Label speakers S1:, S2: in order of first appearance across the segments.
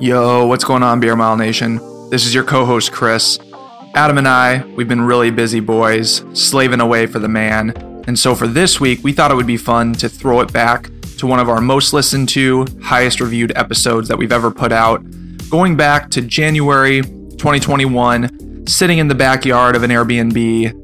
S1: Yo, what's going on, Beer Mile Nation? This is your co host, Chris. Adam and I, we've been really busy boys, slaving away for the man. And so for this week, we thought it would be fun to throw it back to one of our most listened to, highest reviewed episodes that we've ever put out, going back to January 2021, sitting in the backyard of an Airbnb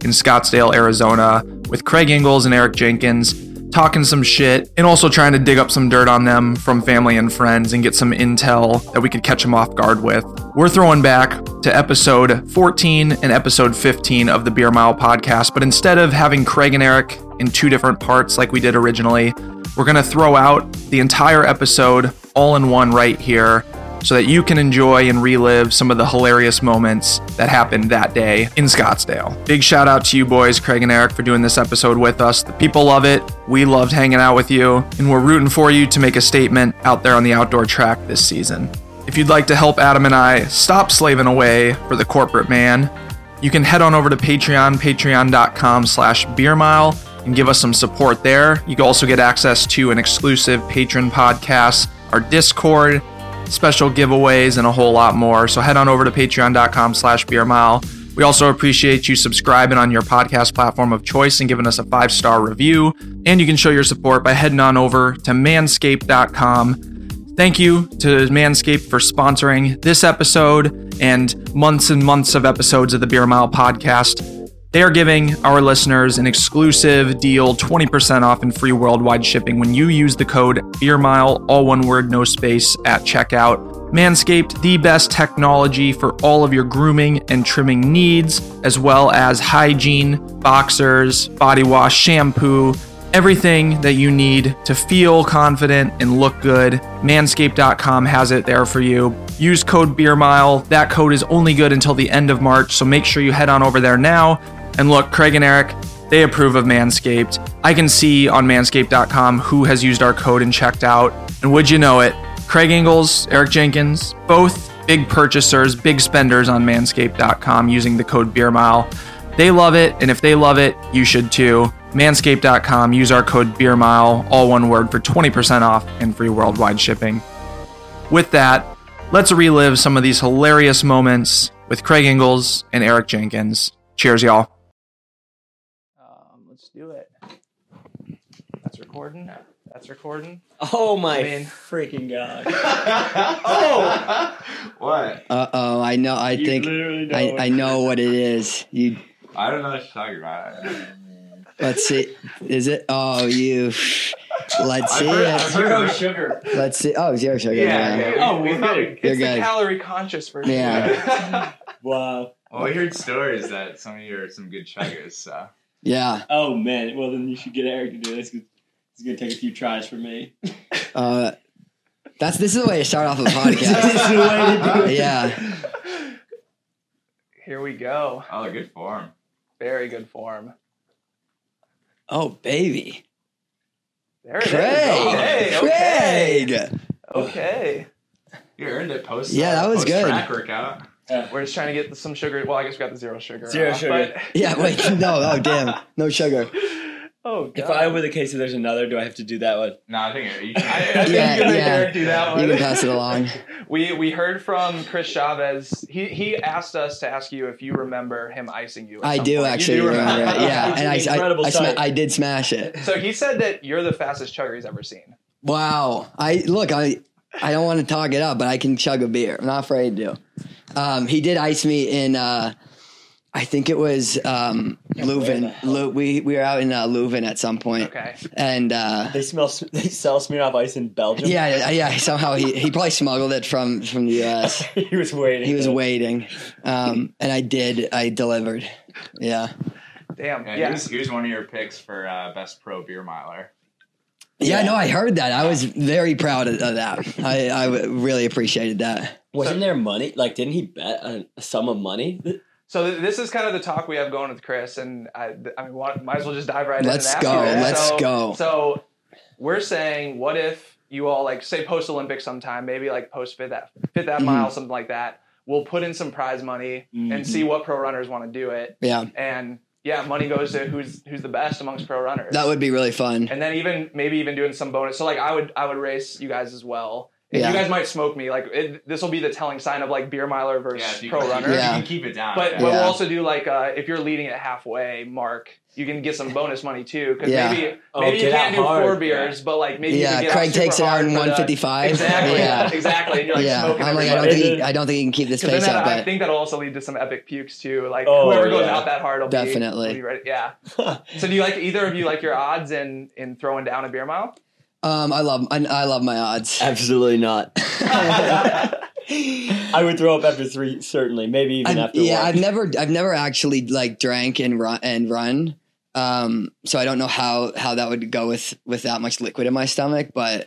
S1: in Scottsdale, Arizona, with Craig Ingalls and Eric Jenkins talking some shit, and also trying to dig up some dirt on them from family and friends and get some intel that we could catch them off guard with. We're throwing back to episode 14 and episode 15 of the Beer Mile podcast, but instead of having Craig and Eric in two different parts like we did originally, we're going to throw out the entire episode all in one right here so that you can enjoy and relive some of the hilarious moments that happened that day in Scottsdale. Big shout out to you boys, Craig and Eric, for doing this episode with us. The people love it. We loved hanging out with you, and we're rooting for you to make a statement out there on the outdoor track this season. If you'd like to help Adam and I stop slaving away for the corporate man, you can head on over to Patreon, patreon.com slash beermile, and give us some support there. You can also get access to an exclusive patron podcast, our Discord, special giveaways, and a whole lot more. So head on over to patreon.com slash beermile. We also appreciate you subscribing on your podcast platform of choice and giving us a five-star review. And you can show your support by heading on over to manscaped.com Thank you to Manscaped for sponsoring this episode and months and months of episodes of the Beer Mile podcast. They are giving our listeners an exclusive deal 20% off and free worldwide shipping when you use the code BeerMile, all one word, no space, at checkout. Manscaped, the best technology for all of your grooming and trimming needs, as well as hygiene, boxers, body wash, shampoo, everything that you need to feel confident and look good. Manscaped.com has it there for you. Use code BeerMile. That code is only good until the end of March, so make sure you head on over there now. And look, Craig and Eric, they approve of Manscaped. I can see on manscaped.com who has used our code and checked out. And would you know it, Craig Ingalls, Eric Jenkins, both big purchasers, big spenders on manscaped.com using the code BeerMile. They love it, and if they love it, you should too. Manscaped.com, use our code BeerMile, all one word, for 20% off and free worldwide shipping. With that, let's relive some of these hilarious moments with Craig Ingalls and Eric Jenkins. Cheers, y'all. Um, let's do it. That's recording. That's recording.
S2: Oh my
S3: I mean-
S2: freaking god!
S3: oh, what?
S2: Uh oh, I know. I think
S4: literally know
S2: I,
S4: it.
S2: I know what it is. You
S3: I don't know what you're talking about.
S2: let's see. Is it? Oh, you. Let's see it.
S5: Oh,
S3: Zero
S4: sugar.
S2: Let's see. Oh, zero sugar.
S3: Yeah,
S2: Yeah.
S3: yeah.
S4: Oh,
S3: we,
S4: we're
S3: we thought
S4: good.
S2: You're
S1: It's the
S2: good.
S1: calorie conscious version.
S2: Yeah.
S3: we-
S4: Wow.
S3: well, we heard stories that some of you are some good chuggers. So
S2: Yeah.
S4: Oh man. Well, then you should get Eric to do this. 'cause It's gonna take a few tries for me.
S2: Uh, that's this is the way to start off a
S4: This
S2: podcast.
S4: is the way to do it.
S2: yeah.
S1: Here we go.
S3: oh, good form.
S1: Very good form.
S2: Oh baby.
S1: There it is.
S2: Craig.
S6: Oh,
S1: Okay, okay.
S2: Craig.
S1: Okay.
S3: You earned it post.
S2: Yeah, that was
S3: post
S2: good.
S3: Track workout.
S1: We're just trying to get some sugar. Well, I guess we got the zero sugar.
S4: Zero
S1: off,
S4: sugar.
S1: but-
S2: Yeah. Wait. No. Oh damn. No sugar.
S1: oh, God.
S4: If I were the case, if there's another, do I have to do that one?
S3: No, I think you
S1: I, I
S3: can.
S2: Yeah,
S1: think you and
S2: yeah.
S1: Eric do that
S2: You
S1: one.
S2: can pass it along.
S1: We we heard from Chris Chavez. He he asked us to ask you if you remember him icing you. at
S2: I
S1: some
S2: do
S1: point. You
S2: actually
S1: do
S2: remember it. Yeah.
S4: It's
S2: And
S4: an
S2: I I
S4: incredible
S2: I, sma-
S4: sight.
S2: I did smash it.
S1: So he said that you're the fastest chugger he's ever seen.
S2: Wow. I look, I I don't want to talk it up, but I can chug a beer. I'm not afraid to. Um, he did ice me in uh I think it was um Leuven. Leu- we we were out in uh, Leuven at some point.
S1: Okay.
S2: And uh
S4: They smell. They sell Smirnoff Ice in Belgium.
S2: yeah, yeah, yeah, somehow he, he probably smuggled it from from the US.
S4: he was waiting.
S2: He was waiting. Um and I did I delivered. Yeah.
S1: Damn.
S3: Yeah,
S1: Yeah.
S3: Here's, here's one of your picks for uh, best pro beer miler.
S2: Yeah,
S4: Yeah.
S2: no, I heard that. I was very proud of of that. I, I really appreciated that.
S4: Wasn't there money? Like, didn't he bet a, a sum of money?
S1: So th- this is kind of the talk we have going with Chris, and I, th- I mean, why, might as well just dive right
S2: Let's
S1: in. and
S2: go,
S1: ask you this.
S2: let's
S1: so,
S2: go.
S1: So we're saying, what if you all like say post Olympics sometime, maybe like post fifth that fifth that
S2: Mhm.
S1: mile, something like that. We'll put in some prize money
S4: Mhm.
S1: and
S2: Mm-hmm.
S1: see what pro runners want to do it.
S2: Yeah.
S1: And yeah, money goes to who's who's the best amongst pro runners.
S2: That would be really fun.
S1: and then even maybe even doing some bonus. So like I would I would race you guys as well,
S6: And
S2: Yeah.
S6: you guys might smoke me. Like it, this will be the telling sign of like beer miler
S3: Yeah,
S6: versus
S3: if you,
S6: pro
S3: if you-
S6: runner.
S3: if
S2: Yeah.
S3: you can keep it down.
S6: But,
S3: yeah.
S6: but we'll
S2: Yeah.
S6: also do like uh, if you're leading at halfway mark, you can get some bonus money too. Because
S2: Yeah.
S6: maybe
S5: Oh,
S6: maybe you
S5: get
S6: can't
S5: out
S6: do four
S5: hard.
S6: beers, but like maybe you can
S2: yeah,
S6: get
S2: Craig
S6: out super
S2: takes it out
S6: hard
S2: in
S6: for the-
S2: 155.
S6: Exactly.
S2: Yeah.
S6: Exactly. And you're like
S2: yeah.
S6: smoking.
S2: I'm like, I
S6: everybody.
S2: don't think he, I don't think he can keep this
S6: 'Cause then
S2: pace up.
S6: that- I
S2: But
S6: think that'll also lead to some epic pukes too. Like
S5: Oh,
S6: whoever goes
S5: yeah.
S6: out that hard will be-
S2: Definitely.
S6: will be ready. Yeah. So do you like either of you like your odds in in throwing down a beer mile?
S2: um, I love I, I love my odds.
S5: Absolutely not. I would throw up after three, certainly. Maybe even
S2: I've-
S5: after
S2: yeah,
S5: one.
S2: I've never I've never actually like drank and run and run. Um, so I don't know how how that would go with with that much liquid in my stomach, but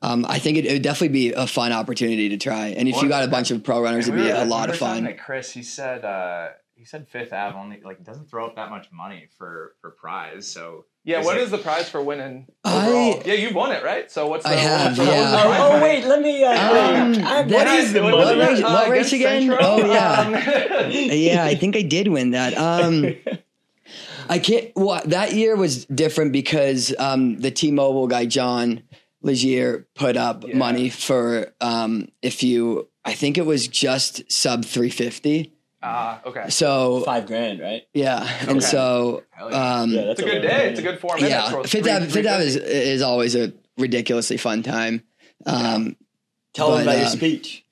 S2: um, I think it, it would definitely be a fun opportunity to try. And if you
S3: Well,
S2: got a bunch of pro runners, it'd
S3: we
S2: be
S3: were-
S2: a
S3: we
S2: lot
S3: were
S2: of
S3: talking
S2: fun.
S3: to Chris, he said uh, he said Fifth Ave only like doesn't throw up that much money for for prize. So
S6: Yeah.
S3: Is
S6: What
S3: it-
S6: is the prize for winning?
S2: I-
S6: overall? yeah, you've won it, right? So what's the
S2: I have,
S6: what was the
S2: yeah.
S6: prize
S5: oh,
S6: money?
S5: wait, let me. Uh,
S2: Um,
S5: I- what
S2: that-
S5: is the
S2: what
S5: money?
S2: race-
S6: Uh,
S2: what race
S6: against
S2: again?
S6: Central?
S2: Oh, yeah.
S6: Um,
S2: yeah, I think I did win that. Um, I can't. Well, that year was different because um, the T-Mobile guy John Legier put up
S6: Yeah.
S2: money for um, if you. I think it was just sub three fifty.
S6: Ah, okay.
S2: So
S5: Five grand, right?
S2: yeah, and
S6: Okay.
S2: so
S3: hell yeah.
S2: um,
S5: Yeah,
S6: It's
S5: that's
S6: a good
S5: lot of
S6: day. It's a
S5: money.
S6: good four minutes.
S2: yeah,
S6: Well,
S2: Fifth
S6: three-
S2: Ave,
S6: three
S2: Fifth Ave is
S6: fifty.
S2: is always a ridiculously fun time. Um,
S5: Tell them
S2: But,
S5: about your
S2: uh,
S5: speech.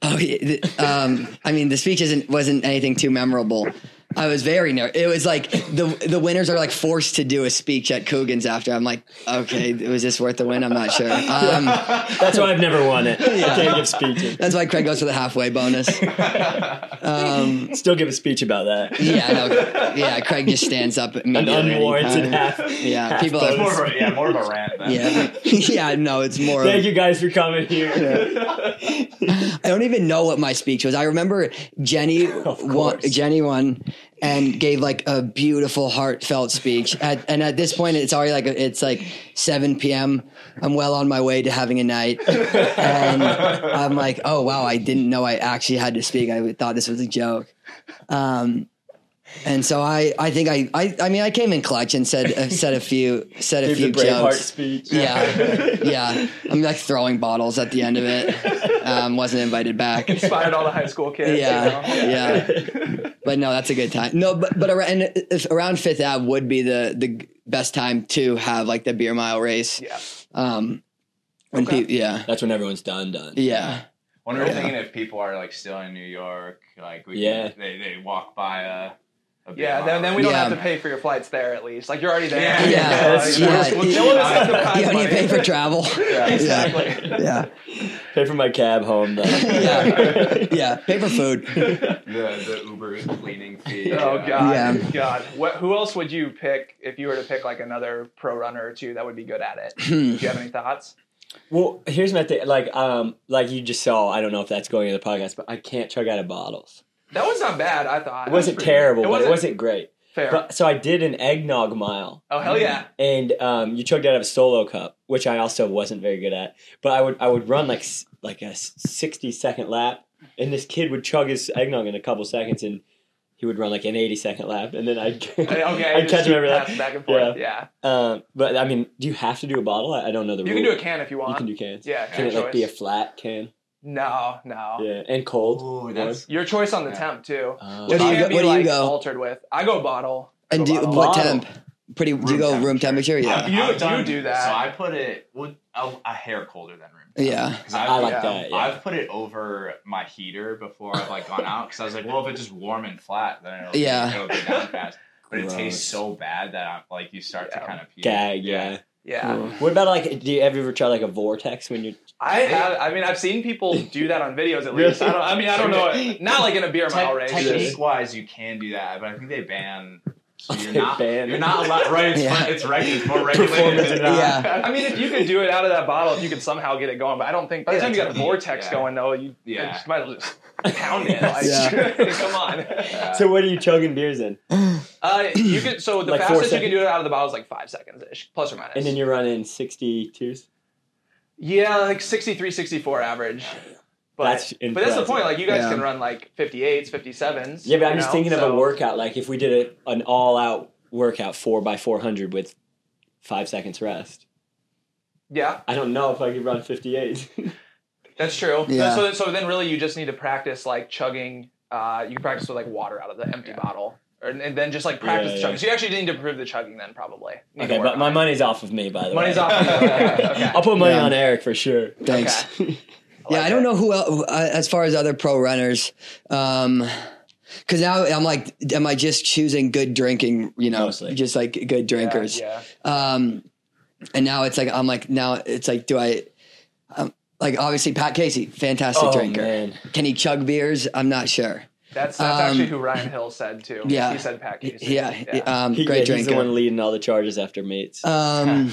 S2: Oh, yeah, the- um, I mean, the speech isn't wasn't anything too memorable. I was very nervous. It was like the the winners are like forced to do a speech at Coogan's after. I'm like, okay, was this worth the win? I'm not sure. Um,
S5: That's why I've never won it. I can't give speeches.
S2: that's why Craig goes for the halfway bonus. Um,
S5: Still give a speech about that.
S2: yeah, no, yeah. Craig just stands up
S5: An
S2: immediately.
S5: unwarranted
S2: anytime.
S5: half.
S2: Yeah,
S5: half
S2: people are-
S5: bonus.
S3: more of a, yeah, more of a rant. Then.
S2: Yeah, yeah. No, it's more.
S5: Thank you guys for coming here.
S2: I don't even know what my speech was. I remember Jenny
S5: Of
S2: won,
S5: course.
S2: Jenny won and gave like a beautiful heartfelt speech. At, and at this point, it's already like it's like 7 p.m. I'm well on my way to having a night, and I'm like, oh wow, I didn't know I actually had to speak. I thought this was a joke. Um, and so I, I think I, I, I mean, I came in clutch and said, uh, said a few, said a
S5: Give
S2: few
S5: the Braveheart
S2: jokes.
S5: speech.
S2: Yeah, yeah. I'm like throwing bottles at the end of it. Um, wasn't invited back.
S6: Inspired all the high school kids. You know?
S2: Yeah, yeah. But no, that's a good time. No, but but around, and if around Fifth Ave would be the the best time to have like the beer mile race.
S6: Yeah.
S2: Um, when
S6: Okay.
S2: peop yeah,
S5: That's when everyone's done, done.
S2: yeah,
S3: When we were
S2: Yeah.
S3: thinking if people are like still in New York, like we
S5: Yeah.
S3: they they walk by a, a big
S6: Yeah, then, then we
S3: mile.
S6: don't
S2: Yeah.
S6: have to pay for your flights there at least. Like you're already there.
S3: Yeah.
S2: Yeah,
S5: that's
S6: Like,
S2: true.
S6: we'll- no one will take the
S5: Yeah.
S6: prize
S2: you don't need to pay
S6: money.
S2: for travel.
S6: Yeah, exactly.
S2: Yeah,
S5: Pay for my cab home, though.
S2: Yeah. yeah, pay for food.
S3: the the Uber cleaning fee.
S6: Oh
S3: uh,
S6: god,
S2: Yeah.
S6: god. What, who else would you pick if you were to pick like another pro runner or two that would be good at it? Do
S2: Hmm.
S6: you have any thoughts?
S5: Well, here's my thing. Like, um, like you just saw. I don't know if that's going in the podcast, but I can't chug out of bottles.
S6: That was not bad. I thought
S5: It wasn't
S6: That's pretty-
S5: terrible,
S6: It
S5: but
S6: wasn't
S5: it wasn't great.
S6: fair.
S5: But, so I did an eggnog mile,
S6: oh hell yeah!
S5: and um, you chugged out of a solo cup, which I also wasn't very good at. But I would I would run like s- like a s- sixty second lap, and this kid would chug his eggnog in a couple seconds, and he would run like an eighty second lap, and then I'd
S6: Okay,
S5: I'd
S6: just
S5: catch him
S6: keep
S5: every lap.
S6: passing back and forth. Yeah.
S5: Um, but I mean, do you have to do a bottle? I, I don't know the
S6: you
S5: rule.
S6: can do a can if you want.
S5: You can do cans.
S6: yeah, can
S5: Can it like
S6: choice.
S5: be a flat can?
S6: no, no.
S5: Yeah, and cold.
S3: Ooh, that's
S6: Your choice on the
S3: Yeah.
S6: temp too.
S5: Uh,
S2: What do you
S6: Can't
S2: go-
S6: be,
S2: what do you
S6: like,
S2: go?
S6: altered with? I go bottle. I
S2: And
S6: go
S2: do you,
S6: bottle.
S2: what
S5: Bottle.
S2: temp? Pretty? do you go room temperature? Yeah,
S6: You-
S3: I've
S6: you
S3: done-
S6: do that.
S3: So I put it with a, a hair colder than room. temperature.
S2: yeah.
S3: 'Cause I've-
S5: I like
S6: yeah.
S5: that. Yeah.
S3: I've put it over my heater before I've like gone out because I was like, well, if it's just warm and flat, then it'll,
S2: Yeah.
S3: it'll go down fast. But
S5: Gross.
S3: it tastes so bad that I'm like, you start to
S6: Yeah.
S3: kind of puke.
S5: Gag, yeah.
S6: yeah.
S5: What about like? Do you ever try like a vortex when you're?
S6: I have. I mean, I've seen people do that on videos at least. I, don't, I mean, I don't know. Not like in a beer mile race.
S3: technique wise, you can do that, but I think they ban. So you're
S5: They
S3: not.
S5: ban.
S3: You're not allowed. Right? It's,
S2: Yeah.
S3: it's reg- It's more regulated. than
S5: Performance
S2: Yeah.
S6: I mean, if you could do it out of that bottle, if you could somehow get it going, but I don't think by the
S3: Yeah,
S6: time you got a
S3: technique,
S6: vortex
S3: yeah.
S6: going, though, you,
S3: Yeah.
S6: you just might as well just pound it. Like,
S2: Yeah.
S6: come on.
S3: Yeah.
S5: So what are you chugging beers in?
S6: Uh, you could. So the
S5: Like four
S6: fastest you can
S5: seconds?
S6: do it out of the bottle is like five seconds ish, plus or minus.
S5: And then you're running sixty twos.
S6: yeah, like 63, 64 average. But
S5: That's
S6: but that's the
S5: impressive.
S6: point. Like you guys
S2: Yeah.
S6: can run like 58s, 57s.
S5: Yeah, but I'm
S6: you
S5: just
S6: know?
S5: thinking of
S6: So-
S5: a workout. Like if we did a, an all out workout four by four hundred with five seconds rest.
S6: Yeah,
S5: I don't know if I could run 58.
S6: that's true.
S2: Yeah.
S6: So, so then really you just need to practice like chugging. Uh, you can practice with like water out of the empty bottle, or, and then just like practice
S5: Yeah,
S6: the
S5: yeah.
S6: chugging. So you actually need to improve the chugging then probably. Need to
S5: okay,
S6: work
S5: but
S6: on
S5: my
S6: it.
S5: money's off of me, by the
S6: Money's
S5: way.
S6: off. Okay, okay.
S5: I'll put money
S2: Yeah.
S5: on Eric for sure.
S2: Thanks. yeah, I don't know who else, uh, as far as other pro runners, um, because now I'm like, am I just choosing good drinking? You know,
S5: Mostly.
S2: just like good drinkers.
S6: Yeah,
S2: Um, and now it's like I'm like now it's like do I, um, like obviously Pat Casey, fantastic
S5: Oh,
S2: drinker.
S5: man.
S2: Can he chug beers? I'm not sure.
S6: that's, that's
S2: Um,
S6: actually who Ryan Hill said too.
S2: yeah.
S6: he said Pat Casey.
S2: Yeah, um,
S5: He-
S2: great
S5: yeah,
S2: drinker.
S5: He's the one leading all the charges after mates.
S2: Um,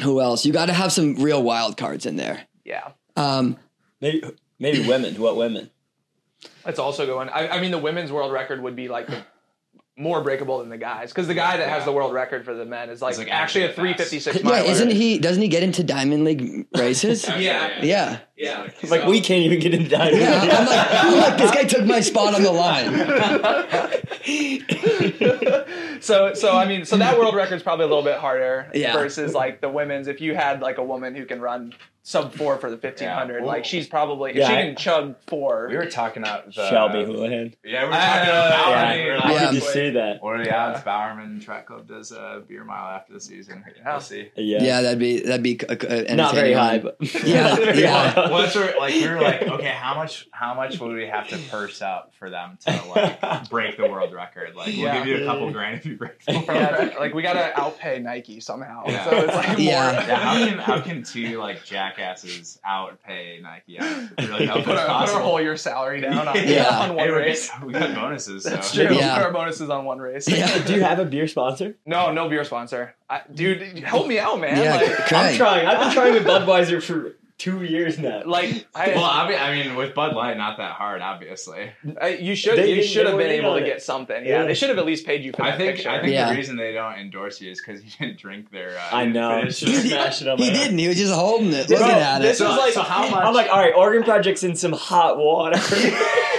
S2: who else? You got to have some real wild cards in there.
S6: yeah.
S2: Um,
S5: maybe maybe women. What women?
S6: That's also going. I, I mean, the women's world record would be like more breakable than the guys because the guy that has the world record for the men is like,
S3: Is, like,
S6: actually a
S3: actually
S6: three
S3: fast.
S6: fifty six
S2: yeah,
S6: miler.
S2: isn't he? Doesn't he get into Diamond League races?
S6: Yeah.
S2: yeah.
S6: Yeah.
S5: Like we can't even get in diamond.
S2: Yeah, I'm like, I'm like, this guy took my spot on the line.
S6: so so I mean so that world record's probably a little bit harder
S2: Yeah.
S6: versus like the women's. If you had like a woman who can run sub four for the fifteen hundred,
S3: Yeah.
S6: like she's probably if
S5: Yeah,
S6: she
S5: I-
S6: can chug four.
S3: We were talking about the
S5: Shelby Houlihan.
S3: Yeah, we were
S6: Uh,
S3: talking about
S6: yeah.
S3: Bowerman. We were
S5: I
S3: like,
S2: Yeah.
S5: could just see that.
S3: What are the odds Bowerman Track Club does a beer mile after the season?
S6: Yeah.
S3: We'll see.
S5: Yeah.
S2: Yeah, that'd be that'd be a, a- an
S5: Not very
S2: entertaining
S5: high,
S2: one.
S5: but
S2: Yeah, yeah.
S3: Well, that's where like we were like, okay, how much how much would we have to purse up for them to like break the world record? Like, we'll
S6: Yeah.
S3: give you a couple grand if you break the world
S6: Yeah,
S3: record.
S6: that- like we gotta outpay Nike somehow.
S3: Yeah.
S6: So it's like more.
S2: Yeah.
S3: Yeah, how can how can two like jackasses outpay Nike? out? Really, how
S6: Put a, put a
S3: possible?
S6: whole year salary down on,
S2: Yeah.
S6: on one
S3: Hey, we're
S6: race.
S3: getting- we got bonuses. So.
S6: That's true.
S2: Yeah.
S6: Put our bonuses on one race.
S2: Yeah.
S5: Do you have a beer sponsor?
S6: No, no beer sponsor. I, dude, help me out, man.
S2: Yeah,
S6: Like,
S2: Craig.
S5: I'm trying. I've been trying with Budweiser for two years now.
S6: like I,
S3: Well, I mean, I mean, with Bud Light, not that hard, obviously.
S6: I- you should
S5: They
S6: you
S5: didn't-
S6: should have
S5: they
S6: been
S5: weren't in
S6: able
S5: on
S6: to
S5: it.
S6: get something. Yeah,
S5: Yeah.
S6: they should have at least paid you for that
S3: I think
S6: picture.
S3: I think
S2: Yeah.
S3: the reason they don't endorse you is because you didn't drink their. Uh,
S5: I know.
S3: finish
S5: He
S3: their-
S5: smashed it on
S2: He
S5: my
S2: didn't. He was just holding it, looking
S6: Bro,
S2: at it.
S6: this
S3: So,
S6: is like-
S3: so how much?
S5: I'm like, all right, Oregon Project's in some hot water.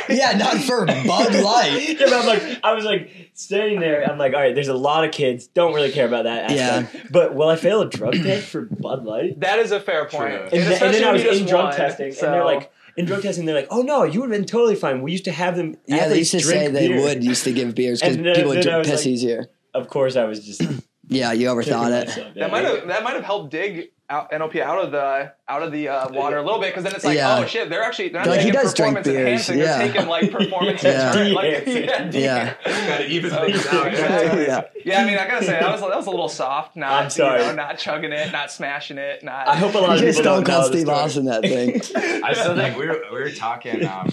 S2: Yeah, not for Bud Light.
S5: Yeah, but I'm like, I was like standing there. I'm like, all right, there's a lot of kids. Don't really care about that. aspect. But will I fail a drug test for Bud Light?
S6: that is a fair point.
S3: True.
S6: And,
S5: And, th- and
S6: especially
S5: then I
S6: when
S5: was
S6: you just
S5: in drug
S6: won,
S5: testing,
S6: so-
S5: and they're like, in drug testing, they're like, oh no, you would have been totally fine. We used to have them.
S2: Yeah, they
S5: athletes
S2: used to
S5: drink
S2: say they
S5: beer."
S2: would used to give beers because
S5: And then-
S2: people would
S5: then I
S2: drink
S5: was
S2: piss
S5: like-
S2: easier.
S5: Of course, I was just kicking
S2: Yeah, you overthought it.
S5: myself.
S6: that might have that might have helped dig out, NOP out of the out of the uh, water a little bit because then it's like,
S2: Yeah.
S6: oh shit, they're actually they're not
S2: Like, he
S6: taking
S2: does drink
S6: performance
S2: beers,
S6: enhancing. They're
S2: yeah.
S6: taking like performance
S2: Yeah.
S6: enhancing. Like,
S5: Yeah.
S2: Yeah.
S3: gotta even
S6: So-
S3: things out.
S6: Exactly.
S2: Yeah.
S6: Yeah, I mean, I gotta say that was that was a little soft. Not
S5: I'm sorry.
S6: you know, not chugging it, not smashing it, not.
S5: I hope a lot
S2: You
S5: of
S2: just
S5: people
S2: Stone
S5: don't know
S2: Cold
S5: the
S2: Steve
S5: story.
S2: Austin that thing.
S3: I still think we were we were talking, um,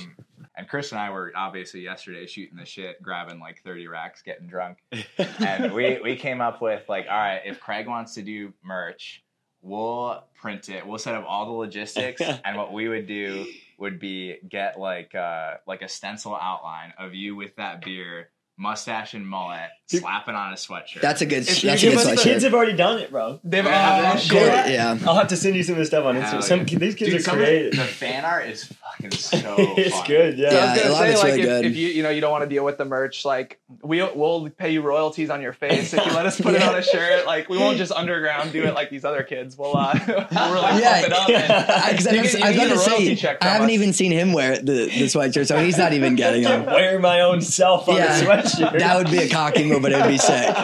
S3: and Chris and I were obviously yesterday shooting the shit, grabbing like thirty racks, getting drunk, and we we came up with like, all right, if Craig wants to do merch, we'll print it, we'll set up all the logistics, and what we would do would be get like uh like a stencil outline of you with that beer, mustache and mullet, slapping on a sweatshirt.
S2: That's a good.
S6: If you
S2: That's a
S6: give
S2: good
S6: us the
S5: The kids
S2: sweatshirt.
S5: have already done it, bro.
S6: They've
S3: Yeah.
S6: oh,
S2: Cool,
S6: shit.
S2: Yeah,
S5: I'll have to send you some of the stuff on
S3: Hell
S5: Instagram. Some ki- these kids
S3: Dude,
S5: are
S3: some of the,
S5: creative.
S3: the fan art is fucking so.
S5: it's
S3: fun.
S5: good, yeah.
S2: Yeah.
S6: I was
S2: a
S6: gonna
S2: lot of
S6: say,
S2: it's
S6: like,
S2: really
S6: if,
S2: good.
S6: if you you know you don't want to deal with the merch, like we we'll pay you royalties on your face if you let us put it
S2: Yeah.
S6: on a shirt. Like we won't just underground do it like these other kids. We'll uh, we'll really
S2: Yeah.
S6: pump it up. And,
S2: because
S6: You
S2: I,
S6: get- you
S2: never- I was
S6: get
S2: about
S6: a
S2: to
S6: royalty
S2: say
S6: check
S2: I
S6: from
S2: haven't
S6: us.
S2: even seen him wear the, the sweatshirt, so he's not even getting them.
S5: Wear my own self on
S2: Yeah.
S5: a sweatshirt.
S2: That would be a cocky move, but it'd be sick.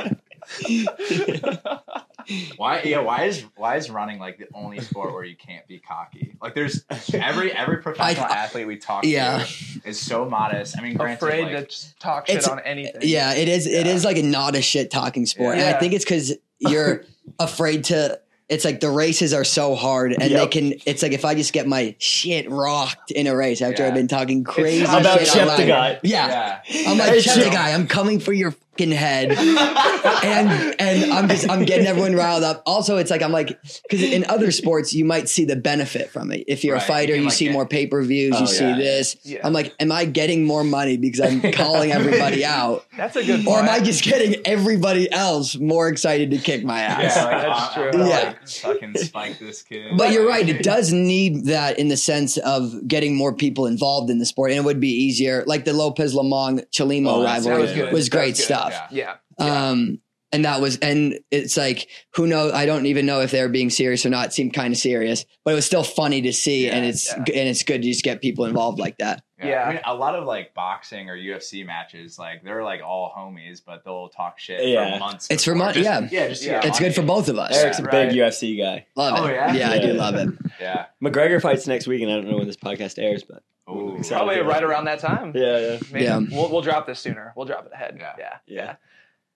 S3: Why? Yeah. Why is why is running like the only sport where you can't be cocky? Like, there's every every professional
S2: I-
S3: athlete we talk
S2: Yeah.
S3: to is so modest. I mean, granted,
S6: afraid
S3: like,
S6: to just talk shit
S2: It's-
S6: on anything.
S2: Yeah, it is. It
S6: Yeah.
S2: is like a not a shit talking sport, and I
S6: Yeah.
S2: think it's because you're afraid to. It's like the races are so hard, and
S5: Yep.
S2: they can. It's like if I just get my shit rocked in a race after
S3: Yeah.
S2: I've been talking crazy
S5: How about
S2: shit
S5: Shep the
S2: online.
S5: guy?
S2: Yeah.
S3: yeah,
S2: I'm like,
S5: Hey,
S2: shut
S5: Shep.
S2: the guy. I'm coming for your fucking head, and and I'm just I'm getting everyone riled up. Also, it's like I'm like because in other sports you might see the benefit from it. If you're
S3: Right, you
S2: a fighter,
S3: can,
S2: you
S3: like,
S2: see
S3: get-
S2: more pay per views,
S5: Oh,
S2: you see
S5: yeah.
S2: this.
S6: Yeah.
S2: I'm like, am I getting more money because I'm calling everybody out?
S6: that's a good.
S2: Or am I
S6: point.
S2: just getting everybody else more excited to kick my
S3: yeah,
S2: ass?
S3: like,
S6: That's
S3: uh,
S6: true.
S3: uh,
S2: Yeah.
S3: like, fucking spike this kid.
S2: But you're right. It does need that in the sense of getting more people involved in the sport, and it would be easier. Like the Lopez Lamong Chalimo
S5: Oh, that
S2: rivalry
S5: was
S2: was,
S5: good.
S6: That was
S2: great
S6: good,
S2: stuff.
S3: yeah.
S6: Yeah.
S2: Um, and that was and it's like who knows i don't even know if they were being serious or not it seemed kind of serious but it was still funny to see and
S6: Yeah,
S2: it's
S6: yeah.
S2: and it's good to just get people involved like that
S6: Yeah.
S3: I mean, a lot of like boxing or UFC matches, like they're like all homies, but they'll talk shit
S5: Yeah.
S3: for months.
S2: It's for
S3: before.
S2: mon-
S3: Just-
S2: yeah.
S3: Oh, yeah, just to
S6: Yeah.
S3: get
S2: it's good for
S3: on
S2: both of us
S5: Eric's a
S6: Right.
S5: big UFC guy.
S2: love it
S3: Oh, yeah?
S2: yeah i do
S5: Yeah.
S2: love it
S3: it. Yeah.
S5: McGregor fights next week, and I don't know when this podcast airs, but
S3: Ooh.
S5: Exactly.
S6: Probably right around that time.
S5: yeah, yeah.
S6: Maybe.
S2: Yeah.
S6: We'll, we'll drop this sooner. We'll drop it ahead.
S3: Yeah.
S6: Yeah.
S5: Yeah.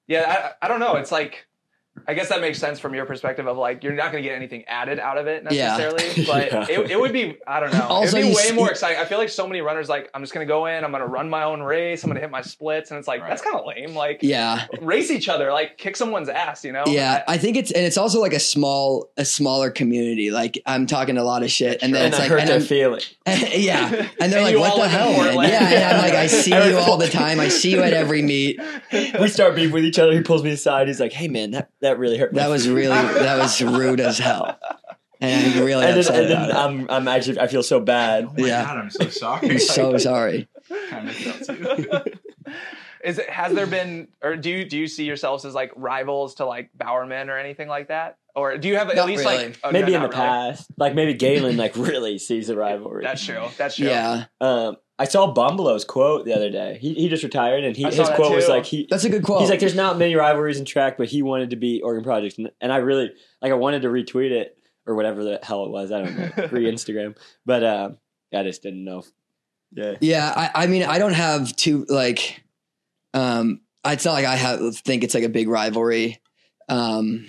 S6: Yeah. I, I don't know. It's like, I guess that makes sense from your perspective of like, you're not going to get anything added out of it
S2: Yeah.
S6: necessarily, but
S5: Yeah.
S6: It, it would be, I don't know.
S2: Also,
S6: it would
S2: you
S6: be way
S2: see-
S6: more exciting. I feel like so many runners, like, I'm just going to go in, I'm going to run my own race, I'm going to hit my splits. And it's like,
S3: Right.
S6: that's kind of lame. Like,
S2: yeah
S6: race each other, like, kick someone's ass, you know?
S2: yeah i think it's and it's also like a small a smaller community like i'm talking a lot of shit and then
S5: And
S2: it's
S5: I
S2: like
S5: hurt
S2: and
S5: their
S2: I'm-
S5: feeling.
S2: yeah. And
S6: And
S2: they're like,
S6: you
S2: what
S6: all
S2: the
S6: live in
S2: hell? man?"
S6: Portland.
S2: Yeah. And I'm like, I see
S5: Every-
S2: you all the time. I see you at every meet.
S5: We start beef with each other. He pulls me aside. He's like, "Hey, man, that, that really hurt." my
S2: That was really, that was rude as hell. And I'm really
S5: and
S2: upset
S5: then, and then
S2: about
S5: I'm, I'm actually I feel so bad.
S3: Oh my
S2: Yeah.
S3: God, I'm so
S2: it.
S3: sorry.
S2: I'm so sorry.
S3: I missed out too.
S6: Is it, has there been, or do you, do you see yourselves as like rivals to like Bowerman or anything like that? Or do you have at
S2: Not
S6: least
S2: really.
S6: like, oh, no,
S5: maybe in the
S6: not really.
S5: past, like maybe Galen like really sees the rivalry.
S6: That's true. That's true.
S2: Yeah.
S5: Um, I saw Bumbleo's quote the other day. He, he just retired, and he,
S6: I
S5: his
S6: saw that
S5: quote was
S6: too.
S5: like he.
S2: That's a good quote.
S5: He's like, there's not many rivalries in track, but he wanted to be Oregon Project, and, and I really like. I wanted to retweet it or whatever the hell it was. I don't know, re Instagram, but um, I just didn't know. Yeah,
S2: yeah. I, I mean, I don't have two, like, um, it's not like I have, think it's like a big rivalry. Um,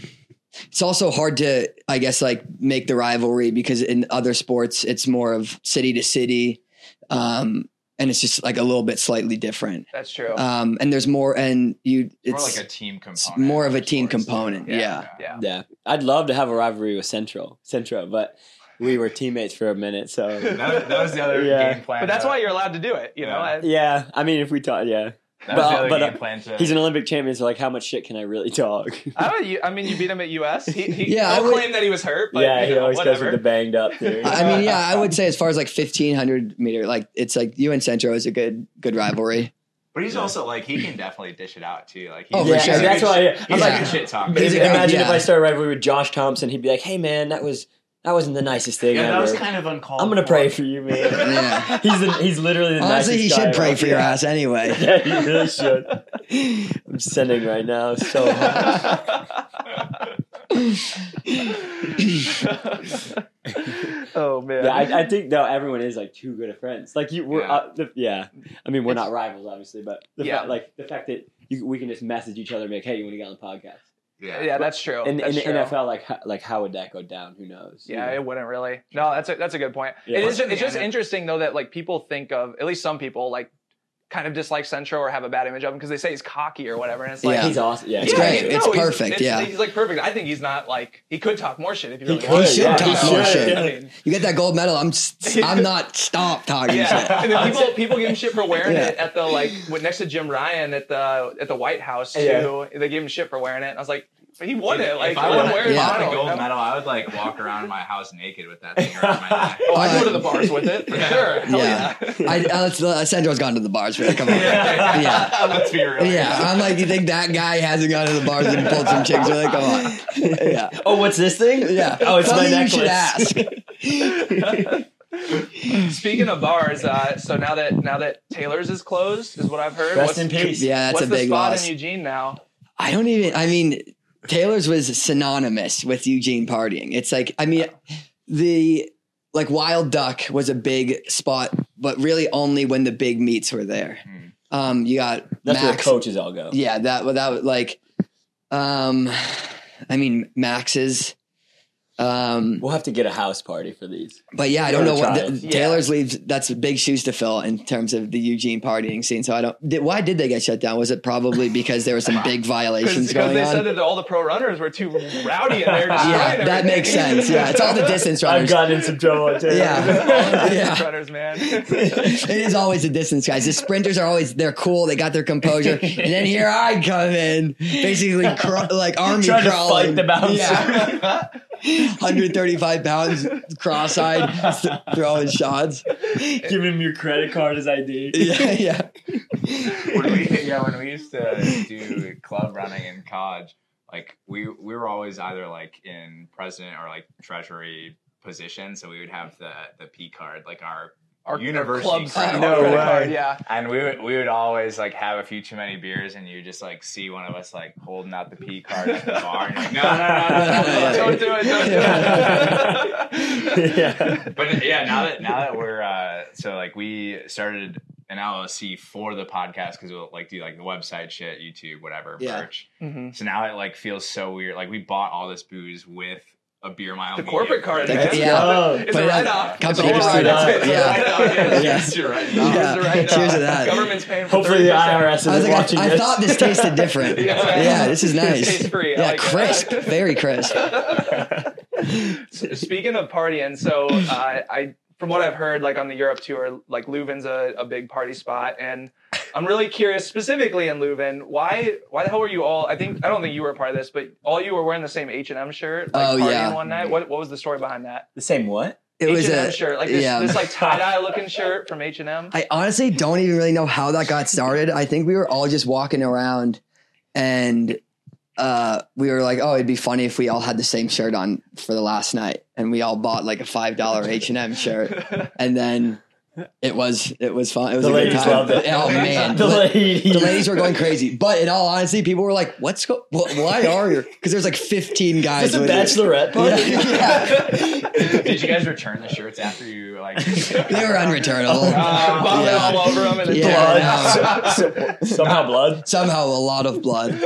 S2: it's also hard to, I guess, like make the rivalry because in other sports, it's more of city to city. Um, and it's just like a little bit slightly different.
S6: That's true.
S2: um, and there's more and you
S3: It's
S2: it's
S3: more like a team
S2: it's
S3: component.
S2: more of a
S3: other
S2: team
S3: sports.
S2: component yeah,
S6: yeah.
S5: yeah. I'd love to have a rivalry with Centro, Centro, but we were teammates for a minute, so
S3: That, was- that was the other
S5: Yeah.
S3: game plan.
S6: But that's
S3: to-
S6: why you're allowed to do it, you know?
S3: Yeah.
S6: I-
S5: yeah. I mean, if we talk, yeah.
S3: that was the
S5: but-
S3: other
S5: but, uh,
S3: game plan to.
S5: He's an Olympic champion, so like, how much shit can I really talk?
S6: I don't. You, I mean, you beat him at US. He, he
S2: Yeah, I
S6: will
S2: would-
S6: claim that he was hurt, but
S5: yeah,
S6: you
S5: he
S6: know,
S5: always goes
S6: whatever.
S5: with the banged up theory.
S2: I mean, yeah, I would say as far as like fifteen hundred meter, like it's like you and Centro is a good good rivalry.
S3: but he's
S5: Yeah.
S3: also like he can definitely dish it out too. Like
S2: Oh,
S3: he's,
S5: yeah,
S2: for
S3: he's
S2: sure.
S3: a
S5: that's
S3: good
S5: why
S3: sh-
S5: I'm
S3: He's a
S2: Yeah.
S5: like,
S3: good shit talker.
S2: He's a good-
S5: imagine if
S2: yeah.
S5: I started rivalry with Josh Thompson, he'd be like, "Hey, man, that was that wasn't the nicest thing
S3: Yeah, that
S5: ever.
S3: was kind of uncalled.
S5: I'm gonna
S3: for.
S5: pray for you, man."
S2: Yeah.
S5: he's the, he's literally the
S2: Honestly,
S5: nicest
S2: he
S5: guy
S2: should
S5: ever.
S2: pray for your ass anyway.
S5: Yeah, he really should. I'm sending right now. So hard.
S6: oh man.
S5: yeah, I, I think though everyone is like too good of friends. Like you, we're
S3: Yeah.
S5: uh, the, yeah. I mean, we're
S6: It's-
S5: not rivals, obviously, but the
S6: Yeah.
S5: fact, like the fact that you, we can just message each other and be like, "Hey, you want to get on the podcast?"
S3: Yeah.
S6: yeah, that's true.
S5: And in
S6: That's
S5: the
S6: true.
S5: NFL, like how, like how would that go down? Who knows?
S6: Yeah,
S5: You know?
S6: it wouldn't really. No, that's a that's a good point.
S5: Yeah.
S6: It is. It's just
S3: Yeah.
S6: interesting though that like people think of at least some people like kind of dislike Centro or have a bad image of him because they say he's cocky or whatever, and it's like.
S2: Yeah.
S5: he's awesome. Yeah,
S2: It's
S5: he's
S2: great.
S6: he-
S2: It's
S6: he's-
S2: perfect, yeah.
S6: he's like perfect. I think he's not like he could talk more shit if he
S5: He
S6: really
S5: could,
S6: wanted.
S2: He should
S6: Yeah.
S2: talk
S6: He
S2: more
S6: should.
S2: shit.
S6: I mean,
S2: You get that gold medal. I'm s- I'm not stop talking shit.
S6: Yeah, and then people people give him shit for wearing
S2: Yeah.
S6: it at the like when, next to Jim Ryan at the at the White House too.
S5: Yeah.
S6: They gave him shit for wearing it. And I was like, but he won it. Like
S3: if I
S6: I wouldn't
S3: won,
S6: wear
S3: if I won
S6: it.
S3: a gold medal, I would like walk around my house naked with that thing around my neck.
S6: Oh, I go
S2: Uh,
S6: to the bars with it for sure. Hell
S2: yeah.
S6: yeah.
S2: I, I, let's- uh, Centro's gone to the bars. man. Come on. Yeah.
S3: Let's be real.
S2: Yeah. I'm like, you think that guy hasn't gone to the bars and pulled some chicks? Really? Come on. Yeah.
S5: Oh, what's this thing?
S2: Yeah.
S5: Oh, it's
S2: Something
S5: my necklace.
S2: You should ask.
S6: Speaking of bars, uh, so now that now that Taylor's is closed, is what I've heard.
S5: Rest
S6: what's
S5: in peace.
S2: Yeah, that's
S6: what's
S2: a
S6: the
S2: big
S6: spot
S2: loss.
S6: in Eugene now?
S2: I don't even. I mean, Taylor's was synonymous with Eugene partying. It's like, I mean, the like Wild Duck was a big spot, but really only when the big meets were there. Um, you got
S5: Hmm. That's where the
S2: Max.
S5: coaches all go.
S2: Yeah, that that was like, um, I mean Max's. Um,
S5: We'll have to get a house party for these.
S2: but yeah, I don't know
S5: Gotta
S2: what
S5: try
S2: the,
S6: it.
S2: Taylor's leaves. That's big shoes to fill in terms of the Eugene partying scene. So I don't. Did, why did they get shut down? Was it probably because there were some big
S6: Because
S2: violations
S6: they
S2: going on?
S6: said that all the pro runners were too rowdy and they're just
S2: yeah, that makes sense. Yeah, it's all the distance
S5: I've
S2: runners.
S5: gotten in some trouble too.
S2: yeah, yeah.
S6: runners, man.
S2: It is always the distance guys. The sprinters are always they're cool. They got their composure, and then here I come in, basically cr- like army
S5: Trying to
S2: crawling,
S5: fight the bouncer.
S2: Yeah. 135 pounds, cross-eyed, s- throwing shots.
S5: Give him your credit card as ID.
S2: Yeah, yeah.
S3: when we yeah when we used to do club running in college like we we were always either like in president or like treasury position so we would have the the p card like our
S6: Our
S3: University
S6: clubs.
S3: credit
S6: no
S3: card.
S6: card, yeah.
S3: and we would we would always like have a few too many beers and you just like see one of us like holding out the p card at the bar and you're like, no no no, no, no,
S6: Don't
S3: no,
S6: do it. Don't do it.
S5: yeah.
S3: but yeah, now that now that we're uh, so like we started an LLC for the podcast because we'll like do like the website shit, YouTube, whatever,
S2: Yeah.
S3: merch.
S6: Mhm.
S3: So now it like feels so weird. Like we bought all this booze with a beer mile.
S6: The
S3: Media
S6: corporate card.
S2: Yeah.
S6: It's
S5: Oh,
S6: It's a
S2: But, uh,
S6: write off. It's a
S2: company
S5: just
S6: whole write-off.
S5: did
S6: It's a
S2: that.
S6: write-off. Yeah.
S2: Yeah.
S6: It's a write-off.
S2: Yeah.
S6: It's a write-off.
S2: Cheers to that.
S6: Government's paying for
S5: hopefully the
S6: 30%.
S5: IRS is
S2: I was like,
S5: watching
S2: I, I
S5: this.
S2: thought this tasted different.
S6: Yeah.
S2: yeah. this is nice.
S6: Tastes free. I
S2: Yeah,
S6: like it.
S2: crisp, very crisp.
S6: So, Speaking of partying, so uh, I, from what I've heard, like on the Europe tour, like Leuven's a, a big party spot, and I'm really curious, specifically in Leuven, why, why the hell were you all? I think I don't think you were a part of this, but all you were wearing the same H and M shirt, like
S2: Oh,
S6: partying
S2: yeah.
S6: one night. What, what was the story behind that?
S5: The same what?
S2: It
S6: H
S2: was
S6: and M
S2: a
S6: shirt, like this,
S2: yeah.
S6: this like tie dye looking shirt from H and M.
S2: I honestly don't even really know how that got started. I think we were all just walking around and uh, we were like, oh, it'd be funny if we all had the same shirt on for the last night. And we all bought like a $5 H&M shirt. And then it was, it was fun. It was
S5: The
S2: a good
S5: ladies
S2: time.
S5: loved it.
S2: Oh man.
S5: the
S2: But-
S5: lady.
S2: the ladies were going crazy, but in all honesty, people were like, "What's go? wh- Why are you?" Because there's like 15 guys.
S5: Is this a
S2: with it.
S5: bachelorette
S2: Yeah,
S5: party?
S2: yeah.
S3: Did you guys return the shirts after you like?
S2: they were unreturnable.
S6: Uh, vomit
S2: Yeah.
S6: all over him and then
S2: Yeah.
S6: blood.
S5: Blood. Somehow blood.
S2: Somehow, a lot of blood.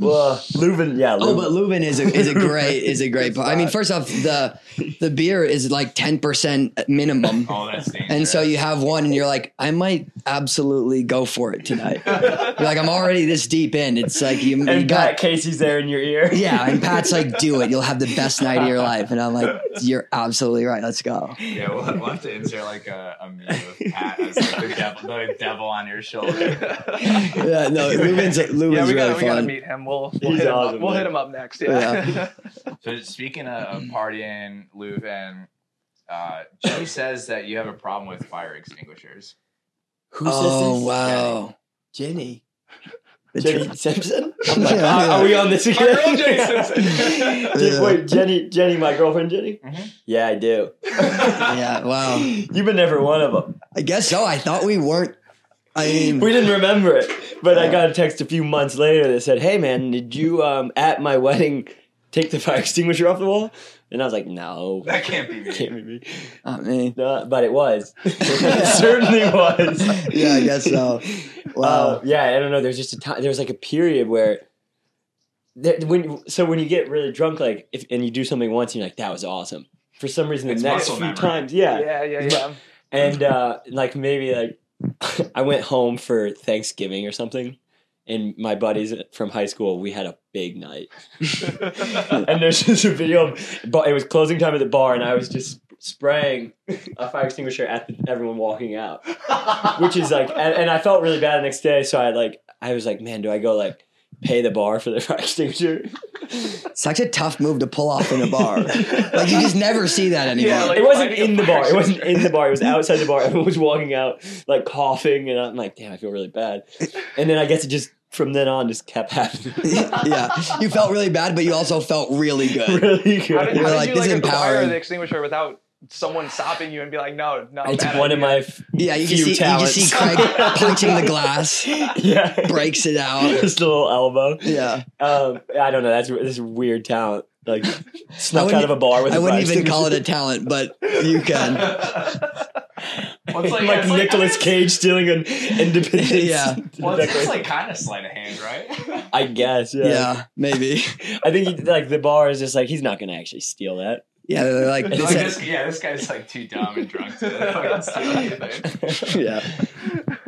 S5: Well, Leuven, yeah,
S2: Oh,
S5: Leuven.
S2: but Lubin is a is a great is a great. I mean, first off, the the beer is like ten percent minimum,
S3: Oh, that's dangerous.
S2: and so you have one, and you're like, I might absolutely go for it tonight. You're like, I'm already this deep in. It's like you, you
S5: and Pat
S2: got.
S5: Casey's there in your ear.
S2: Yeah, and Pat's like, "Do it! You'll have the best night of your life." And I'm like, "You're absolutely right. Let's go."
S3: yeah, we'll, we'll have to insert like a, a meme of Pat as like, the, devil, the devil on your shoulder.
S2: Yeah, no, Lubin's
S6: Yeah, we
S2: Lubin's
S6: gotta,
S2: really
S6: we gotta
S2: fun.
S6: meet him. We'll, we'll,
S5: He's
S6: hit, him up.
S5: awesome,
S6: we'll
S5: man.
S6: hit him up next. Yeah.
S3: So speaking of partying, Leuven, uh, Joe says that you have a problem with fire extinguishers.
S5: Who
S2: Oh wow,
S5: Jenny.
S2: The
S5: Jenny
S2: tr-
S5: Simpson? I'm like,
S2: Yeah.
S5: are, are we on this
S6: My
S5: again?
S6: girl Jenny Simpson. Mm-hmm.
S5: Dude, Wait, Jenny, Jenny, my girlfriend Jenny?
S3: Mhm.
S5: Yeah, I do.
S2: yeah, wow.
S5: You've been every one of them.
S2: I guess so. I thought we weren't. I mean,
S5: We didn't remember it, but I got a text a few months later that said, "Hey, man, did you um, at my wedding take the fire extinguisher off the wall?" And I was like, "No,
S3: That can't be me.
S5: can't be me."
S2: not me.
S5: No, but it was. it certainly was.
S2: Yeah, I guess
S5: Uh,
S2: so. Wow.
S5: yeah, I don't know. There's just a time. There was like a period where, there, when so when you get really drunk, like if and you do something once, and you're like, "That was awesome." For some reason, the
S3: It's
S5: next
S3: muscle
S5: few
S3: memory.
S5: times,
S6: yeah, yeah, yeah.
S5: and uh, like maybe like I went home for Thanksgiving or something, and my buddies from high school we had a big night, and there's just a video of, but it was closing time at the bar, and I was just spraying a fire extinguisher at the, everyone walking out, which is like, and, and I felt really bad the next day, so I like I was like, man, do I go like pay the bar for the fire extinguisher?
S6: Uh,
S2: Such a tough move to pull off in a bar. like you just never see that anymore.
S6: Yeah, like-
S5: it wasn't
S6: finding a
S5: in the
S6: fire
S5: bar. It wasn't
S6: extinguisher.
S5: in the bar. It was outside the bar. Everyone was walking out, like coughing, and I'm like, damn, I feel really bad. And then I guess it just from then on just kept happening.
S2: yeah, you felt really bad, but you also felt really good.
S5: really
S6: How did,
S5: good.
S6: how
S2: You're
S6: did
S2: like,
S6: you
S2: this
S6: like
S2: is
S6: acquire
S2: empowering.
S6: the extinguisher without someone stopping you and be like, no, no,
S5: It's
S6: bad
S5: one of
S6: idea.
S5: my f-
S2: Yeah, you can
S5: few
S2: see
S5: talents.
S2: you can see Craig punching the glass,
S5: yeah,
S2: breaks it out.
S5: just a little elbow.
S2: Yeah,
S5: Um, I don't know. That's this is weird talent. Like snuck
S2: wouldn't-
S5: out of a bar with.
S2: I
S5: a
S2: wouldn't
S5: fire
S2: even call it a
S5: extinguisher.
S2: talent, but you can.
S3: Well, it's like,
S5: like
S3: it's like-
S5: Nicolas Cage stealing an independence.
S2: Yeah.
S3: Well, it's, it's like kind of sleight of hand, right?
S5: I guess. Yeah.
S2: Yeah, maybe.
S5: I think he, like the bar is just like he's not going to actually steal that.
S2: Yeah, they're like
S3: Like
S2: this.
S3: this, yeah, this guy's like too dumb and drunk to fucking steal anything.
S2: Yeah.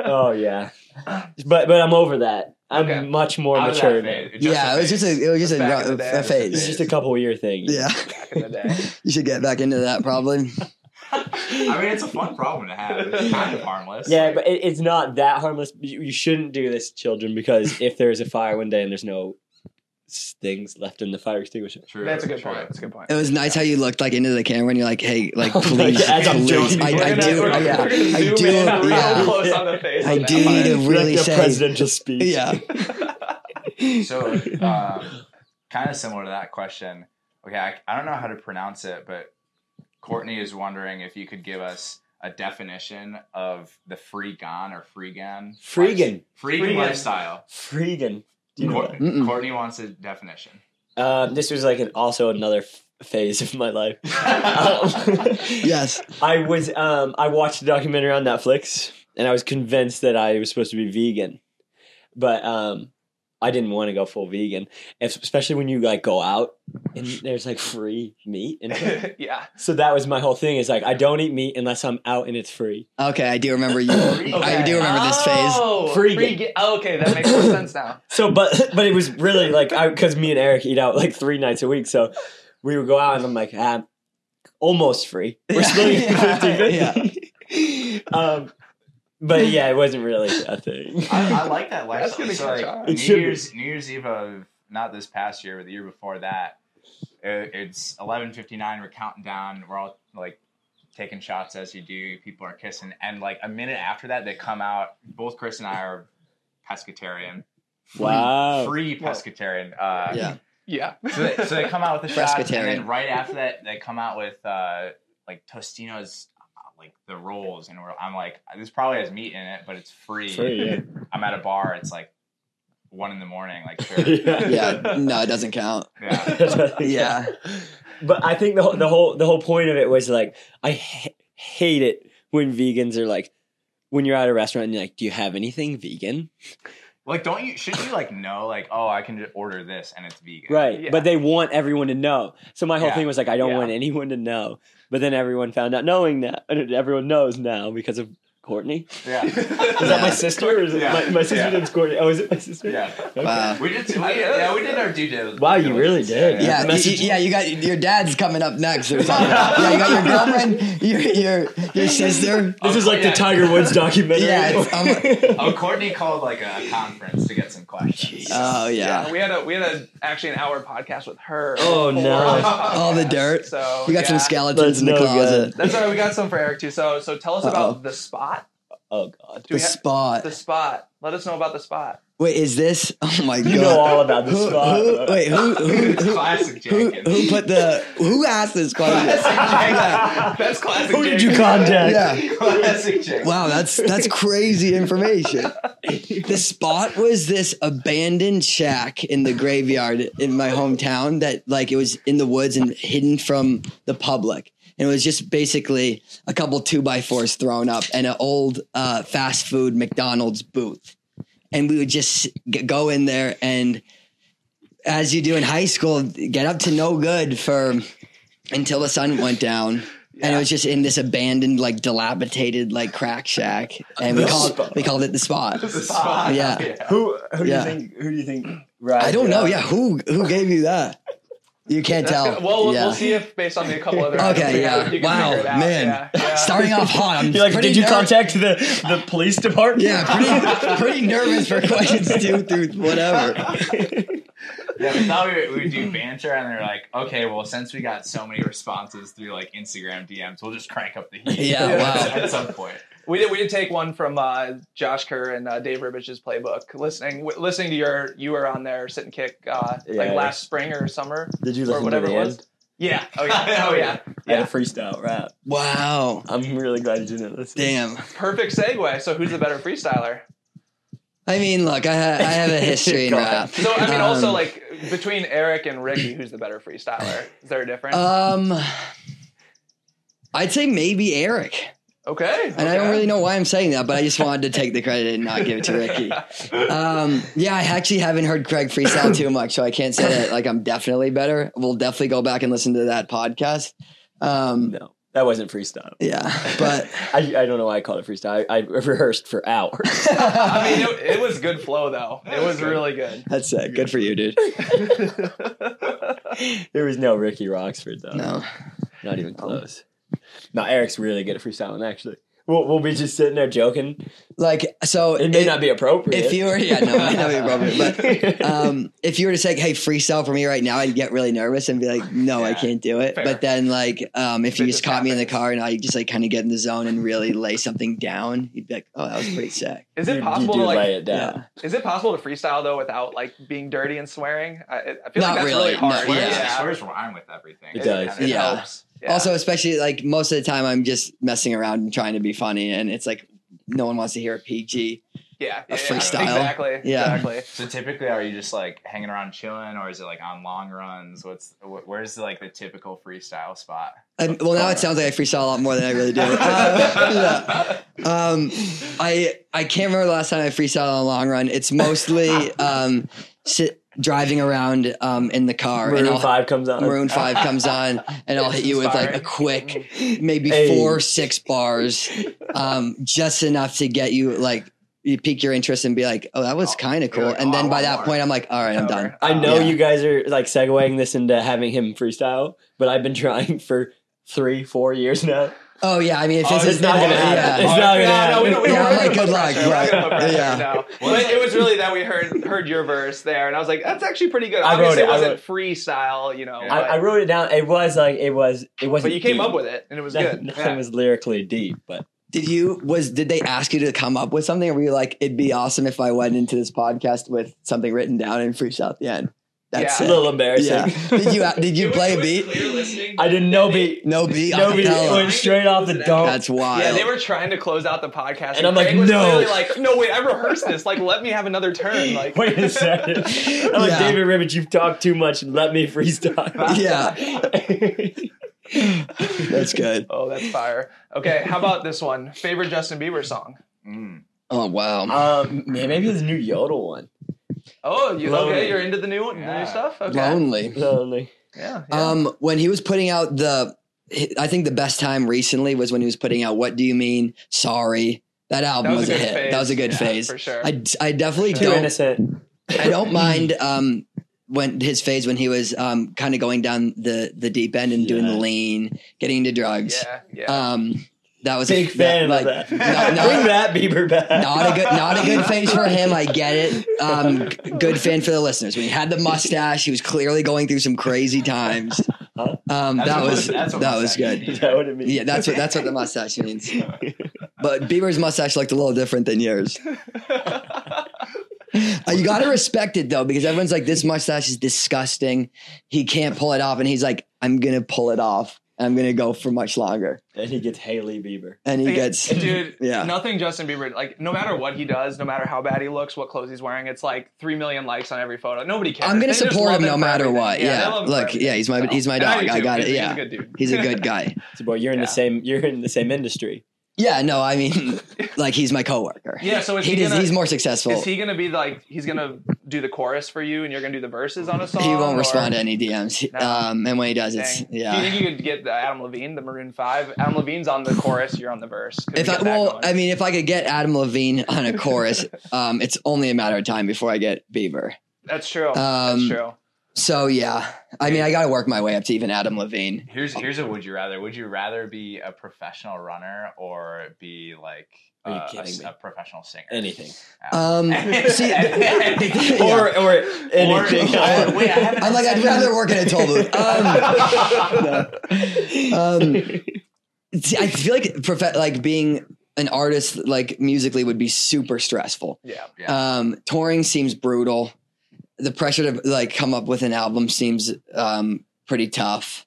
S5: Oh yeah, but but I'm over that. I'm
S6: Okay.
S5: much more
S3: Out of that
S5: mature. now.
S3: phase. It's
S2: yeah, it was just
S3: phase.
S2: a it was just a,
S6: Back
S2: ru-
S6: in the day, it
S2: a
S6: was just a
S5: It's
S2: phase.
S5: just a couple year thing.
S2: Yeah,
S6: back in the day.
S2: you should get back into that probably.
S3: I mean, it's a fun problem to have. It's kind of harmless.
S5: yeah, but it, it's not that harmless. You, you shouldn't do this, children, because if there is a fire one day and there's no s- things left in the fire extinguisher.
S3: True.
S6: That's a good
S3: true.
S6: point. That's a good point.
S2: It was nice how you looked like into the camera and you're like, hey, like
S5: Oh my
S2: please,
S5: God, as I'm
S2: please,
S5: joking.
S2: I,
S6: We're
S2: I
S6: gonna-
S2: do, oh,
S6: we're gonna-
S2: yeah,
S6: we're gonna
S2: I
S6: zoom
S2: do,
S6: in real
S2: yeah,
S6: close on the face.
S2: I
S6: on that
S2: do
S6: one.
S2: need to really
S5: like the
S2: say,
S5: presidential speech.
S2: yeah.
S3: So, um, kind of similar to that question. Okay, I, I don't know how to pronounce it, but Courtney is wondering if you could give us a definition of the freegan or freegan.
S5: Freegan.
S3: Freegan
S6: Freegan.
S3: lifestyle.
S5: Freegan. Do you know
S3: Cour-
S5: that?
S2: Mm-mm.
S3: Courtney wants a definition.
S5: Um, this was like an, also another f- phase of my life. Um,
S2: Yes.
S5: I was um I watched a documentary on Netflix and I was convinced that I was supposed to be vegan. But um I didn't want to go full vegan, es- especially when you like go out and there's like free meat and
S6: yeah.
S5: so that was my whole thing is like I don't eat meat unless I'm out and it's free.
S2: Okay, I do remember you. I do remember this phase.
S6: Oh,
S5: Free
S6: free
S5: game.
S6: ga- okay, that makes more sense now.
S5: So but but it was really like I cuz me and Eric eat out like 3 nights a week so we would go out and I'm like ah, I'm almost free. We're still eating 50 Um but yeah, it wasn't really a thing.
S3: I, I like that
S6: That's
S3: lifestyle.
S6: gonna
S3: So,
S6: catch
S3: like,
S6: on.
S5: It
S3: New
S5: should be.
S3: Year's New Year's Eve of not this past year, but the year before that, it, it's eleven fifty nine. We're counting down. We're all like taking shots as you do. People are kissing, and like a minute after that, they come out. Both Chris and I are pescatarian. Free-
S5: Wow.
S3: free pescatarian. Uh,
S2: Yeah.
S6: Yeah.
S3: so, they, so they come out with the shots, and
S2: Pescatarian.
S3: then right after that, they come out with uh, like Tostino's. uh, Like the rolls, and we're, I'm like, this probably has meat in it, but it's free.
S5: Free, yeah.
S3: I'm at a bar. It's like one in the morning. Like sure,
S5: yeah.
S2: Yeah. No, it doesn't count.
S3: yeah.
S2: Yeah.
S5: But I think the whole, the whole the whole point of it was like I ha- hate it when vegans are like when you're at a restaurant and you're like, do you have anything vegan?
S3: Like, don't you? Should you like know? Like, oh, I can just order this and it's vegan.
S5: Right.
S6: Yeah.
S5: But they want everyone to know. So my whole
S3: Yeah.
S5: thing was like, I don't
S6: Yeah.
S5: want anyone to know. But then everyone found out knowing that, and everyone knows now because of Courtney.
S3: Yeah.
S5: Is that
S2: Yeah.
S5: my sister? Or is it
S3: Yeah.
S5: my, my sister's
S3: Yeah.
S5: name's Courtney. Oh, is it my sister?
S3: Yeah.
S5: Okay.
S2: Wow.
S3: We did. We, yeah, we did our due diligence.
S5: Wow, you really did.
S2: Yeah, y-
S5: Message-
S2: y- yeah, you got your dad's coming up next or something. yeah, you got your girlfriend, your your your sister.
S5: This is
S3: Oh,
S5: like the
S3: yeah.
S5: Tiger Woods documentary.
S2: Yeah, it's, um,
S3: Oh, Courtney called like a conference to get some questions.
S2: oh yeah,
S6: We had a we had a actually an hour podcast with her.
S5: Oh, no.
S2: all the dirt.
S6: So
S2: You got some
S6: yeah.
S2: skeletons in the
S5: That's no
S2: closet.
S6: That's all right. We got some for Eric too. So so tell us
S2: Uh-oh.
S6: about the spot.
S5: oh
S6: Do
S5: God.
S2: The
S6: we have-
S2: spot.
S6: the spot. Let us know about the spot.
S2: Wait, is this? Oh my god!
S5: You know all about the
S2: who,
S5: spot.
S2: who- wait, who who, who,
S3: Classic
S2: who
S3: Jenkins.
S2: who put the who asked this question?
S6: That's classic.
S5: Who did
S6: Jake.
S5: you contact?
S2: Yeah.
S3: Classic Jenkins.
S2: Wow, that's that's crazy information. The spot was this abandoned shack in the graveyard in my hometown that like it was in the woods and hidden from the public. And it was just basically a couple two by fours thrown up and an old uh, fast food McDonald's booth. And we would just g- go in there and as you do in high school, get up to no good for until the sun went down. And it was just in this abandoned, like dilapidated, like crack shack, and we
S5: The
S2: called
S5: spot.
S2: we called it the spot.
S3: The spot.
S2: Yeah.
S5: Who who
S2: Yeah.
S5: do you think who do you think right?
S2: I don't know. Yeah, who who gave you that? You can't
S6: That's
S2: tell.
S6: good. Well, we'll-
S2: yeah.
S6: we'll see if based on the couple other.
S2: Okay,
S6: items we
S2: yeah.
S6: have, you can
S2: Wow,
S6: figure it out.
S2: man.
S6: Yeah, yeah.
S2: Starting off hot. I'm
S5: You're like,
S2: pretty
S5: did you
S2: ner-
S5: contact the, the police department?
S2: Yeah, pretty pretty nervous for questions two through whatever.
S3: Yeah, we thought we would, we would do banter, and they're like, okay, well, since we got so many responses through like Instagram DMs, we'll just crank up the heat.
S2: Yeah,
S6: wow.
S3: At some point.
S6: We did. We did take one from uh, Josh Kerr and uh, Dave Ribich's playbook. Listening, w- listening to your, you were on there sit and kick uh,
S5: Yeah,
S6: like
S5: yeah.
S6: last spring or summer
S5: Did you
S6: or
S5: listen
S6: whatever
S5: to
S6: it
S5: the
S6: was.
S5: end?
S6: Yeah. Oh yeah. Oh yeah.
S5: I had a freestyle rap.
S2: Wow.
S5: I'm really glad you didn't listen.
S2: Damn.
S6: Perfect segue. So who's the better freestyler?
S2: I mean, look, I ha- I have a history in
S5: God.
S2: rap.
S6: So I mean,
S2: Um,
S6: also like between Eric and Ricky, who's the better freestyler? Is there a difference?
S2: Um, I'd say maybe Eric.
S6: okay.
S2: And I don't really know why I'm saying that, but I just wanted to take the credit and not give it to Ricky. Um, yeah, I actually haven't heard Craig freestyle too much, so I can't say that like I'm definitely better. We'll definitely go back and listen to that podcast. Um,
S5: No, that wasn't freestyle.
S2: yeah, but
S5: I, I don't know why I called it freestyle. I, I rehearsed for hours.
S6: I mean, it, it was good flow though. It was really good.
S2: that's it. Good for you, dude.
S5: there was no Ricky Roxford though.
S2: No, Oh.
S5: Not even close. No, Eric's really good at freestyling actually. We'll, we'll be just sitting there joking.
S2: Like so,
S5: It may
S2: if-
S5: not be appropriate.
S2: if you were, yeah, no, I know you're probably, but um, if you were to say, "Hey, freestyle for me right now," I'd get really nervous and be like, "No, I
S3: Yeah,
S2: can't do it."
S6: fair.
S2: But then, like, um, if you
S6: It
S2: just
S6: just
S2: caught me in the
S6: happens.
S2: car and I just like kind of get in the zone and really lay something down, you'd be like, "Oh, that was pretty sick."
S6: Is
S5: You-
S6: it
S5: you
S6: possible
S5: do
S6: to
S5: lay
S6: like?
S5: it down.
S6: Is it possible to freestyle though without like being dirty and swearing? I, I feel like
S2: Not
S6: that's
S2: really,
S6: really,
S2: no,
S6: hard.
S2: yeah.
S3: Swears rhyme with everything.
S5: It does.
S3: kinda
S2: Yeah.
S6: helps. Yeah.
S2: Also, especially like most of the time, I'm just messing around and trying to be funny, and it's like no one wants to hear a PG.
S6: yeah,
S2: a
S6: yeah,
S2: freestyle.
S6: Exactly.
S2: Yeah.
S6: Exactly.
S3: So typically, are you just like hanging around chilling, or is it like on long runs? What's wh- where's like the typical freestyle spot?
S2: And, well, now it sounds like I freestyle a lot more than I really do. Uh, yeah. um i i can't remember the last time i freestyled on a long run it's mostly um sit, driving around um in the car and
S5: Maroon
S2: I'll,
S5: Five comes on.
S2: maroon 5 comes on and i'll hit you with like a
S6: Inspiring.
S2: quick maybe
S5: Hey.
S2: four six bars um just enough to get you like you pique your interest and be like oh that was kind of
S3: You're
S2: cool
S3: like,
S2: and
S3: "Oh, I
S2: then by
S3: want
S2: that
S3: more."
S2: point i'm like all right i'm done
S5: I know
S2: Yeah.
S5: you guys are like segueing this into having him freestyle, but I've been trying for three, four years now.
S2: oh yeah i mean if this
S5: it's
S2: is
S5: not gonna happen. It's
S2: yeah.
S5: not gonna
S6: no, no, we don't, we don't
S2: Yeah,
S6: wanna
S2: like,
S6: put
S2: good luck,
S6: pressure. We're not gonna
S2: right.
S6: put pressure,
S2: Yeah.
S6: no. But it was really that we heard heard your verse there, and I was like, that's actually pretty good.
S5: I wrote
S6: Obviously,
S5: it, I
S6: wasn't
S5: wrote-
S6: freestyle, you know.
S3: I-
S5: I, I
S6: but,
S5: wrote it down. It was like it was. It
S6: but
S5: wasn't.
S6: you came
S5: deep.
S6: up with it, and it was
S5: Nothing,
S6: good.
S5: nothing
S6: Yeah.
S5: was lyrically deep, but
S2: did you was did they ask you to come up with something or were you like it'd be awesome if i went into this podcast with something written down and freestyle at the end that's
S6: Yeah.
S5: a
S2: it
S5: little embarrassing.
S2: Yeah. Did you uh, did you play a beat?
S5: I didn't know beat.
S2: No beat.
S5: No
S2: I
S5: beat. Oh.
S2: tell
S5: It
S2: him.
S5: went straight off the dome.
S2: That's wild.
S6: Yeah, they were trying to close out the podcast,
S5: And I'm like,
S6: Craig was
S5: no.
S6: clearly like, no, wait, I rehearsed this. Like, let me have another turn. Like,
S5: Wait a second. I'm like
S2: Yeah.
S5: David Ribbit. You've talked too much. Let me freestyle.
S2: Yeah. That's good.
S6: Oh, that's fire. Okay, how about this one? Favorite Justin Bieber song?
S3: Mm.
S2: Oh wow.
S5: um, man, maybe it's a new yodel one.
S6: Oh, you,
S5: Lonely.
S6: okay, you're into the new one, the
S3: Yeah.
S6: new stuff. Okay,
S2: Lonely.
S5: Lonely.
S6: yeah, yeah.
S2: Um, when he was putting out the, I think the best time recently was when he was putting out "What Do You Mean?" Sorry, that album was, a,
S6: good
S2: hit.
S6: phase.
S2: That was a good
S6: Yeah,
S2: phase.
S6: for sure.
S2: I, I definitely
S5: Too
S2: don't
S5: innocent.
S2: I don't mind um when his phase when he was um kind of going down the the deep end and doing the
S5: Yeah.
S2: lean, getting into drugs.
S6: yeah, yeah.
S2: Um, that was a-
S5: Big fan
S2: like,
S5: of that.
S2: no, no.
S5: Bring that Bieber back.
S2: not a good not a good phase for him. I get it. Um, g- good fan for the listeners. When he had the mustache, he was clearly going through some crazy times.
S5: Huh?
S2: Um,
S3: That's
S2: that
S3: what
S2: was
S3: mus- that's what
S2: that was
S3: mustache
S2: good.
S3: means.
S5: Is that what it means?
S2: Yeah, that's what that's what the mustache means. But Bieber's mustache looked a little different than yours. Um, Uh, you gotta respect it though, because everyone's like, "This mustache is disgusting. He can't pull it off," and he's like, "I'm gonna pull it off. and I'm gonna go for much longer."
S5: And he gets Haley Bieber.
S2: And he
S6: Yeah,
S2: gets
S6: dude.
S2: Yeah.
S6: nothing Justin Bieber. Like, no matter what he does, no matter how bad he looks, what clothes he's wearing, it's like three million likes on every photo. Nobody cares.
S2: I'm
S6: They
S2: gonna
S6: just
S2: support
S6: love
S2: him no
S6: for
S2: matter
S6: everything.
S2: what.
S6: they
S2: Yeah,
S6: love him for
S2: look,
S6: everything.
S2: yeah, he's my he's my
S6: And I
S2: dog.
S6: do
S2: I
S6: too.
S2: got it.
S6: He's-
S2: Yeah,
S6: he's a good dude.
S2: he's a good guy.
S5: So, boy, you're in
S6: Yeah.
S5: the same. You're in the same industry.
S2: Yeah, no, I mean, like he's my coworker.
S6: Yeah, so is
S2: he
S6: he
S2: does,
S6: gonna-
S2: he's more successful.
S6: Is
S2: He,
S6: he gonna be like he's gonna do the chorus for you, and you're gonna do the verses on a song?
S2: won't
S6: or-
S2: respond to any DMs.
S6: No.
S2: Um, and when he does, it's
S6: Dang. Do you
S2: yeah.
S6: think you could get the Adam Levine, the Maroon Five? Adam Levine's on the chorus, you're on the verse. Could we
S2: If I
S6: get that
S2: well,
S6: going?
S2: I mean, if I could get Adam Levine on a chorus, um, it's only a matter of time before I get Bieber.
S6: that's true.
S2: um,
S6: Oh, that's true.
S2: So yeah, I mean, I got to work my way up to even Adam Levine.
S3: Here's here's a would you rather. Would you rather be a professional runner or be like
S5: Are you
S3: uh, a,
S5: kidding
S3: s-
S5: me?
S3: a professional singer?
S5: Anything.
S2: Um, see, yeah.
S5: Or or anything.
S3: I- wait, I haven't
S2: I'm like, I'd rather work at a toll booth. Um, um, see, I feel like profe- like being an artist, like musically, would be super stressful.
S6: Yeah.
S2: Um, touring seems brutal. The pressure to like come up with an album seems um, pretty tough.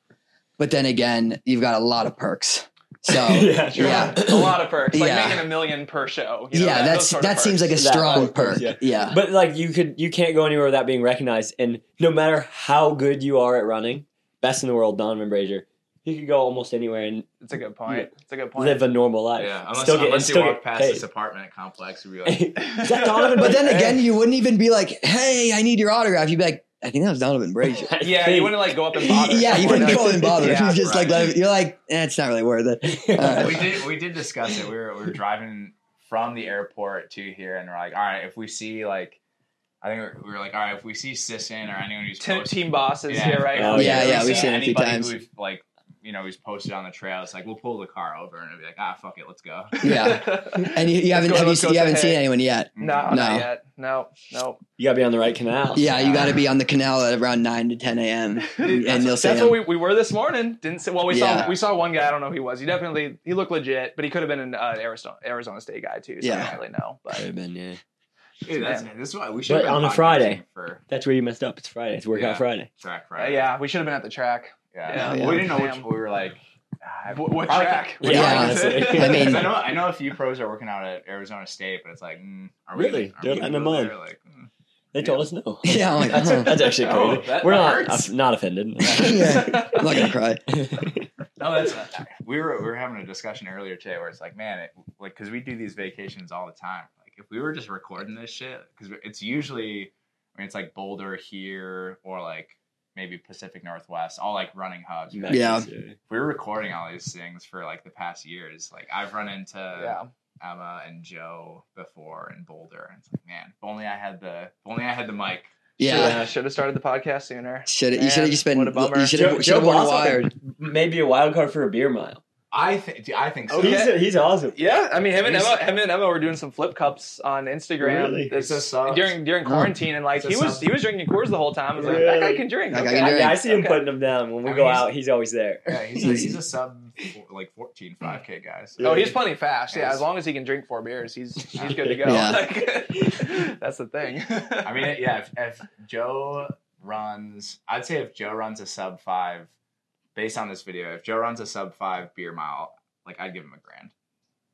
S2: But then again, you've got a lot of perks. So
S5: Yeah, sure.
S2: yeah,
S6: a lot of perks, like
S2: Yeah.
S6: making a million per show. you know,
S2: yeah,
S6: those
S2: that's
S6: sort of
S2: that seems like a
S6: perks.
S5: That
S2: strong
S5: one perk,
S2: perk.
S5: yeah.
S2: Yeah,
S5: But like you could, you can't go anywhere without being recognized. And no matter how good you are at running, best in the world, Donovan Brazier, you could go almost anywhere and
S6: It's a good point. It's a good point.
S5: live a normal life.
S3: Yeah, unless,
S5: Still get-
S3: unless
S5: still
S3: you walk
S5: get
S3: past
S5: paid.
S3: this apartment complex, you'd be like,
S5: Is that Donovan?
S2: but then
S5: Brazier?
S2: again, you wouldn't even be like, "Hey, I need your autograph." You'd be like, "I think that was Donovan Brazier."
S5: I
S6: yeah,
S5: think-
S6: you wouldn't like go up and bother.
S2: yeah, you
S6: someone,
S2: wouldn't
S6: like-
S2: go and bother.
S6: Yeah,
S2: You're just like,
S3: right.
S2: let it- you're like, eh, it's not really worth it. All right.
S3: we did we did discuss it. We were we were driving from the airport to here, and we're like, all right, if we see like, I think we were, we were like, all right, if we see Sisson or anyone who's
S6: Te-
S3: posting,
S6: team bosses
S3: Yeah.
S6: here, right?
S5: Oh, yeah,
S2: yeah,
S3: if
S2: we've
S3: see
S2: seen it a few
S3: anybody
S2: times.
S3: Who we've like you know, he's posted on the trail. It's like we'll pull the car over and it'd be like, ah, fuck it, let's go.
S2: Yeah. And you, you
S6: Let's
S2: haven't
S6: go,
S2: have you,
S6: let's
S2: se-
S6: go
S2: you haven't
S6: say
S2: seen
S6: hey.
S2: anyone yet.
S3: Mm-hmm.
S6: No,
S2: No.
S6: not yet. No, no.
S5: You gotta be on the right canal.
S2: Yeah, you got to be on the canal at around nine to ten a.m. and
S6: that's
S2: they'll say
S6: that's
S2: them.
S6: what we, we were this morning. Didn't say. Well, we
S2: Yeah.
S6: saw we saw one guy. I don't know who he was. He definitely he looked legit, but he could have been an uh, Arizona Arizona State guy too. So I
S2: Yeah.
S6: don't really know. But
S5: Could've been, yeah.
S3: Dude, that's, this is why we should.
S5: But
S3: have
S5: on
S3: been
S5: a
S3: podcasting
S5: Friday.
S3: for
S5: That's where you messed up. It's Friday. It's workout
S3: Yeah.
S5: Friday.
S3: track
S6: uh,
S3: Friday.
S6: yeah, we should have been at the track.
S3: yeah.
S2: Yeah, yeah.
S3: We didn't know which
S6: Damn.
S3: we were like. ah,
S6: What, what
S3: probably-
S6: track?
S5: Yeah, honestly. I mean-
S3: I know I know a few pros are working out at Arizona State, but it's like, mm, are we
S5: Really?
S3: Gonna, are
S5: They're
S3: we gonna
S5: letting them
S3: go
S5: on.
S3: there? Like, mm.
S5: They told us no.
S2: Yeah, I'm like,
S5: that's,
S2: huh.
S5: that's actually
S3: Oh,
S5: crazy.
S3: that-
S5: We're
S3: that
S5: not
S3: hurts.
S5: uh, not offended.
S2: Yeah. I'm not gonna cry.
S3: No, that's we were we were having a discussion earlier today where it's like, man, it, like because we do these vacations all the time. Like if we were just recording this shit, because it's usually, I mean, it's like Boulder here or like maybe Pacific Northwest, all like running hubs. If
S2: Yeah.
S3: we were recording all these things for like the past years. Like I've run into
S6: Yeah.
S3: Emma and Joe before in Boulder, and it's like, man, if only I had the, if only I had the mic.
S2: Yeah,
S6: Should have uh, started the podcast sooner.
S2: should you should have
S6: Man,
S2: just been
S6: what a bummer.
S2: you should
S5: Joe,
S2: have
S5: Joe
S2: worn
S5: Boss
S2: wired.
S5: maybe a wild card for a beer mile.
S3: I think, I think so.
S6: Okay.
S5: He's, he's awesome.
S6: Yeah, I mean, him and
S3: He's-
S6: Emma, him and Emma were doing some flip cups on Instagram
S5: Really?
S6: this-
S3: It's a sub.
S6: during during
S2: Oh.
S6: quarantine, and like
S3: It's a
S6: he was
S3: sub.
S6: he was drinking Coors the whole time. I was like, that
S5: Really?
S6: guy can drink.
S2: That guy
S6: okay.
S2: can
S5: I,
S2: drink.
S5: I see him
S6: Okay.
S5: putting them down. When we
S3: I mean,
S5: go
S3: he's-
S5: out, he's always there.
S3: Yeah, he's a, he's a sub like 14 5k guy. so-
S6: Oh, he's plenty fast. Yeah,
S3: Yes.
S6: as long as he can drink four beers, he's he's good to go.
S2: Yeah.
S6: Like, that's the thing.
S3: I mean, yeah, if, if Joe runs, I'd say if Joe runs a sub five, based on this video, if Joe runs a sub five beer mile, like I'd give him a grand.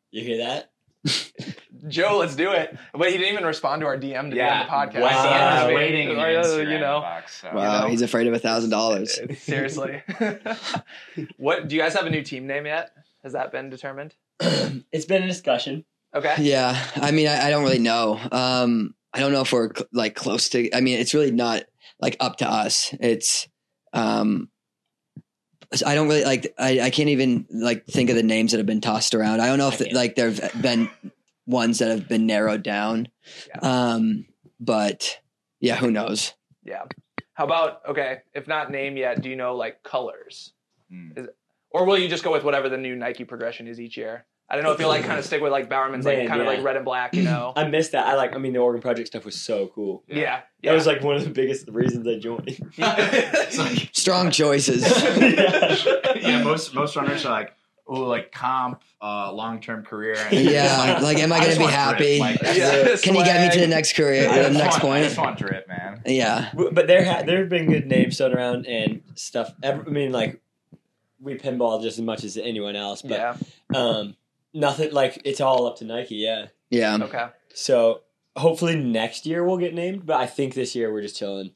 S5: You hear that?
S6: Joe, let's do it. But he didn't even respond to our DM to be on the podcast.
S3: Wow.
S5: Wow.
S3: I
S6: I
S3: was
S6: mean,
S3: waiting in your
S6: or, uh,
S3: Instagram
S6: you know,
S3: inbox, so-
S2: Wow, he's afraid of a thousand dollars.
S6: uh, seriously. what do you guys have a new team name yet? Has that been determined?
S5: It's been a discussion.
S6: Okay.
S2: Yeah, I mean, I, I don't really know. Um, I don't know if we're cl- like close to. I mean, it's really not like up to us. It's, um, so I don't really like. I, I can't even like think of the names that have been tossed around. I don't know if
S5: I can't.
S2: like there've been ones that have been narrowed down. Um, but yeah, who knows?
S6: Yeah. How about okay? If not name yet, do you know like colors,
S3: Mm.
S6: or will you just go with whatever the new Nike progression is each year? I don't know if you'll like kind of stick with like Bowerman's like
S5: Man,
S6: kind
S5: yeah.
S6: of like red and black, you know?
S5: I missed that. I like. I mean, the Oregon Project stuff was so cool.
S6: yeah. yeah.
S5: That was like one of the biggest reasons I joined.
S3: It's like-
S2: Strong choices.
S3: yeah, most most runners are like, oh, like comp, uh, long term career. and it's
S2: yeah,
S3: like,
S2: like, am I,
S3: I
S2: gonna
S3: just
S2: be
S3: want drip,
S2: happy?
S3: like, that's
S6: Yeah.
S2: Can you get me to the
S6: Swag.
S2: next career?
S3: I
S2: The
S3: just want-
S2: next
S3: I
S2: point?
S3: just want drip, man.
S2: Yeah,
S5: but there ha- there have been good names thrown around and stuff. Ever- I mean, like we pinball just as much as anyone else, but
S6: Yeah.
S5: um, nothing like it's all up to Nike. Yeah.
S2: yeah.
S6: Okay.
S5: So hopefully next year we'll get named, but I think this year we're just chilling.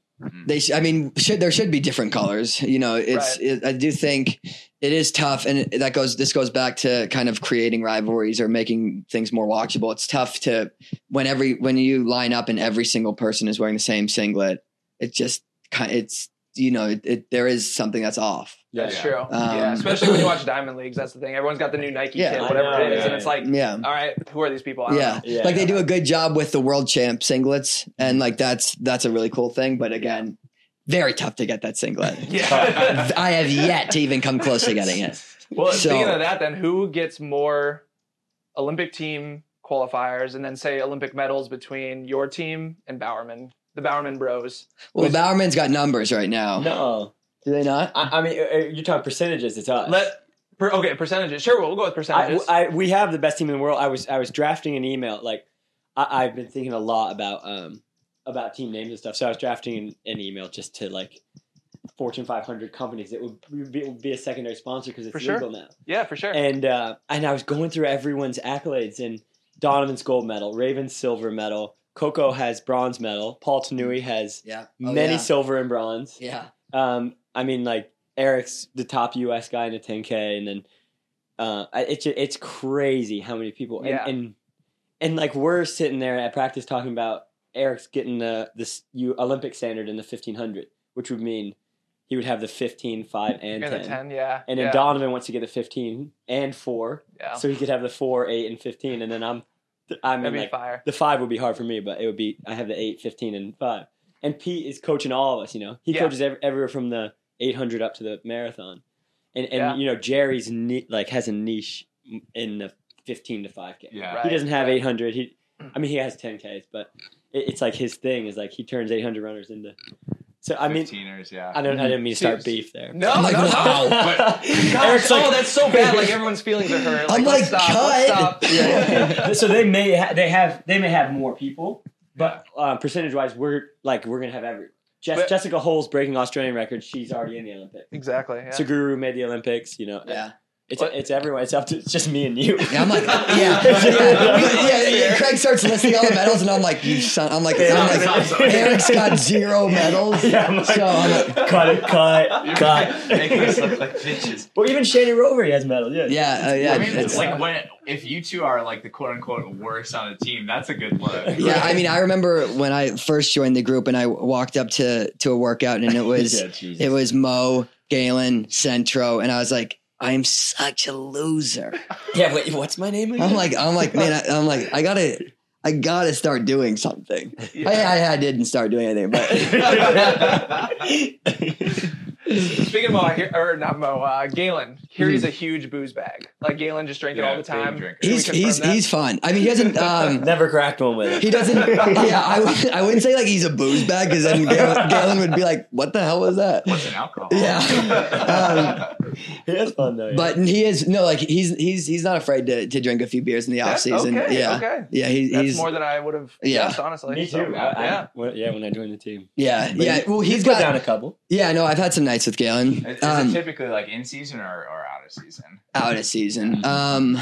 S2: They, sh- I mean, should there should be different colors? You know, it's. It, I do think it is tough, and it- that goes. This goes back to kind of creating rivalries or making things more watchable. It's tough to when every when you line up and every single person is wearing the same singlet. It just kind. It's you know, it, it there is something that's off.
S6: That's
S3: Yeah.
S6: true.
S2: Um,
S6: yeah. Especially when you watch Diamond Leagues, that's the thing. Everyone's got the new Nike
S2: Yeah.
S6: kit,
S5: I
S6: whatever
S5: know,
S6: it is,
S5: yeah,
S6: and it's like,
S2: Yeah.
S6: all right, who are these people? I don't
S2: Yeah.
S6: know.
S5: Yeah.
S2: like they do a good job with the world champ singlets, and like that's that's a really cool thing. But again, very tough to get that singlet.
S6: Yeah.
S2: I have yet to even come close to getting it.
S6: Well,
S2: So-
S6: speaking of that, then who gets more Olympic team qualifiers and then say Olympic medals between your team and Bowerman, the Bowerman Bros?
S2: Well,
S6: Was-
S2: Bowerman's got numbers right now.
S5: No,
S2: Do they not?
S5: I, I mean uh, uh, you're talking percentages. It's us.
S6: Let per, okay percentages. Sure, we'll go with
S5: I,
S6: percentages.
S5: I, we have the best team in the world. I was I was drafting an email. Like I, I've been thinking a lot about um about team names and stuff. So I was drafting an, an email just to like Fortune 500 companies. It would be, it would be a secondary sponsor because it's
S6: For sure.
S5: legal now.
S6: yeah, for sure.
S5: And uh, and I was going through everyone's accolades and Donovan's gold medal, Raven's silver medal, Coco has bronze medal, Paul Tanui has
S2: Yeah.
S6: Oh,
S2: Oh,
S5: many
S2: yeah.
S5: silver and bronze.
S2: yeah.
S5: Um, I mean, like Eric's the top U.S. guy in a 10K, and then uh, I- it's ju- it's crazy how many people and
S6: Yeah.
S5: and, and like we're sitting there at practice talking about Eric's getting the this U- Olympic standard in the 1500, which would mean he would have the 15, 5, and
S6: and
S5: 10.
S6: the ten, yeah,
S5: And then
S6: yeah,
S5: Donovan wants to get the 15 and 4,
S6: yeah.
S5: so he could have the 4, 8, and 15. And then I'm, I mean,
S6: that'd be
S5: like,
S6: fire.
S5: the 5 would be hard for me, but it would be, I have the 8, 15, and 5. And Pete is coaching all of us, you know? He
S6: Yeah.
S5: coaches ev- everywhere from the 800 up to the marathon. and and
S6: Yeah.
S5: you know Jerry's ni- like has a niche in the fifteen to five k.
S3: Yeah.
S6: Right.
S5: He doesn't have
S6: right.
S5: eight hundred. He, I mean, he has ten ks, but it, it's like his thing is like he turns eight hundred runners into. So I mean,
S3: 15ers, yeah.
S5: I don't. I didn't mean to start
S6: Serious.
S5: beef there.
S6: No,
S2: I'm like,
S6: no, no.
S2: wow.
S3: But-
S6: Gosh,
S5: Eric's
S6: oh,
S5: like-
S6: that's so bad. Like everyone's feelings are hurt. Like,
S2: I'm
S6: let's
S2: like,
S6: stop. Let's stop.
S2: cut.
S6: Yeah.
S5: so they may ha- they have they may have more people, but uh, percentage wise, we're like we're gonna have every. Jess,
S6: But-
S5: Jessica Hole's breaking Australian records. She's already in the Olympics.
S6: exactly. Yeah.
S5: Suguru made the Olympics. You know,
S2: Yeah.
S5: it's
S6: But-
S5: it's everyone. It's up to it's just me and you.
S2: Yeah, I'm like, yeah, yeah, yeah, yeah. Craig starts listing all the medals, and I'm like, you son. I'm like,
S5: Yeah,
S2: I'm like,
S5: exactly.
S2: Eric's got zero medals.
S5: Yeah, I'm like,
S2: so I'm like,
S5: cut it, cut,
S3: Make us
S5: cut.
S3: look like bitches.
S5: well, even Shannon Rover he has medals. Yeah,
S2: yeah, uh, yeah.
S3: I mean,
S2: it's-
S3: like when if you two are like the quote unquote worst on a team, that's a good look.
S2: yeah, I mean, I remember when I first joined the group, and I walked up to to a workout, and it was
S5: Yeah, Jesus.
S2: it was Mo, Galen, Centro, and I was like, I'm such a loser.
S5: yeah. Wait, what's my name? Again?
S2: I'm like, I'm like, man, I, I'm like, I gotta, I gotta start doing something. I, I, I didn't start doing anything, but
S6: Speaking of Mo, I hear, or not Mo, uh, Galen. Here
S5: Hmm.
S6: he's a huge booze bag. Like Galen just drank it
S3: Yeah,
S6: all the
S3: big
S6: time.
S3: drinker.
S6: Can we
S2: he's
S6: confirm
S2: he's
S6: that?
S2: he's fun. I mean, he doesn't. Um,
S5: never cracked one with it.
S2: he doesn't. Yeah, I, would, I wouldn't say like he's a booze bag because then Galen, Galen would be like, "What the hell was that?"
S3: What's an alcohol?
S2: Yeah. Um,
S5: He has fun though. yeah.
S2: But he is no like he's he's he's not afraid to, to drink a few beers in the off
S6: That's
S2: season.
S6: okay,
S2: yeah,
S6: okay.
S2: yeah, he,
S6: That's
S2: he's
S6: more than I would have
S2: Yeah.
S6: guessed, honestly.
S5: me too.
S6: So,
S5: I- I-
S6: yeah.
S5: when- yeah, when I joined the team.
S2: yeah,
S5: But
S2: yeah.
S5: you-
S2: Well, he's
S5: you put
S2: got
S5: down a couple.
S2: yeah. No, I've had some nights with Galen.
S3: Is, is
S2: Um,
S3: it typically like in season or, or out of season?
S2: out of
S5: Mm-hmm.
S2: season. Um,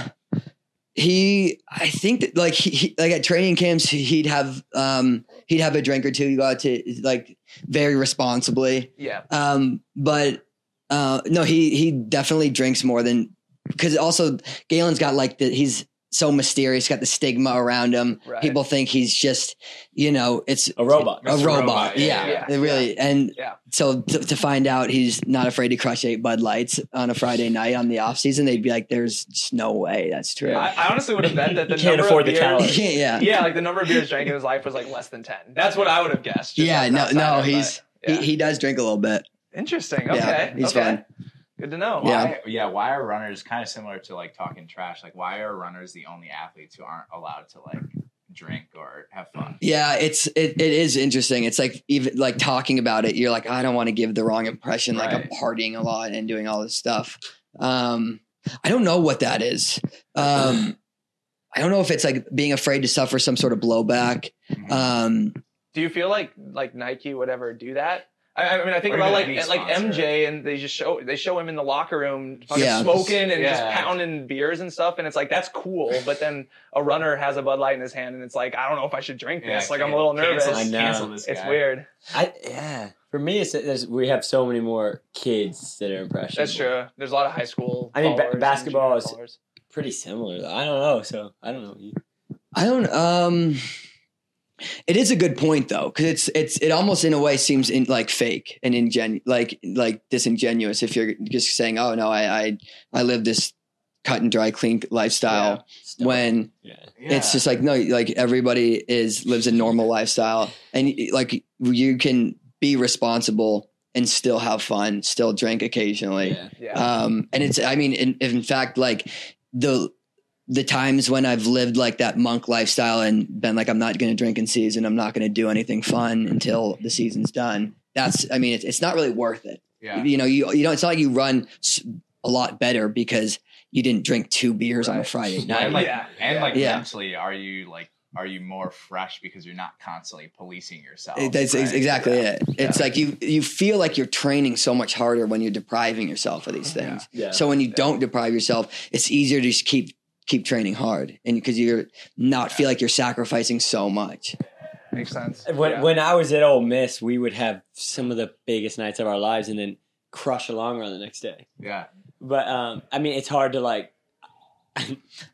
S2: he, I think that like he, he like at training camps he'd have um he'd have a drink or two. You got to like very responsibly.
S6: Yeah.
S2: Um, but uh, no, he he definitely drinks more than because also Galen's got like the he's so mysterious, got the stigma around him.
S6: Right.
S2: People think he's just you know it's
S5: A robot.
S2: a
S3: Mr.
S2: robot.
S3: Robot,
S2: Yeah,
S3: yeah,
S6: yeah.
S2: it really. And
S6: Yeah.
S2: so to, to find out he's not afraid to crush eight Bud Lights on a Friday night on the off season, they'd be like, "There's just no way that's true."
S6: I, I honestly would have bet that the
S5: You can't
S6: number
S5: afford
S6: of
S5: the
S6: beers,
S5: calories.
S2: yeah, yeah.
S6: Yeah, like the number of beers drank in his life was like less than ten. That's what I would have guessed. just
S2: Yeah,
S6: as an
S2: no, no,
S6: outsider,
S2: he's-
S6: but, yeah.
S2: He, he does drink a little bit.
S6: interesting.
S2: Yeah,
S6: Okay,
S2: he's
S6: okay.
S2: fun.
S6: Good to know.
S2: Yeah.
S3: Why, yeah. Why are runners kind of similar to like talking trash? Like, why are runners the only athletes who aren't allowed to like drink or have fun?
S2: Yeah, it's it, it is interesting. It's like even like talking about it, you're like, I don't want to give the wrong impression. Like I'm
S3: Right.
S2: partying a lot and doing all this stuff. Um, I don't know what that is. Um, I don't know if it's like being afraid to suffer some sort of blowback.
S3: Mhm.
S2: Um,
S6: Do you feel like like Nike would ever do that? I, I mean, I think
S3: Or
S6: about
S3: even
S6: like
S3: any
S6: like
S3: sponsor.
S6: MJ, and they just show they show him in the locker room fucking
S2: Yeah.
S6: smoking and just
S3: Yeah.
S6: pounding beers and stuff, and it's like that's cool. But then a runner has a Bud Light in his hand, and it's like I don't know if I should drink
S3: Mm-hmm. Yeah,
S6: this. like I'm a
S3: can-
S6: little nervous.
S3: Cancel,
S5: I know.
S3: cancel this
S6: It's
S3: guy.
S6: weird.
S5: I yeah. For me, it's there's, we have so many more kids that are impressionable.
S6: That's true. There's a lot of high school.
S5: I mean, ba-
S6: followers and
S5: basketball
S6: junior
S5: is-
S6: followers.
S5: Pretty similar. though. I don't know. So I don't know. You-
S2: I don't. Um, it is a good point though, because it's it's it almost in a way seems in, like fake and ingen like like disingenuous if you're just saying, oh no, I I I live this cut and dry clean lifestyle
S5: Stop.
S2: when
S5: yeah.
S3: Yeah.
S2: it's just like no, like everybody is lives a normal lifestyle and like you can be responsible and still have fun, still drink occasionally
S5: yeah.
S6: Yeah.
S2: um and it's i mean in, in fact like the the times when i've lived like that monk lifestyle and been like i'm not going to drink in season i'm not going to do anything fun until the season's done that's i mean it's, it's not really worth it
S3: Yeah.
S2: you know you you know it's not like you run s- a lot better because you didn't drink two beers on a
S3: Right.
S2: friday night
S3: And like,
S6: Yeah.
S3: and like
S2: Yeah.
S3: mentally, are you like, are you more fresh because you're not constantly policing yourself?
S2: It- that's ex-
S3: Oh, right?
S2: exactly
S3: Yeah.
S2: it it's like you you feel like you're training so much harder when you're depriving yourself of these things
S5: Yeah.
S2: So when you don't deprive yourself, it's easier to just keep keep training hard, and because you're not feel like you're sacrificing so much.
S6: Makes sense.
S5: When,
S6: Yeah.
S5: when I was at Ole Miss, we would have some of the biggest nights of our lives, and then crush a long run the next day.
S3: Yeah.
S5: But um, I mean, it's hard to like.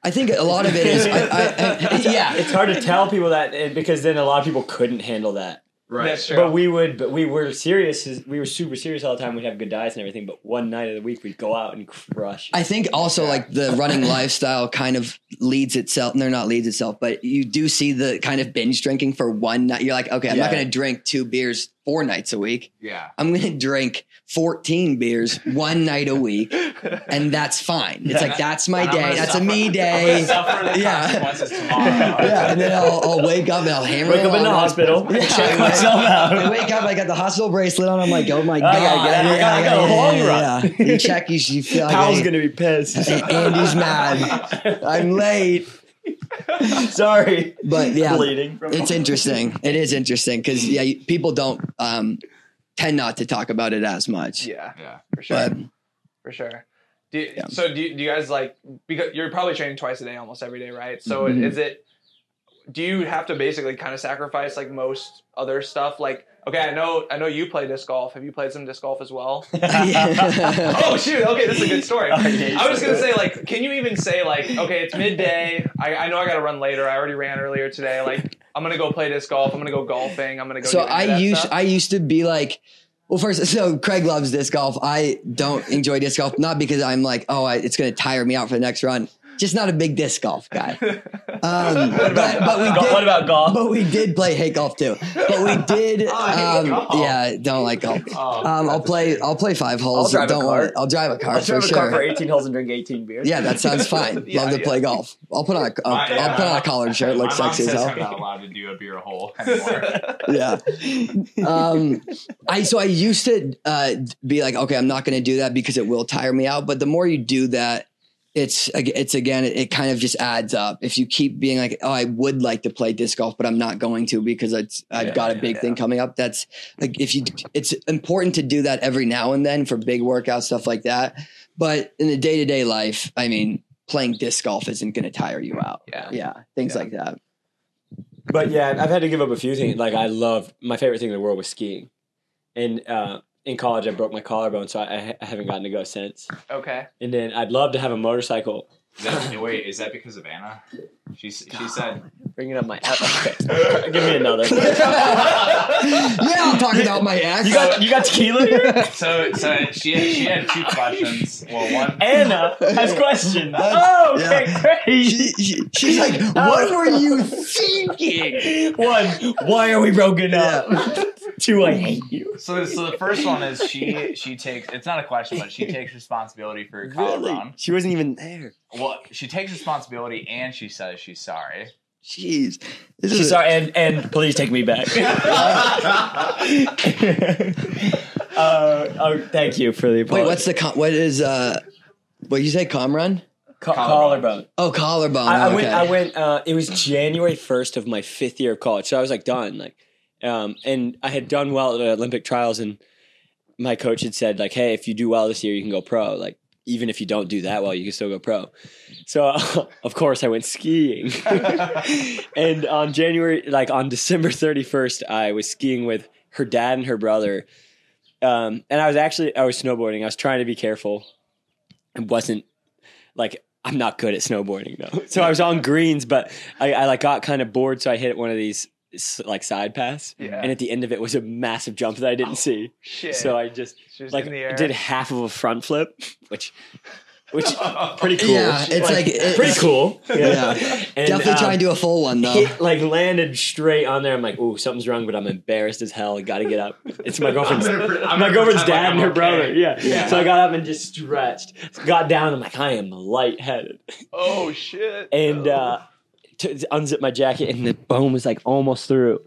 S2: I think a lot of it is, I, I, I- yeah,
S5: it's hard to tell people that eh, because then a lot of people couldn't handle that.
S6: That's true.
S5: But we would, but we were serious. as- We were super serious all the time. We'd have good diets and everything. But one night of the week, we'd go out and crush.
S2: I think also like the running lifestyle kind of leads itself. No, not leads itself, but you do see the kind of binge drinking for one night. You're like, okay, I'm not
S5: Yeah.
S2: going to drink two beers four nights a week.
S3: Yeah.
S2: I'm going to drink 14 beers one night a week, and that's fine. It's like that's my
S3: And I'm
S2: day.
S3: gonna
S2: That's
S3: suffer-
S2: a me
S3: I'm
S2: day.
S3: gonna suffer the
S2: Yeah.
S3: consequences tomorrow.
S2: Yeah, and then I'll, I'll wake up and I'll hammer
S5: Wake
S2: it
S5: up in the
S2: on.
S5: hospital,
S2: Yeah,
S5: check
S2: I-
S5: myself
S2: I
S5: out.
S2: wake up, I got the hospital bracelet on. I'm like, oh my god,
S5: gotta get out. I
S2: Yeah,
S5: gotta go.
S2: yeah,
S5: Long
S2: yeah,
S5: run.
S2: yeah. You check, you, you feel like
S5: Powell's
S2: I-
S5: gonna be pissed.
S2: Andy's mad. I'm late,
S5: Sorry,
S2: but yeah,
S5: bleeding. From
S2: it's interesting. It is interesting because yeah, you- people don't um, tend not to talk about it as much.
S6: yeah,
S3: Yeah.
S6: for sure.
S2: But
S6: for sure. Do you,
S2: Yeah.
S6: So do you, do you guys like because you're probably training twice a day almost every day, right? So
S5: Mm-hmm.
S2: Mhm.
S6: is it do you have to basically kind of sacrifice like most other stuff? Like okay, I know I know you play disc golf. Have you played some disc golf as well? oh shoot, okay, this is a good story. I was gonna say like, can you even say like, okay, it's midday. I, I know I gotta run later. I already ran earlier today. Like I'm gonna go play disc golf. I'm gonna go golfing. I'm gonna go.
S2: so
S6: do any of
S2: I
S6: that
S2: used
S6: stuff.
S2: I used to be like, well, first, so Craig loves disc golf. I don't enjoy disc golf, not because I'm like, oh, I, it's going to tire me out for the next run. Just not a big disc golf guy. Um, but, but we
S5: Go-
S2: did,
S5: what about golf?
S2: but we did play hate golf too. But we did.
S6: Oh, I hate
S2: um,
S6: golf. Oh,
S2: yeah, don't like golf. um, I'll play. I'll play five holes.
S5: drive a
S2: don't
S5: cart.
S2: worry. I'll drive a car
S5: I'll
S2: for
S5: drive a
S2: sure.
S5: car for 18 holes and drink 18 beers.
S2: yeah, that sounds fine.
S6: Yeah,
S2: Love to
S6: yeah.
S2: play golf. I'll put on a, I'll,
S3: My- uh,
S2: I'll put
S6: uh,
S2: on a collared shirt. Look
S3: My mom
S2: sexy as
S3: says
S2: hell.
S3: I'm not allowed to do a beer hole anymore.
S2: yeah. Um, I so I used to uh, be like, okay, I'm not going to do that because it will tire me out. But the more you do that, it's ag- it's again, it, it kind of just adds up. If you keep being like, oh, I would like to play disc golf, but I'm not going to because it's, I've
S6: Yeah,
S2: got a
S6: yeah,
S2: big
S6: yeah.
S2: thing coming up. That's like if you, it's important to do that every now and then for big workouts stuff like that. But in the day to day life, I mean, playing disc golf isn't going to tire you out.
S6: Yeah.
S2: yeah, things
S6: Yeah.
S2: like that.
S5: But yeah, I've had to give up a few things. Like I loved my favorite thing in the world was skiing, and uh, in college I broke my collarbone, so I, I haven't gotten to go since.
S6: okay.
S5: And then I'd love to have a motorcycle.
S3: Is that- wait, is that because of Anna? She s- she said
S5: Bringing up my okay. give me another.
S2: yeah, I'll talk about my ex.
S5: You got you got tequila here.
S3: so. So she she had two questions. Well, one.
S5: Anna has questions.
S2: That's-
S5: Oh, okay, great. Oh.
S2: she, she- she's like, what were you thinking?
S5: One, why are we broken up? Two, I hate you.
S3: So so the first one is she she takes. It's not a question, but she takes responsibility
S5: Oh.
S3: for Colorado.
S5: She wasn't even there.
S3: Well, she takes responsibility and she says she's sorry.
S2: Jeez, this
S5: She's
S2: is
S5: sorry, and and please take me back. uh, oh, thank you for the apology.
S2: wait. What's the com- what is uh? What you say, Comrun?
S5: Ca-
S3: Collarbone.
S5: collarbone?
S2: Oh, collarbone.
S5: I, I
S2: okay.
S5: went. I went. Uh, it was January first of my fifth year of college, so I was like done. Like, um, and I had done well at the Olympic trials, and my coach had said like, "Hey, if you do well this year, you can go pro. Like, even if you don't do that well, you can still go pro." So, of course, I went skiing, and on January, like on December thirty first, I was skiing with her dad and her brother. Um, and I was actually I was snowboarding. I was trying to be careful. I wasn't like I'm not good at snowboarding though. So I was on greens, but I, I like got kind of bored, so I hit one of these s- like side paths,
S6: Yeah.
S5: and at the end of it was a massive jump that I didn't see.
S6: Shit.
S5: So I just
S6: She's
S5: like
S6: in the air.
S5: did half of a front flip, which which pretty cool.
S2: Yeah, it's like- it-
S5: pretty cool.
S2: Yeah.
S5: And,
S2: Definitely
S5: um,
S2: trying to do a full one though.
S5: hit, like landed straight on there. I'm like, ooh, something's wrong, but I'm embarrassed as hell. I gotta get up. It's my girlfriend's my girlfriend's dad and her brother. Yeah. So I got up and just stretched. Got down. I'm like, I am lightheaded.
S6: oh shit.
S5: And uh t- unzipped my jacket and the bone was like almost through.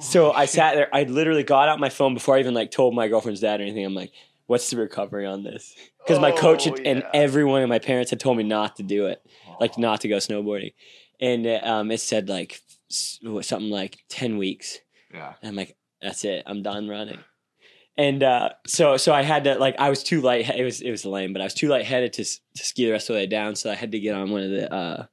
S5: So I sat there. I literally got out my phone before I even like told my girlfriend's dad or anything. I'm like, what's the recovery on this? Because my coach
S6: Oh,
S5: had- and
S6: yeah.
S5: everyone and my parents had told me not to do it, like not to go snowboarding. And uh, um, it said like s- something like 10 weeks.
S3: Yeah.
S5: And I'm like, that's it. I'm done running. And uh, so, so I had to like I was too light. It was it was lame, but I was too lightheaded to s- to ski the rest of the way down. So I had to get on one of the uh,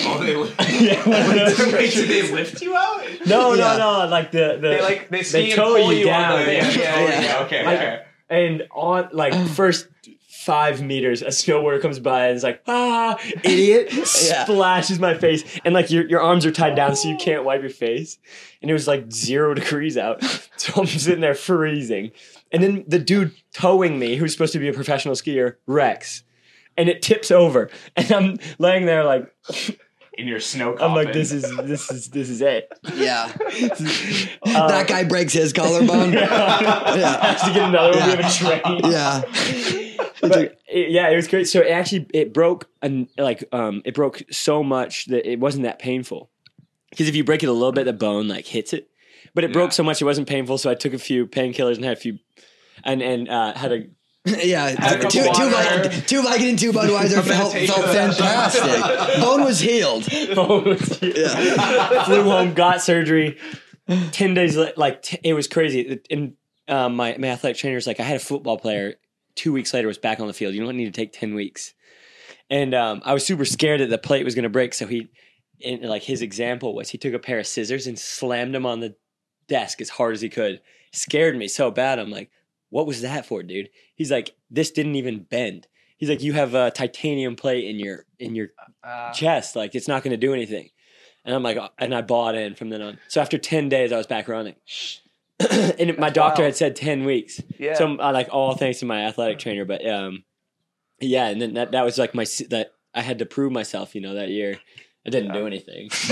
S3: Oh, they,
S5: yeah, one of those-
S3: wait, did they lift you out?
S5: no,
S2: Yeah.
S5: no, no, like the the
S6: they like they ski and
S5: uh, tow
S6: pull
S5: you
S6: you,
S5: down.
S6: on the
S5: Yeah,
S6: thing. Yeah, Oh, yeah,
S3: Yeah, okay,
S5: Like-
S3: okay.
S5: and on like first five meters, a snowboarder comes by and is like, ah, idiot, splashes my face, and like your your arms are tied down so you can't wipe your face, and it was like zero degrees out, so I'm sitting there freezing, and then the dude towing me, who's supposed to be a professional skier, wrecks, and it tips over, and I'm laying there like.
S3: in your snow coffin.
S5: I'm like, this is this is this is it.
S2: Yeah.
S5: Uh,
S2: that guy breaks his collarbone.
S5: I have to get another one. We have a train.
S2: yeah.
S5: But it- yeah, it was great. So it actually it broke and like um it broke so much that it wasn't that painful. Because if you break it a little bit, the bone like hits it. But it broke
S3: Yeah.
S5: so much it wasn't painful. So I took a few painkillers and had a few, and and uh, had a
S2: yeah.
S6: a cup
S2: Two,
S6: of water.
S2: two, Vi- two Viking and two Budweiser felt, felt fantastic. Bone was healed.
S5: Oh, flew home, got surgery. Ten days la- like t- it was crazy. And uh, my my athletic trainer's like, I had a football player. Two weeks later, was back on the field. You don't need to take ten weeks. And um, I was super scared that the plate was going to break. So he, and like his example was, he took a pair of scissors and slammed them on the desk as hard as he could. Scared me so bad. I'm like, what was that for, dude? He's like, this didn't even bend. He's like, you have a titanium plate in your in your
S6: Uh,
S5: chest. Like it's not going to do anything. And I'm like, oh, and I bought in from then on. So after ten days, I was back running. and my doctor
S6: wild.
S5: had said ten weeks.
S6: yeah.
S5: So I like all thanks to my athletic trainer. But um, yeah, and then that that was like my se- that I had to prove myself. You know, that year I didn't do anything.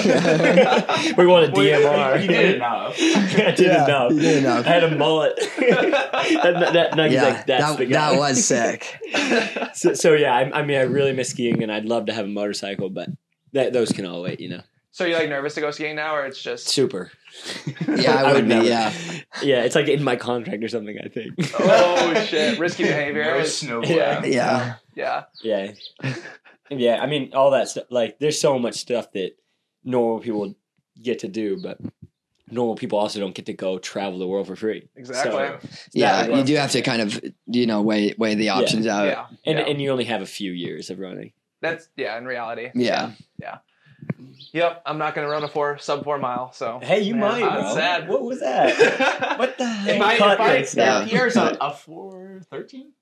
S5: we won a
S3: Well, you-
S5: DMR.
S3: You, did enough.
S5: I did
S2: Yeah,
S5: enough.
S2: you did enough.
S5: I had a mullet.
S6: Uh,
S5: that, that, that,
S2: Yeah,
S5: like, That's the
S2: that,
S5: guy.
S2: that was sick.
S5: so, so yeah, I, I mean, I really miss skiing, and I'd love to have a motorcycle, but that, those can all wait. You know,
S6: so you're like nervous to go skiing now, or it's just
S5: super.
S2: Yeah, I,
S5: I
S2: would
S5: would
S2: be.
S5: never.
S2: Yeah,
S5: Yeah, it's like in my contract or something. I think.
S6: oh shit, risky behavior.
S3: No
S6: It's-
S3: snowboarding.
S6: yeah.
S2: yeah,
S6: Yeah.
S5: Yeah, yeah. I mean, all that stuff. Like, there's so much stuff that normal people get to do, but normal people also don't get to go travel the world for free.
S6: Exactly.
S5: So-
S2: yeah.
S5: Yeah.
S2: You do have to kind of, you know, weigh weigh the options out.
S6: yeah.
S5: And
S6: yeah.
S5: and you only have a few years of running.
S6: that's yeah. In reality.
S2: Yeah.
S6: Yep. I'm not gonna run a four sub four mile. So
S5: Hey, you
S6: Man,
S5: might.
S6: I'm
S5: bro.
S6: sad.
S5: What was that? What the
S3: If
S5: heck?
S3: I, if
S5: Cut
S3: I,
S5: this out.
S2: Yeah.
S3: Pierre's a, a four thirteen.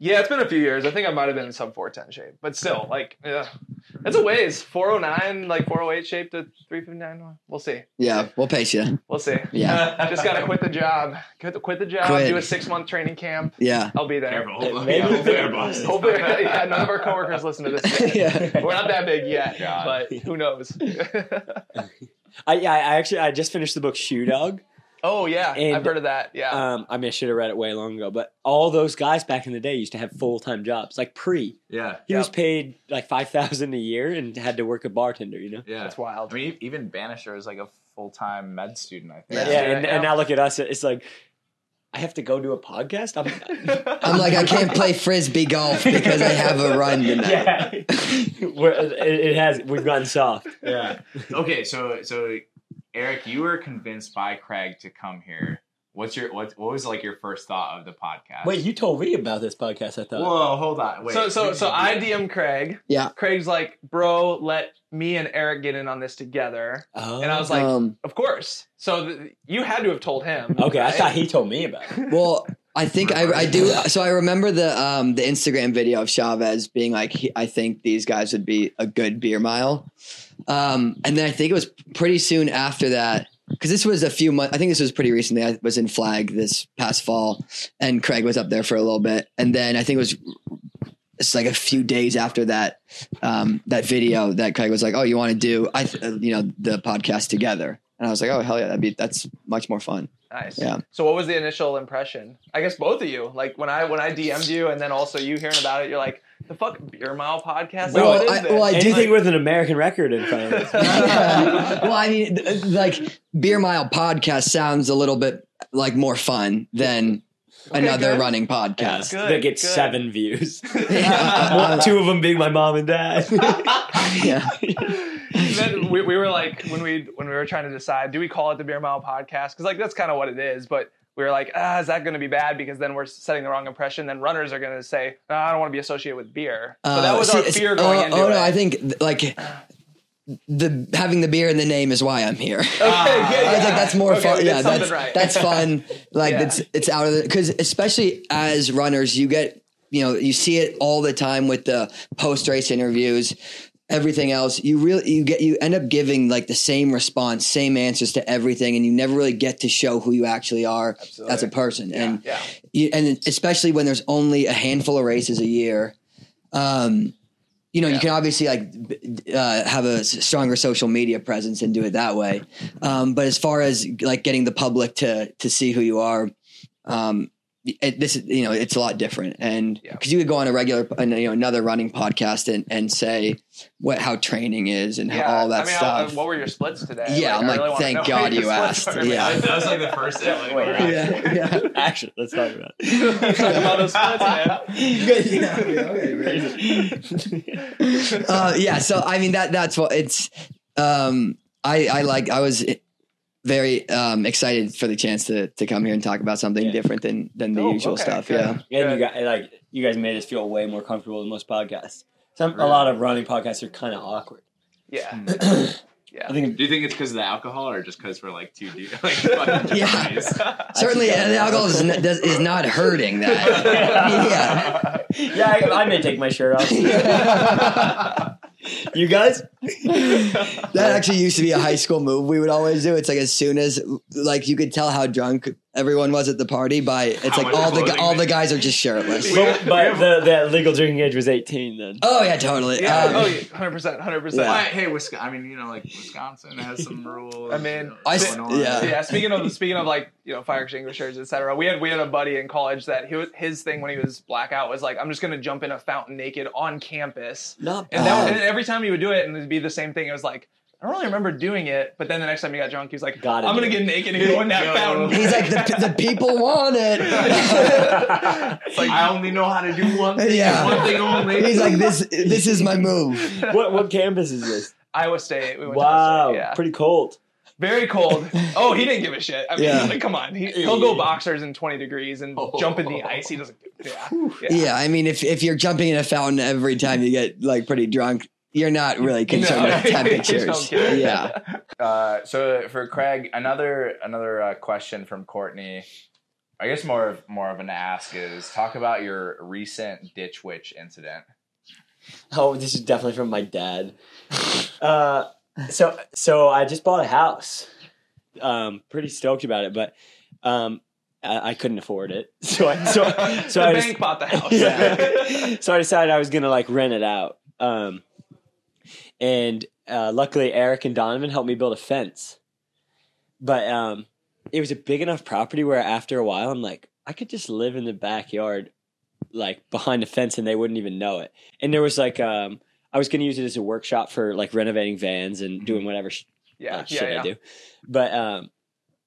S6: yeah, it's been a few years. I think I might have been in sub four ten shape, but still, like, yeah, it's a ways. Four oh nine, like four oh eight shape to three fifty nine. We'll see.
S2: Yeah, we'll pace you.
S6: We'll see.
S2: Yeah,
S6: Just gotta quit the job. Quit, quit the job.
S2: Quit.
S6: Do a six month training camp.
S2: yeah,
S6: I'll be there.
S3: Careful.
S5: Maybe-
S3: Yeah, hopefully our boss.
S6: Hopefully, yeah, none of our coworkers listen to this. yet.
S2: yeah.
S6: We're not that big yet,
S3: God.
S6: but who knows?
S5: I, yeah, I actually I just finished the book Shoe Dog.
S6: oh yeah, I've
S5: And,
S6: heard of that. Yeah,
S5: Um, I mean, I should have read it way long ago, but all those guys back in the day used to have full time jobs, like pre.
S3: Yeah,
S5: He was
S6: Yep.
S5: paid like five thousand a year and had to work a bartender, you know.
S3: yeah.
S6: that's wild.
S3: I mean, e- even Banisher is like a full time med student. I
S5: Yeah,
S3: think.
S5: and, and now look at us. It's like I have to go do a podcast. I'm,
S2: I'm like, I can't play frisbee golf because I have a run tonight.
S5: yeah, We're, it, it has. We've gotten soft.
S3: yeah. Okay, so so Eric, you were convinced by Craig to come here. What's your what? What was like your first thought of the podcast?
S5: Wait, you told me about this podcast. I thought.
S3: Whoa, hold on. Wait.
S6: so so so I DM Craig.
S2: Yeah.
S6: Craig's like, bro, let me and Eric get in on this together.
S5: oh,
S6: And I was like,
S2: um,
S6: of course. So th- you had to have told him.
S5: okay. I
S6: right?
S5: thought he told me about. it.
S2: well, I think I, I do. So I remember the um, the Instagram video of Chavez being like, he, I think these guys would be a good beer mile. Um, and then I think it was pretty soon after that because this was a few months. I think this was pretty recently. I was in Flag this past fall, and Craig was up there for a little bit, and then I think it was. It's like a few days after that, um, that video that Craig was like, "Oh, you want to do, I, th- uh, you know, the podcast together?" And I was like, "Oh, hell yeah, that'd be that's much more fun."
S6: Nice.
S2: Yeah.
S6: So what was the initial impression? I guess both of you. Like when I when I DM'd you, and then also you hearing about it, you're like, the fuck beer mile podcast.
S5: Well,
S6: Like, what is
S2: I-
S6: this?
S2: well, I do
S5: Anything
S2: think-
S5: with an American record in front of us.
S2: well, I mean, th- like Beer Mile podcast sounds a little bit like more fun than
S6: Okay,
S2: another
S6: good.
S2: running podcast.
S6: Good,
S5: that gets
S6: good. Uh-huh.
S5: seven views.
S2: Yeah.
S5: Two of them being my mom and dad.
S2: Yeah.
S6: And then we, we were like when we when we were trying to decide do we call it the beer mile podcast because like that's kind of what it is but we were like ah is that going to be bad because then we're setting the wrong impression then runners are going to say "Ah, i don't want to be associated with beer so that
S2: Uh,
S6: was our
S2: see,
S6: fear going
S2: oh,
S6: into
S2: oh,
S6: it
S2: no, I think th- like the having the beer in the name is why I'm here.
S6: okay, good,
S2: I was like, that's more
S6: Okay, we
S2: fun.
S6: did
S2: Yeah,
S6: something
S2: that's
S6: right.
S2: that's fun. Like
S6: Yeah.
S2: it's it's out of the because especially as runners, you get you know you see it all the time with the post race interviews. Everything else, you really you get you end up giving like the same response, same answers to everything, and you never really get to show who you actually are as a person. And
S6: yeah
S2: you, and especially when there's only a handful of races a year, um, you know,
S3: Yeah.
S2: you can obviously like b- uh, have a s- stronger social media presence and do it that way. Um, but as far as like getting the public to to see who you are, um, it, this is you know it's a lot different. And
S6: Yeah.
S2: because you could go on a regular, uh, you know, another running podcast and and say what how training is and how, all that
S6: I mean, I-
S2: stuff.
S6: what were your splits today?
S2: Yeah, I'm
S6: I
S2: like,
S6: really wanna
S2: thank
S6: know what
S2: God
S6: your
S2: you
S6: splits
S2: asked.
S6: were.
S2: Yeah.
S6: I
S2: That
S6: was like the first thing. Like, we're asking.
S2: yeah, yeah.
S5: Actually, let's talk about it.
S6: Talk about those splits, man.
S2: uh, yeah. So I mean that that's what it's. Um, I I like I was very um, excited for the chance to to come here and talk about something
S5: Yeah.
S2: different than than the
S6: Cool, Oh,
S2: usual
S6: okay,
S2: stuff.
S6: good.
S2: Yeah.
S5: And you guys, like, you guys made us feel way more comfortable than most podcasts. Some a lot of running podcasts are kind of awkward.
S2: Hmm.
S6: Yeah. Yeah.
S5: I think
S3: Do you think it's because of the alcohol or just because we're like two dudes? Like, fucking
S2: Yeah.
S3: guys?
S2: Certainly,
S5: think-
S2: and the alcohol is, n- does, is not hurting that.
S5: yeah, I, I may take my shirt off. you guys,
S2: yeah, that actually used to be a high school move we would always do. It's like as soon as like you could tell how drunk everyone was at the party by it's
S3: How
S2: like
S3: much
S2: all the
S3: clothing
S2: all
S3: they-
S2: the guys are just shirtless.
S5: but, but the, the legal drinking age was eighteen then.
S2: Oh yeah, totally.
S6: Yeah.
S2: Um,
S6: oh, yeah. 100%. 100%.
S3: Why- hey, Wisconsin. I mean, you know, like Wisconsin has some rules.
S6: I mean,
S3: you know,
S2: I
S3: what's
S2: s-
S3: going on.
S2: yeah.
S6: yeah speaking of speaking of like you know fire extinguishers etc we had we had a buddy in college that he was, his thing when he was blackout was like i'm just gonna jump in a fountain naked on campus
S5: Not
S6: and, that,
S2: Oh.
S6: and every time he would do it and it'd be the same thing it was like i don't really remember doing it but then the next time he got drunk he was like
S5: Gotta
S6: i'm gonna
S5: do it.
S6: get naked and go in that
S3: Yo.
S6: fountain
S2: He's like the, the people want it.
S6: it's like
S3: I only know how to do one thing.
S2: Yeah.
S3: Yeah. One thing only.
S2: He's like this. This is my move.
S5: what what campus is this?
S6: iowa state we went
S5: Wow,
S6: to iowa state, yeah
S5: pretty cold.
S6: very cold oh he didn't give a shit i mean
S2: Yeah.
S6: like come on he, he'll go boxers in 20 degrees and jump in the ice he doesn't yeah yeah,
S2: Yeah, I mean, if if you're jumping in a fountain every time you get like pretty drunk, you're not really
S6: No.
S2: concerned with temperatures.
S6: You don't care.
S2: yeah,
S3: Uh, so for Craig, another another uh, question from Courtney. I guess more of more of an ask is talk about your recent ditch witch incident.
S5: Oh, this is definitely from my dad. Uh, so so I just bought a house. Um, pretty stoked about it, but um, I, I couldn't afford it. So I so so
S6: the
S5: I
S6: bank
S5: just,
S6: bought the house
S5: Yeah. Oh, so I decided I was gonna like rent it out. Um, and uh, luckily Eric and Donovan helped me build a fence. But um, it was a big enough property where after a while I'm like, I could just live in the backyard, like behind a fence, and they wouldn't even know it. And there was like, um, I was gonna use it as a workshop for like renovating vans and doing whatever sh-
S6: yeah,
S5: uh,
S6: yeah,
S5: shit
S6: yeah.
S5: I do. But um,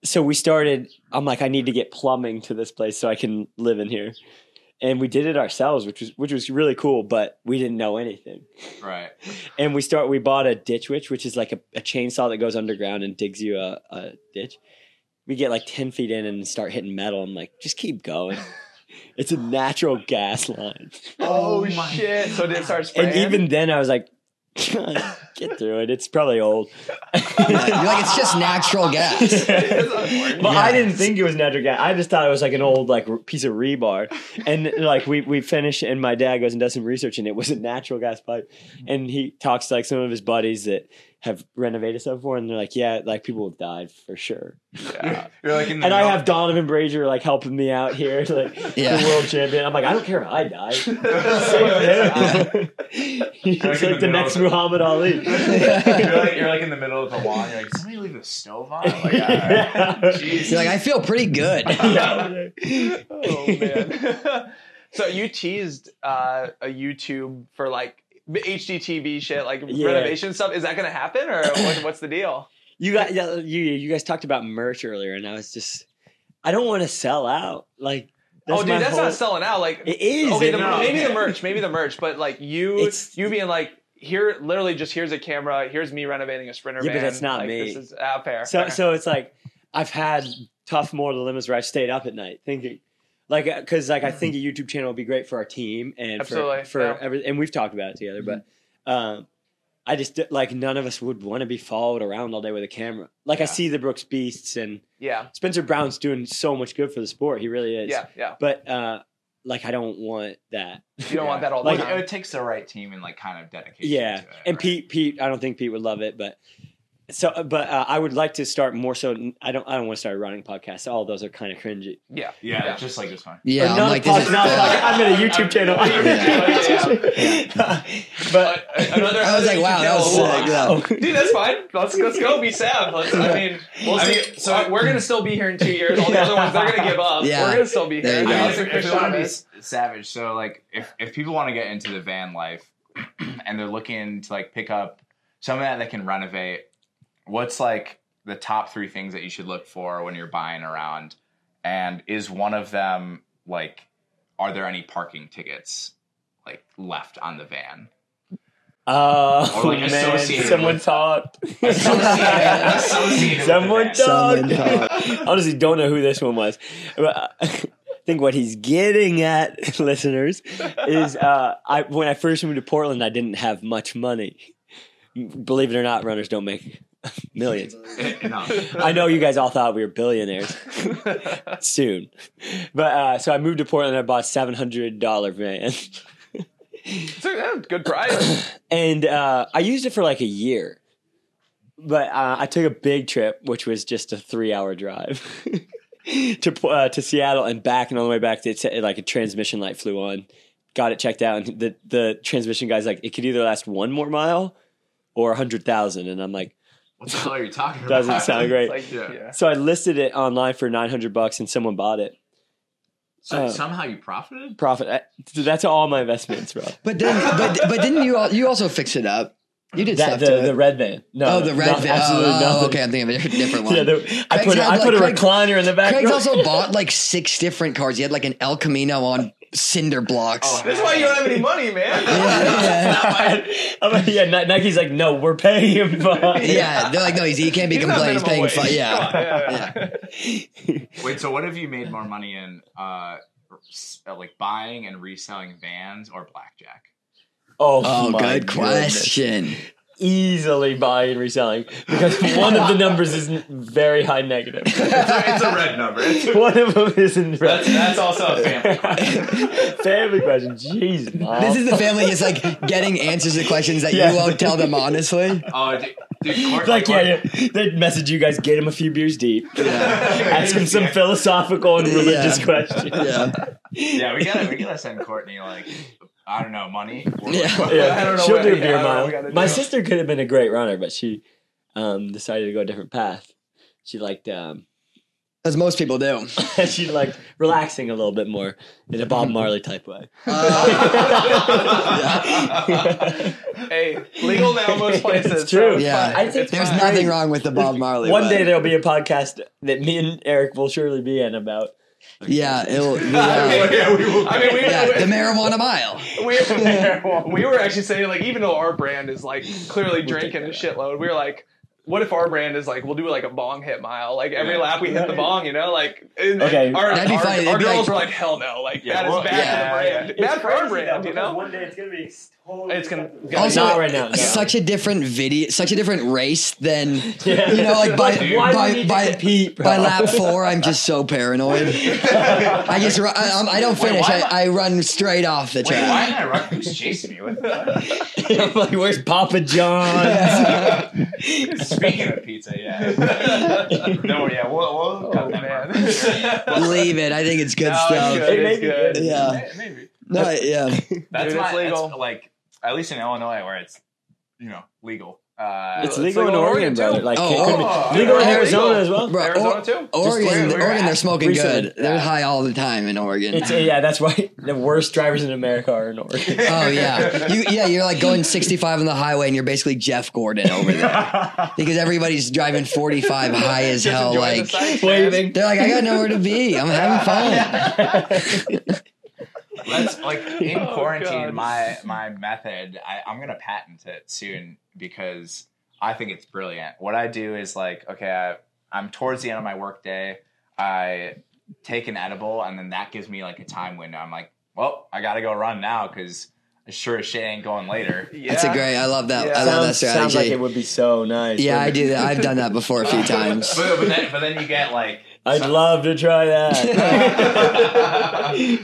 S5: so we started. I'm like, I need to get plumbing to this place so I can live in here, and we did it ourselves, which was which was really cool. But we didn't know anything,
S3: Right.
S5: and we start. We bought a ditch witch, which is like a, a chainsaw that goes underground and digs you a, a ditch. We get like ten feet in and start hitting metal. I'm like, just keep going. It's a natural gas line,
S6: Oh, shit! So did it start spraying?
S5: and even then, I was like, get through it. It's probably old.
S2: you're like it's just natural gas.
S5: But I didn't think it was natural gas. I just thought it was like an old like r- piece of rebar, and like we we finish, and my dad goes and does some research, and it was a natural gas pipe.
S3: Mm-hmm.
S5: And he talks to like some of his buddies that have renovated stuff before, and they're like, yeah, like people have died for sure.
S3: You're like in the
S5: And I
S3: middle-
S5: have Donovan Brazier like helping me out here, like
S2: Yeah.
S5: the world champion. I'm like, I don't care if I die. Save him. He's
S3: Like in
S5: like
S3: the
S5: the next
S3: middle.
S5: Muhammad Ali.
S3: you're like "Oh you're like in the middle of the lawn. You're like somebody leave the stove on. I'm like, all right.
S2: You're like I feel pretty good.
S6: oh man! so you teased uh, a YouTube for like HGTV shit, like
S5: Yeah.
S6: renovation stuff. Is that gonna happen, or what, what's the deal?
S5: You got yeah, you you guys talked about merch earlier, and I was just I don't want to sell out. Like
S6: oh, dude,
S5: my
S6: that's
S5: whole-
S6: not selling out. Like,
S5: It is.
S6: okay,
S5: it
S6: the,
S5: is.
S6: maybe the merch, maybe the merch, but like you,
S5: It's-
S6: you being like. Here, literally, just here's a camera. Here's me renovating a sprinter
S5: Yeah, but
S6: van.
S5: that's not
S6: like,
S5: me.
S6: This is ah, fair.
S5: So
S6: fair.
S5: so it's like I've had tough mortal limits where I stayed up at night thinking. Like, uh, cause like I think a YouTube channel would be great for our team and
S6: Mm-hmm. Absolutely,
S5: for for
S6: yeah. Mm-hmm.
S5: every, and we've talked about it together. But um, I just like none of us would want to be followed around all day with a camera. Like I
S3: Yeah.
S5: see the Brooks Beasts and
S6: yeah,
S5: Spencer Brown's doing so much good for the sport. He really is.
S6: yeah, yeah.
S5: But uh, like I don't want that.
S6: You don't want that all the
S3: Like,
S6: time.
S3: it takes the right team and like kind of dedication.
S5: Yeah,
S3: to it,
S5: and
S3: right?
S5: Pete, Pete, I don't think Pete would love it, but So, but uh, I would like to start more so. I don't. I don't want to start a running podcast. All those are kind of cringy.
S6: Yeah.
S3: Yeah,
S6: Yeah.
S3: just like this one.
S5: Or
S2: Yeah, I'm
S5: not
S2: like
S5: a
S2: this
S5: pod-
S2: is
S5: not a
S2: bad.
S5: podcast. I'm in a YouTube channel. but oh,
S6: Uh, another,
S2: I was like,
S6: another
S2: wow, that was
S6: channel.
S2: sick. Yeah.
S6: Dude, that's fine. Let's let's go be Sav. Let's, I mean, we'll
S3: I
S6: see.
S3: mean, so-
S6: so we're gonna still be here in two years. All the other ones, they're gonna give up.
S2: Yeah.
S6: We're gonna still be
S2: There
S6: here.
S2: you go.
S6: Yeah, it's
S3: if,
S6: a
S3: if it want to be
S6: Christianity.
S3: s- savage, so like if if people want to get into the van life and they're looking to like pick up some of that that can renovate, what's like the top three things that you should look for when you're buying around, and is one of them like are there any parking tickets like left on the van?
S5: oh
S3: Or like
S5: man,
S3: associated
S5: someone
S3: with-
S5: talked.
S3: Associated- associated with
S5: someone
S3: the van.
S5: talked.
S2: Someone talked.
S5: Honestly, don't know who this one was. But uh, I think what he's getting at, listeners, is uh, I when I first moved to Portland, I didn't have much money. Believe it or not, runners don't make millions.
S3: no.
S5: I know you guys all thought we were billionaires soon, but uh, so I moved to Portland. I bought a seven hundred dollar van,
S6: It's a- yeah, good price.
S5: and uh, I used it for like a year. But uh, I took a big trip, which was just a three hour drive to Po- uh, to Seattle and back, and on the way back, it's like a transmission light flew on. Got it checked out, and the the transmission guy's like, it could either last one more mile or a hundred thousand, and I'm like,
S3: What the hell are you talking about?
S5: doesn't sound great.
S6: Like,
S3: Yeah.
S6: yeah.
S5: so I listed it online for nine hundred bucks, and someone bought it.
S3: So
S5: Uh,
S3: somehow you profited?
S5: profit. I- so That's all my investments, bro.
S2: But then, but but didn't you all, you also fix it up? You did
S5: That,
S2: stuff
S5: the,
S2: to it.
S5: the red van. No,
S2: oh, the red
S5: no,
S2: van.
S5: Absolutely
S2: oh,
S5: nothing.
S2: okay, I'm thinking of a different one.
S5: Yeah, the, I
S2: Craig's
S5: put a,
S2: had,
S5: I put
S2: like,
S5: a
S2: Craig-
S5: recliner in the back.
S2: Craig's
S5: row.
S2: also bought like six different cars. He had like an El Camino on cinder blocks.
S6: That's why you don't have any money, man.
S5: I'm like, yeah, Ni- Nike's like, no, we're paying him. Fine.
S2: yeah, they're like, no, he's, he can't be
S6: He's not
S2: complaining. He's paying.
S6: minimum
S2: Fi-
S6: wage.
S2: yeah,
S6: Yeah.
S3: Wait, so what have you made more money in, uh, s- uh, like buying and reselling vans or blackjack?
S5: Oh,
S2: Oh,
S5: my
S2: good
S5: goodness.
S2: question.
S5: Easily buying and reselling because one of the numbers is n- very high negative.
S3: it's a red number.
S5: one of them isn't
S3: That's, that's also a family question.
S5: family question. Jeez, mom.
S2: This is the family is like getting answers to questions that
S5: Yeah.
S2: you won't tell them honestly.
S3: Oh, dude, dude Cor-
S5: like
S3: Cor-
S5: yeah, yeah. they message you guys, get him a few beers deep, ask him some philosophical and religious
S2: Yeah.
S5: questions.
S2: Yeah,
S3: yeah, we gotta we gotta send Courtney like I don't know money.
S2: Yeah.
S5: Yeah,
S6: I don't know
S5: she'll
S6: what-
S5: do a
S6: yeah,
S5: beer
S6: I don't know what
S5: mile.
S6: we gotta
S5: My
S6: do.
S5: sister could have been a great runner, but she um, decided to go a different path. She liked um,
S2: as most people do.
S5: she liked relaxing a little bit more in a Bob Marley type way.
S2: Uh,
S6: Hey, legal now most places.
S5: It's true.
S6: so it's
S2: Yeah.
S6: fine.
S5: I think
S6: It's
S2: There's
S6: fine.
S2: nothing wrong with the Bob Marley.
S5: One
S2: but-
S5: day there'll be a podcast that me and Eric will surely be in about.
S2: yeah, it'll.
S6: I
S2: Yeah,
S6: mean, I mean, we,
S2: yeah, the marijuana mile.
S6: we, we were actually saying like even though our brand is like clearly drinking a shitload we were like what if our brand is like we'll do like a bong hit mile like every
S3: Yeah.
S6: lap we hit the bong you know like and-
S5: Okay.
S6: and our,
S2: That'd be
S6: our,
S2: funny.
S6: our
S2: It'd be
S6: girls
S2: like-
S6: were like hell no like
S3: Yeah,
S6: that is
S3: well,
S6: bad
S2: yeah,
S6: for the brand bad for our brand you know
S5: day it's gonna be totally.
S6: it's gonna, it's gonna
S2: Also,
S5: Not right now, no.
S2: Such a different video, such a different race than
S5: Yeah.
S2: you know. Like by
S3: Dude.
S5: Why do we need
S2: by
S5: to
S2: by,
S5: compete, bro?
S2: by lap four, I'm just so paranoid. I just run, I, I'm- I don't finish.
S3: why am
S2: I, I run straight off the
S3: Wait, why
S2: track.
S3: did I run? Who's chasing me? What
S5: I'm like, where's Papa John?
S3: Speaking of pizza, yeah. no, yeah, we'll, we'll cut that
S6: Oh, man.
S3: part.
S2: Believe it. I think it's good
S6: No, it's
S2: stuff.
S6: good.
S5: It may
S6: It's
S5: be
S6: good.
S5: good.
S2: Yeah.
S3: May- Maybe.
S2: No, yeah.
S3: That's
S6: Dude,
S3: my,
S6: it's legal.
S3: That's, like at least in Illinois where it's you know legal. Uh,
S6: It's
S5: it's legal in
S6: legal in
S5: Oregon,
S6: Oregon,
S5: brother.
S6: too.
S5: Like,
S2: Oh,
S5: it could be-
S6: oh,
S5: legal in
S6: yeah,
S5: Arizona
S6: legal.
S5: as well.
S2: Bro,
S6: Arizona too?
S2: Oregon,
S3: where we're
S2: Oregon, they're
S3: at.
S2: smoking
S5: Recently.
S2: good. They're high all the time in Oregon.
S5: It's yeah, that's why the worst drivers in America are in Oregon.
S2: oh yeah, you yeah, you're like going 65 on the highway, and you're basically Jeff Gordon over there because everybody's driving 45 high as hell.
S6: enjoying the
S2: Like
S6: sights, man.
S5: Waving.
S2: they're like, I got nowhere to be. I'm having fun.
S3: That's like in
S6: Oh,
S3: quarantine.
S6: God.
S3: My my method. I, I'm gonna patent it soon because I think it's brilliant. What I do is like, okay, I, I'm towards the end of my work day. I take an edible, and then that gives me like a time window. I'm like, well, I gotta go run now because sure as shit ain't going later.
S6: yeah.
S2: That's a great. I love that.
S6: Yeah.
S2: I love that
S5: Sounds, sounds like
S2: strategy.
S5: it would be so nice.
S2: yeah, I
S5: wouldn't it?
S2: do that. I've done that before a few times.
S3: But, but then, but then you get like
S5: I'd love to try that.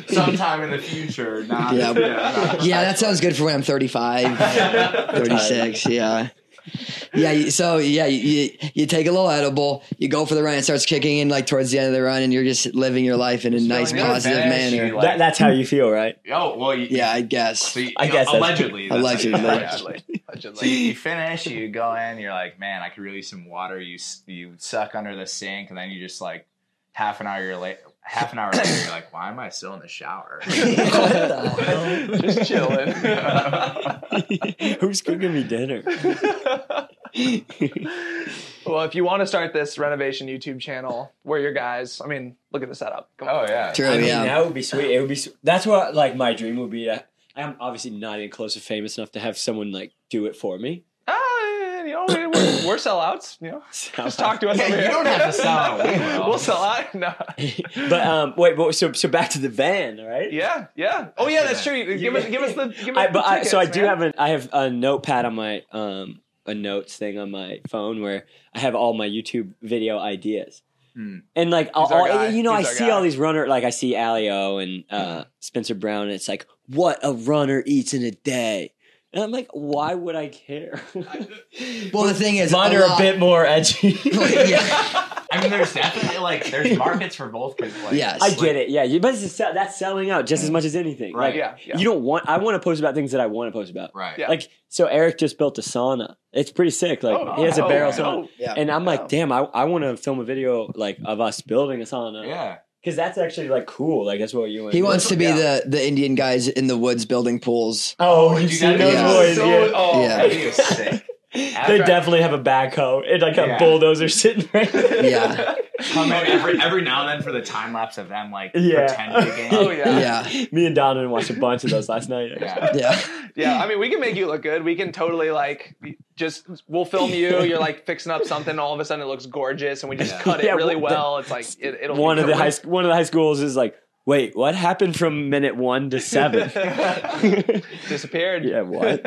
S3: sometime in the future. Not,
S2: Yeah.
S3: yeah, not-
S2: Yeah, that sounds good for when I'm 35, 36. Yeah. yeah. you- So yeah, you, you you take a little edible, you go for the run, it starts kicking in like towards the end of the run, and you're just living your life in a nice
S6: feeling good,
S2: positive
S3: Finish,
S2: manner.
S3: you, like-
S5: that, that's how you feel, right?
S3: oh well, you,
S2: Yeah, I guess.
S3: So you,
S5: I guess that's-
S3: allegedly, that's-
S2: Allegedly.
S3: So you, you finish, you go in, you're like, man, I could really use some water. You s- you suck under the sink, and then you just like half an hour you're late. Half an hour later, you're like, why am I still in the shower?
S6: Just chilling.
S5: Who's cooking me dinner?
S6: well, if you want to start this renovation YouTube channel, we're your guys. I mean, look at the setup. Come on.
S3: oh yeah,
S2: True.
S5: I mean,
S2: yeah.
S5: that would be sweet. It would be. s- That's what like my dream would be. To, I'm obviously not even close to famous enough to have someone like do it for me.
S6: Ah, you know, we- we're, we're sellouts. You know, just talk to us
S3: Yeah,
S6: over
S3: you
S6: here.
S3: don't have to sell out. We will.
S6: we'll sell out. No.
S5: but um, wait, but so so back to the van, right?
S6: Yeah, yeah. Oh yeah, that's true. You- Give us, give us the. Give us
S5: I,
S6: the
S5: but I, so I
S6: tickets,
S5: do
S6: man.
S5: have an I have a notepad on my um a notes thing on my phone where I have all my YouTube video ideas.
S3: Hmm.
S5: And like I'll,
S6: our
S5: I'll-
S6: guy.
S5: you know,
S6: He's
S5: I
S6: our
S5: see
S6: guy.
S5: all these runner like I see Alio and uh, Spencer Brown. And it's like what a runner eats in a day, and I'm like, why would I care?
S2: Well, the thing is,
S5: Mine
S2: a
S5: are a
S2: lot-
S5: bit more edgy.
S2: yeah.
S3: I mean, there's definitely like there's markets for both. Cause, like,
S2: Yes.
S5: I get it. Yeah, you- but it's just, sell- that's selling out just as much as anything.
S3: Right.
S5: Like,
S6: Yeah, yeah.
S5: You don't want. I want to post about things that I want to post about.
S3: Right.
S6: Yeah.
S5: Like so, Eric just built a sauna. It's pretty sick. Like
S6: Oh,
S5: he has a
S6: oh,
S5: barrel
S6: oh,
S5: sauna,
S6: oh.
S2: Yeah.
S5: and I'm
S6: Yeah.
S5: like, damn, I, I want to film a video like of us building a sauna.
S3: Yeah.
S5: because that's actually like cool. Like that's what you want.
S2: He wants to be
S6: Yeah.
S2: the the Indian guys in the woods building pools.
S5: Oh,
S3: Oh,
S5: you've
S3: you
S5: seen
S3: gotta
S5: those
S2: be
S5: boys?
S6: So-
S5: yeah.
S6: oh,
S2: Yeah.
S3: That video is sick.
S5: They definitely have a backhoe and like
S3: Yeah.
S5: a bulldozer sitting right there.
S2: Yeah.
S3: Come in every every now and then for the time lapse of them like
S5: Yeah.
S3: pretending again.
S6: Oh yeah. yeah.
S2: Yeah.
S5: Me and Donovan watched a bunch of those last night.
S3: Yeah.
S2: Yeah.
S6: I mean, we can make you look good. We can totally like just we'll film you. You're like fixing up something. All of a sudden, it looks gorgeous, and we just
S3: Yeah.
S6: cut it
S5: Yeah,
S6: really
S5: well, the-
S6: well. it's like it, it'll.
S5: one
S6: be
S5: of the
S6: totally-
S5: high sc- one of the high schools is like, wait, what happened from minute one to seven?
S6: disappeared.
S5: yeah, what?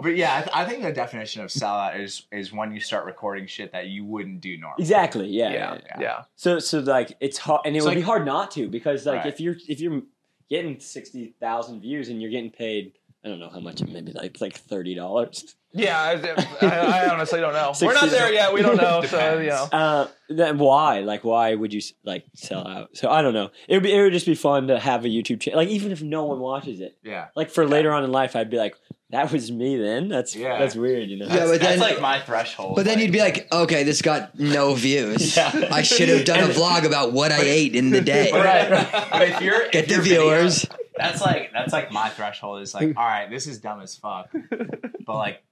S3: But yeah, I, th- I think the definition of sellout is is when you start recording shit that you wouldn't do normally.
S5: exactly. Yeah.
S6: Yeah,
S5: yeah, yeah.
S6: yeah.
S5: So so like it's hard, and it
S3: It's
S5: would
S3: like-
S5: be hard not to because like
S3: Right.
S5: if you're if you're getting sixty thousand views and you're getting paid. I don't know how much, maybe like like thirty dollars.
S6: Yeah, I, I, I honestly don't know. We're not
S5: Sixty-
S6: there yet. We don't know. So
S3: Depends.
S6: you know,
S5: Uh, then why? Like, why would you s- like sell out? So I don't know. It would be, it would just be fun to have a YouTube channel. Like, even if no one watches it,
S3: Yeah.
S5: like for later on in life, I'd be like, that was me then. That's
S3: Yeah.
S5: that's weird, you know.
S2: Yeah,
S3: That's
S2: but then-
S3: like my threshold.
S2: But then
S3: like-
S2: you'd be like, okay, this got no views.
S5: Yeah.
S2: I should have done a vlog about what I ate in the day.
S5: Right,
S3: But if you're
S2: Get
S3: if
S2: the
S3: your video-
S2: viewers.
S3: that's like that's like my threshold is like, all right, this is dumb as fuck. But like,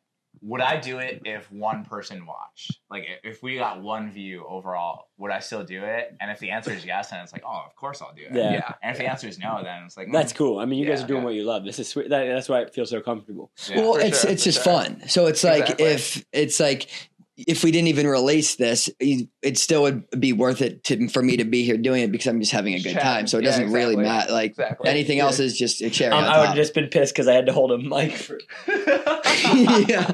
S3: would I do it if one person watched? Like, i- if we got one view overall, would I still do it? And if the answer is yes, then it's like, oh, of course I'll do it.
S5: Yeah.
S6: yeah.
S3: And if the answer is no, then it's like mm,
S5: That's cool. I mean, you guys
S6: Yeah.
S5: are doing
S3: Yeah.
S5: what you love. This is sweet. That, that's why it feels so comfortable.
S3: yeah.
S2: well,
S6: for
S2: it's
S6: sure,
S2: it's
S6: for
S2: just
S6: sure.
S2: fun. So it's like
S6: Exactly.
S2: if it's like if we didn't even release this, you- it still would be worth it to, for me to be here doing it because I'm just having a good
S6: Chatting.
S2: time. So it
S6: Yeah,
S2: doesn't really
S6: exactly.
S2: matter. Like
S6: Exactly.
S2: anything
S6: Yeah.
S2: else is just a cherry
S5: Um,
S2: on
S5: I would
S2: top.
S5: have just been pissed because I had to hold a mic for.
S2: yeah.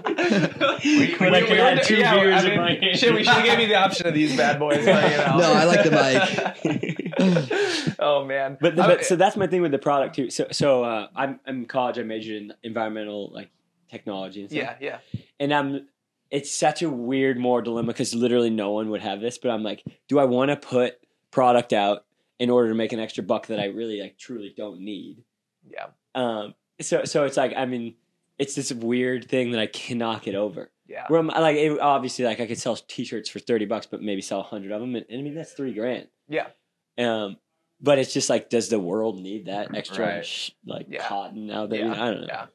S3: We-
S5: When I
S3: we-
S5: could
S3: we-
S5: add two
S6: I
S5: viewers in
S6: mean,
S5: my hand.
S6: Shit, we should have gave you the option of these bad boys. But, you know.
S2: No, I like the mic.
S6: oh man,
S5: But, the,
S6: I-
S5: but so that's my thing with the product too. So so uh, I'm I'm in college. I majored in environmental like technology and stuff.
S6: yeah, yeah.
S5: and I'm it's such a weird moral dilemma because literally no one would have this, but I'm like, do I want to put product out in order to make an extra buck that I really like truly don't need?
S6: Yeah.
S5: Um. So so it's like I mean, it's this weird thing that I cannot get over.
S6: Yeah.
S5: Where I'm like, it, obviously, like I could sell T-shirts for thirty bucks, but maybe sell hundred of them, and, and I mean that's three grand.
S6: Yeah.
S5: Um. But it's just like, does the world need that extra
S3: Right.
S5: sh- like
S6: Yeah.
S5: cotton now that
S6: Yeah.
S5: I don't know?
S6: Yeah.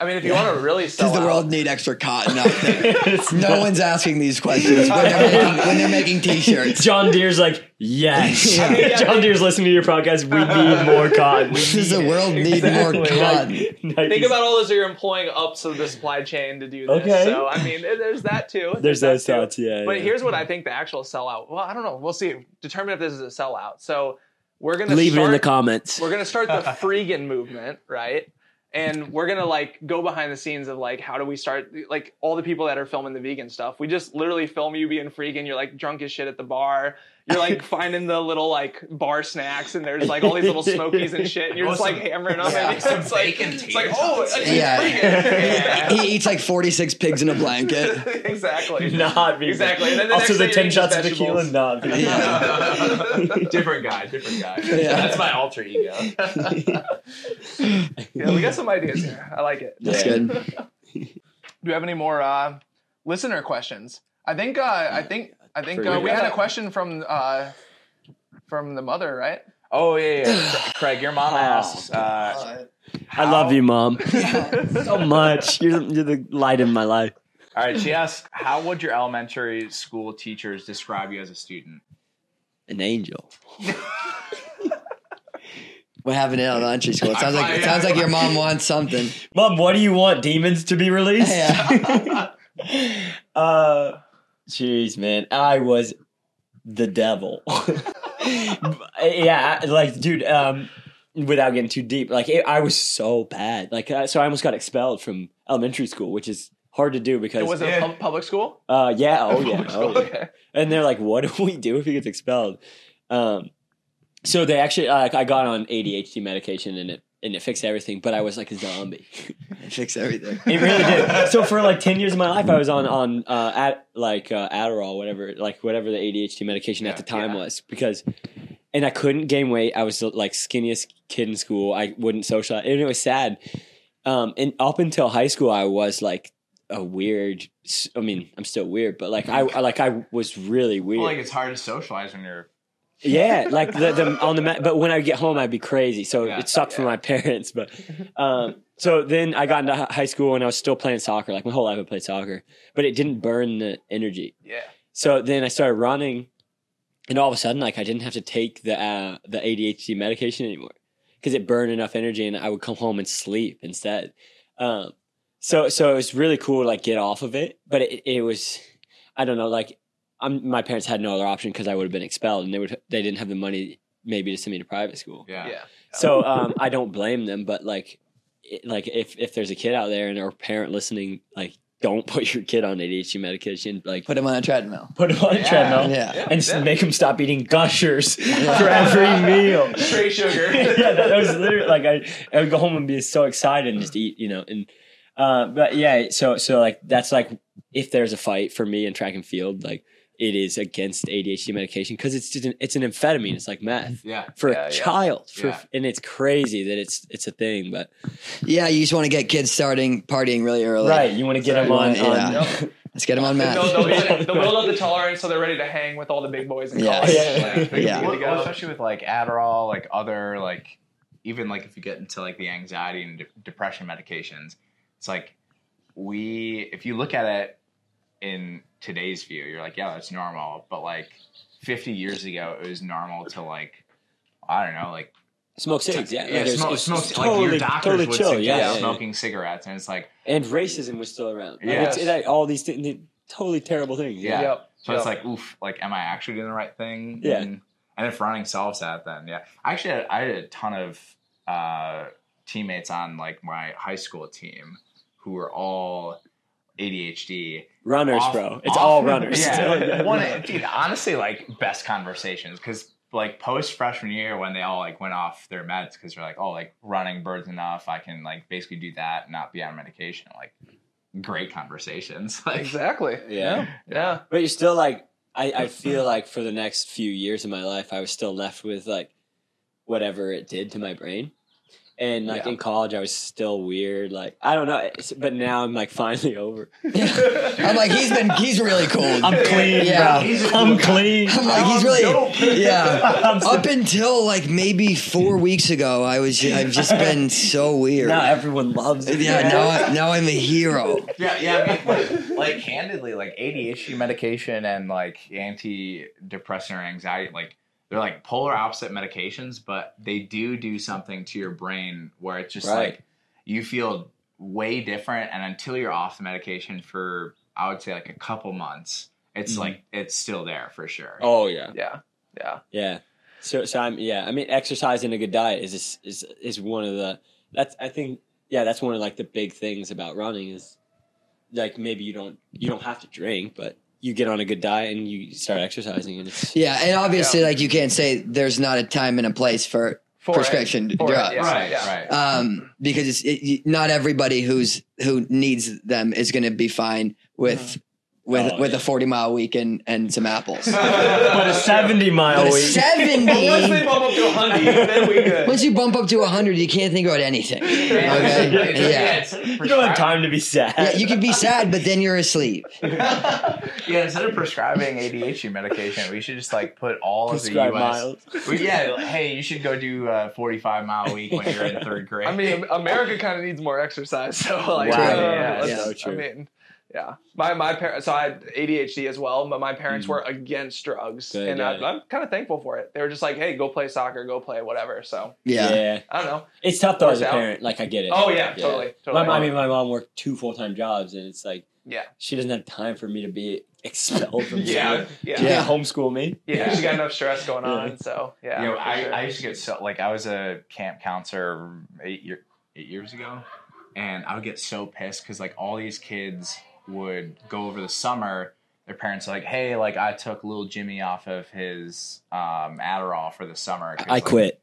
S6: I mean, if you want to really sell
S2: Does the
S6: out-
S2: world need extra cotton out there?
S5: It's
S2: No
S5: not-
S2: one's asking these questions when they're making, when they're making t-shirts.
S5: John Deere's like, yes.
S2: Yeah.
S5: John Deere's listening to your podcast. We need more cotton.
S2: Does the world need more
S6: Exactly.
S2: cotton?
S5: Nike-
S6: Think about all those that you're employing up to the supply chain to do this.
S5: Okay.
S6: So I mean, there's that too.
S5: There's those
S6: that too.
S5: thoughts, yeah.
S6: But
S5: yeah.
S6: here's what I think the actual sellout. Well, I don't know. We'll see. Determine if this is a sellout. So we're gonna
S5: leave it in the
S6: start-
S5: comments.
S6: We're gonna start the freegan movement, right? and we're gonna like go behind the scenes of like how do we start like all the people that are filming the vegan stuff we just literally film you being freaking you're like drunk as shit at the bar you're like finding the little like bar snacks and there's like all these little smokies and shit and you're
S3: Oh,
S6: just
S3: some-
S6: like hammering them
S2: yeah,
S6: and it's
S3: some
S6: like
S3: bacon
S6: it's
S3: tea
S6: like
S3: or
S6: oh
S3: something.
S6: it's yeah.
S2: Yeah. he eats like 46 pigs in a blanket.
S6: exactly
S5: Not vegan.
S6: Exactly, and then the
S5: also,
S6: next day
S5: the
S6: you're
S5: ten
S6: eating
S5: shots of
S6: vegetables.
S5: tequila. Not vegan.
S3: different guy, different guy.
S2: Yeah.
S3: That's my alter ego.
S6: yeah we got some ideas here i like it
S2: That's
S5: Yeah.
S2: good.
S6: Do you have any more uh, listener questions? I think uh, I think I think
S3: Sure.
S6: uh, we had a question from uh, from the mother, right?
S3: Oh yeah, yeah. Craig, your mom asks. Uh,
S5: I love you, mom, so much. You're, you're the light in my life.
S3: all right, she asks, how would your elementary school teachers describe you as a student?
S5: An angel.
S2: What happened in elementary school? It sounds like it sounds like your mom wants something.
S5: Mom, what do you want? Demons to be released?
S2: Yeah.
S5: uh, jeez, man, I was the devil. yeah, I- like, dude. Um, without getting too deep, like, it, I was so bad. Like, uh, so I almost got expelled from elementary school, which is hard to do
S6: It
S5: because,
S6: was a
S3: Yeah.
S6: pub- public school.
S5: uh, yeah, oh yeah,
S6: Public
S5: oh
S6: school,
S5: yeah.
S6: okay.
S5: And they're like, "What do we do if he gets expelled?" Um, so they actually, like, I got on ADHD medication, and it and it fixed everything. But I was like a zombie.
S2: It fixed everything.
S5: It really did. So for like ten years of my life, I was on on uh, at like uh, Adderall, whatever, like whatever the ADHD medication at
S3: Yeah,
S5: the time
S3: yeah.
S5: was, because and I couldn't gain weight. I was the, like skinniest kid in school. I wouldn't socialize, and it was sad. Um, and up until high school, I was like a weird. s- I mean, I'm still weird, but like I I- like I was really weird.
S3: Well, like it's hard to socialize when you're.
S5: Yeah, like the, the on the ma- but when I would get home, I'd be crazy. So
S3: Yeah,
S5: it sucked for
S3: yeah.
S5: my parents. But um, so then I got into hi- high school and I was still playing soccer. Like my whole life, I played soccer, but it didn't burn the energy.
S6: Yeah,
S5: So then I started running, and all of a sudden, like I didn't have to take the uh, the ADHD medication anymore because it burned enough energy, and I would come home and sleep instead. Um, so so it was really cool, to, like get off of it. But it, it was, I don't know, like I'm my parents had no other option because I would have been expelled, and they would they didn't have the money maybe to send me to private school.
S3: Yeah.
S6: yeah.
S5: So um, I don't blame them, but like, it, like if if there's a kid out there and or parent listening, like don't put your kid on ADHD medication. Like
S2: Put him on a treadmill.
S5: put him on a
S3: Yeah.
S5: treadmill
S2: Yeah.
S5: and s
S3: yeah.
S5: make him stop eating gushers for every meal.
S6: Straight sugar.
S5: yeah, that, that was literally like I, I would go home and be so excited and just eat, you know. And uh, but yeah, so so like that's like if there's a fight for me in track and field, like it is against ADHD medication because it's just an, it's an amphetamine. It's like meth
S3: Yeah.
S5: for
S6: Yeah, yeah.
S5: a child, for,
S3: Yeah.
S5: and it's crazy that it's it's a thing. But
S2: Yeah, you just want to get kids starting partying really early.
S5: right, you want to get them on,
S2: Yeah.
S5: on
S6: Yep.
S2: Let's get them on
S6: They'll,
S2: meth.
S6: they'll, be- they'll build up the tolerance so they're ready to hang with all the big boys in
S2: Yeah.
S6: college.
S5: Yeah.
S6: Like, they're
S2: Yeah.
S6: good
S3: Well,
S6: to go.
S3: well, especially with like Adderall, like other like even like if you get into like the anxiety and de- depression medications, it's like we if you look at it in today's view, you're like, yeah, that's normal. But like 50 years ago, it was normal to like I don't know, like
S5: smoke cigs. Yeah,
S3: yeah,
S5: Like, it's-
S3: smoke,
S5: it's
S3: smoke, like
S5: totally-
S3: your doctors
S5: totally
S3: would
S5: chill,
S3: suggest
S5: yeah, yeah, yeah.
S3: smoking cigarettes, and it's like
S5: and racism was still around. Like,
S3: Yes.
S5: it's, it had all these things, totally terrible things.
S3: Yeah.
S6: Yep.
S3: So
S6: Yep.
S3: it's like, oof, like, am I actually doing the right thing?
S5: Yeah.
S3: And, and if running solves that, then yeah. I actually had, I had a ton of uh, teammates on like my high school team who were all ADHD.
S5: runners,
S3: Off-
S5: bro. It's
S3: off-
S5: all runners.
S3: Yeah. One, dude, honestly, like best conversations because like post freshman year when they all like went off their meds because they're like, oh, like running birds enough. I can like basically do that and not be on medication. Like great conversations. Like,
S6: exactly.
S5: Yeah.
S6: Yeah.
S5: But you're still like, I, I feel like for the next few years of my life, I was still left with like whatever it did to my brain. And like
S6: Yeah.
S5: in college, I was still weird. Like, I don't know. It's, but now I'm like finally over.
S2: I'm like, he's been, he's really cool.
S5: I'm clean,
S2: Yeah.
S5: bro. I'm clean.
S2: I'm like, he's really, yeah.
S5: I'm so-
S2: Up until like maybe four weeks ago, I was, I've just been so weird.
S5: now everyone loves it.
S2: Yeah, now, I, now I'm a hero.
S3: Yeah, yeah. I mean, like, like candidly, like ADHD medication and like antidepressant or anxiety, like they're like polar opposite medications, but they do do something to your brain where it's just
S5: Right.
S3: like you feel way different. And until you're off the medication for, I would say, like a couple months, it's
S5: Mhm.
S3: like it's still there for sure.
S5: Oh, yeah.
S6: Yeah. Yeah.
S5: Yeah. So, so I'm, yeah. I mean, exercise and a good diet is, is, is one of the, that's, I think, yeah, that's one of like the big things about running is like maybe you don't you don't have to drink, but you get on a good diet and you start exercising and it's
S2: Yeah, and obviously, like you can't say there's not a time and a place for
S6: For it.
S2: prescription
S6: For it,
S2: drugs.
S6: yeah.
S3: Right, right.
S2: um, because it's it, you- not everybody who's who needs them is going to be fine with with
S5: Oh,
S2: with
S5: yeah.
S2: a forty mile week and and some apples.
S5: but a seventy mile
S2: but a
S5: week.
S6: But once they
S2: seventy.
S6: bump up to 100, then we good.
S2: Once you bump up to hundred, you can't think about anything. Okay,
S3: Yeah.
S2: yeah.
S3: it's
S5: you don't have
S3: prescribed-
S5: time to be sad.
S2: Yeah, you can be sad, but then you're asleep.
S3: Yeah, instead of prescribing ADHD medication, we should just like put all
S5: Prescribe
S3: of the US.
S5: miles.
S3: We, yeah, like, hey, you should go do a 45 mile week when you're in third grade.
S6: I mean, America kind of needs more exercise. So, like,
S5: Wow,
S6: uh,
S3: yeah,
S6: let's-
S2: yeah.
S5: So
S6: I
S5: true.
S6: mean, yeah. My my parents. So I had ADHD as well, but my
S3: Mm.
S6: parents were against drugs,
S5: Good,
S6: and
S5: yeah.
S6: I, I'm kind of thankful for it. They were just like, "Hey, go play soccer, go play whatever." So
S2: Yeah.
S6: I don't know.
S5: It's tough though as a
S6: Works out.
S5: parent. Like I get it.
S6: Oh yeah, totally, totally.
S5: My mom, I mean, my mom worked two full time jobs, and it's like,
S6: Yeah.
S5: she doesn't have time for me to be expelled from
S6: yeah,
S5: school.
S6: yeah,
S5: She
S6: yeah,
S5: can't homeschool me.
S6: She got enough stress going
S5: Yeah.
S6: on. So yeah,
S3: you know,
S6: for
S3: I,
S6: sure.
S3: I used to get so like I was a camp counselor eight year eight years ago, and I would get so pissed because like all these kids would go over the summer. Their parents are like, "Hey, like I took little Jimmy off of his um, Adderall for the summer." 'cause,
S5: I
S3: like,
S5: quit.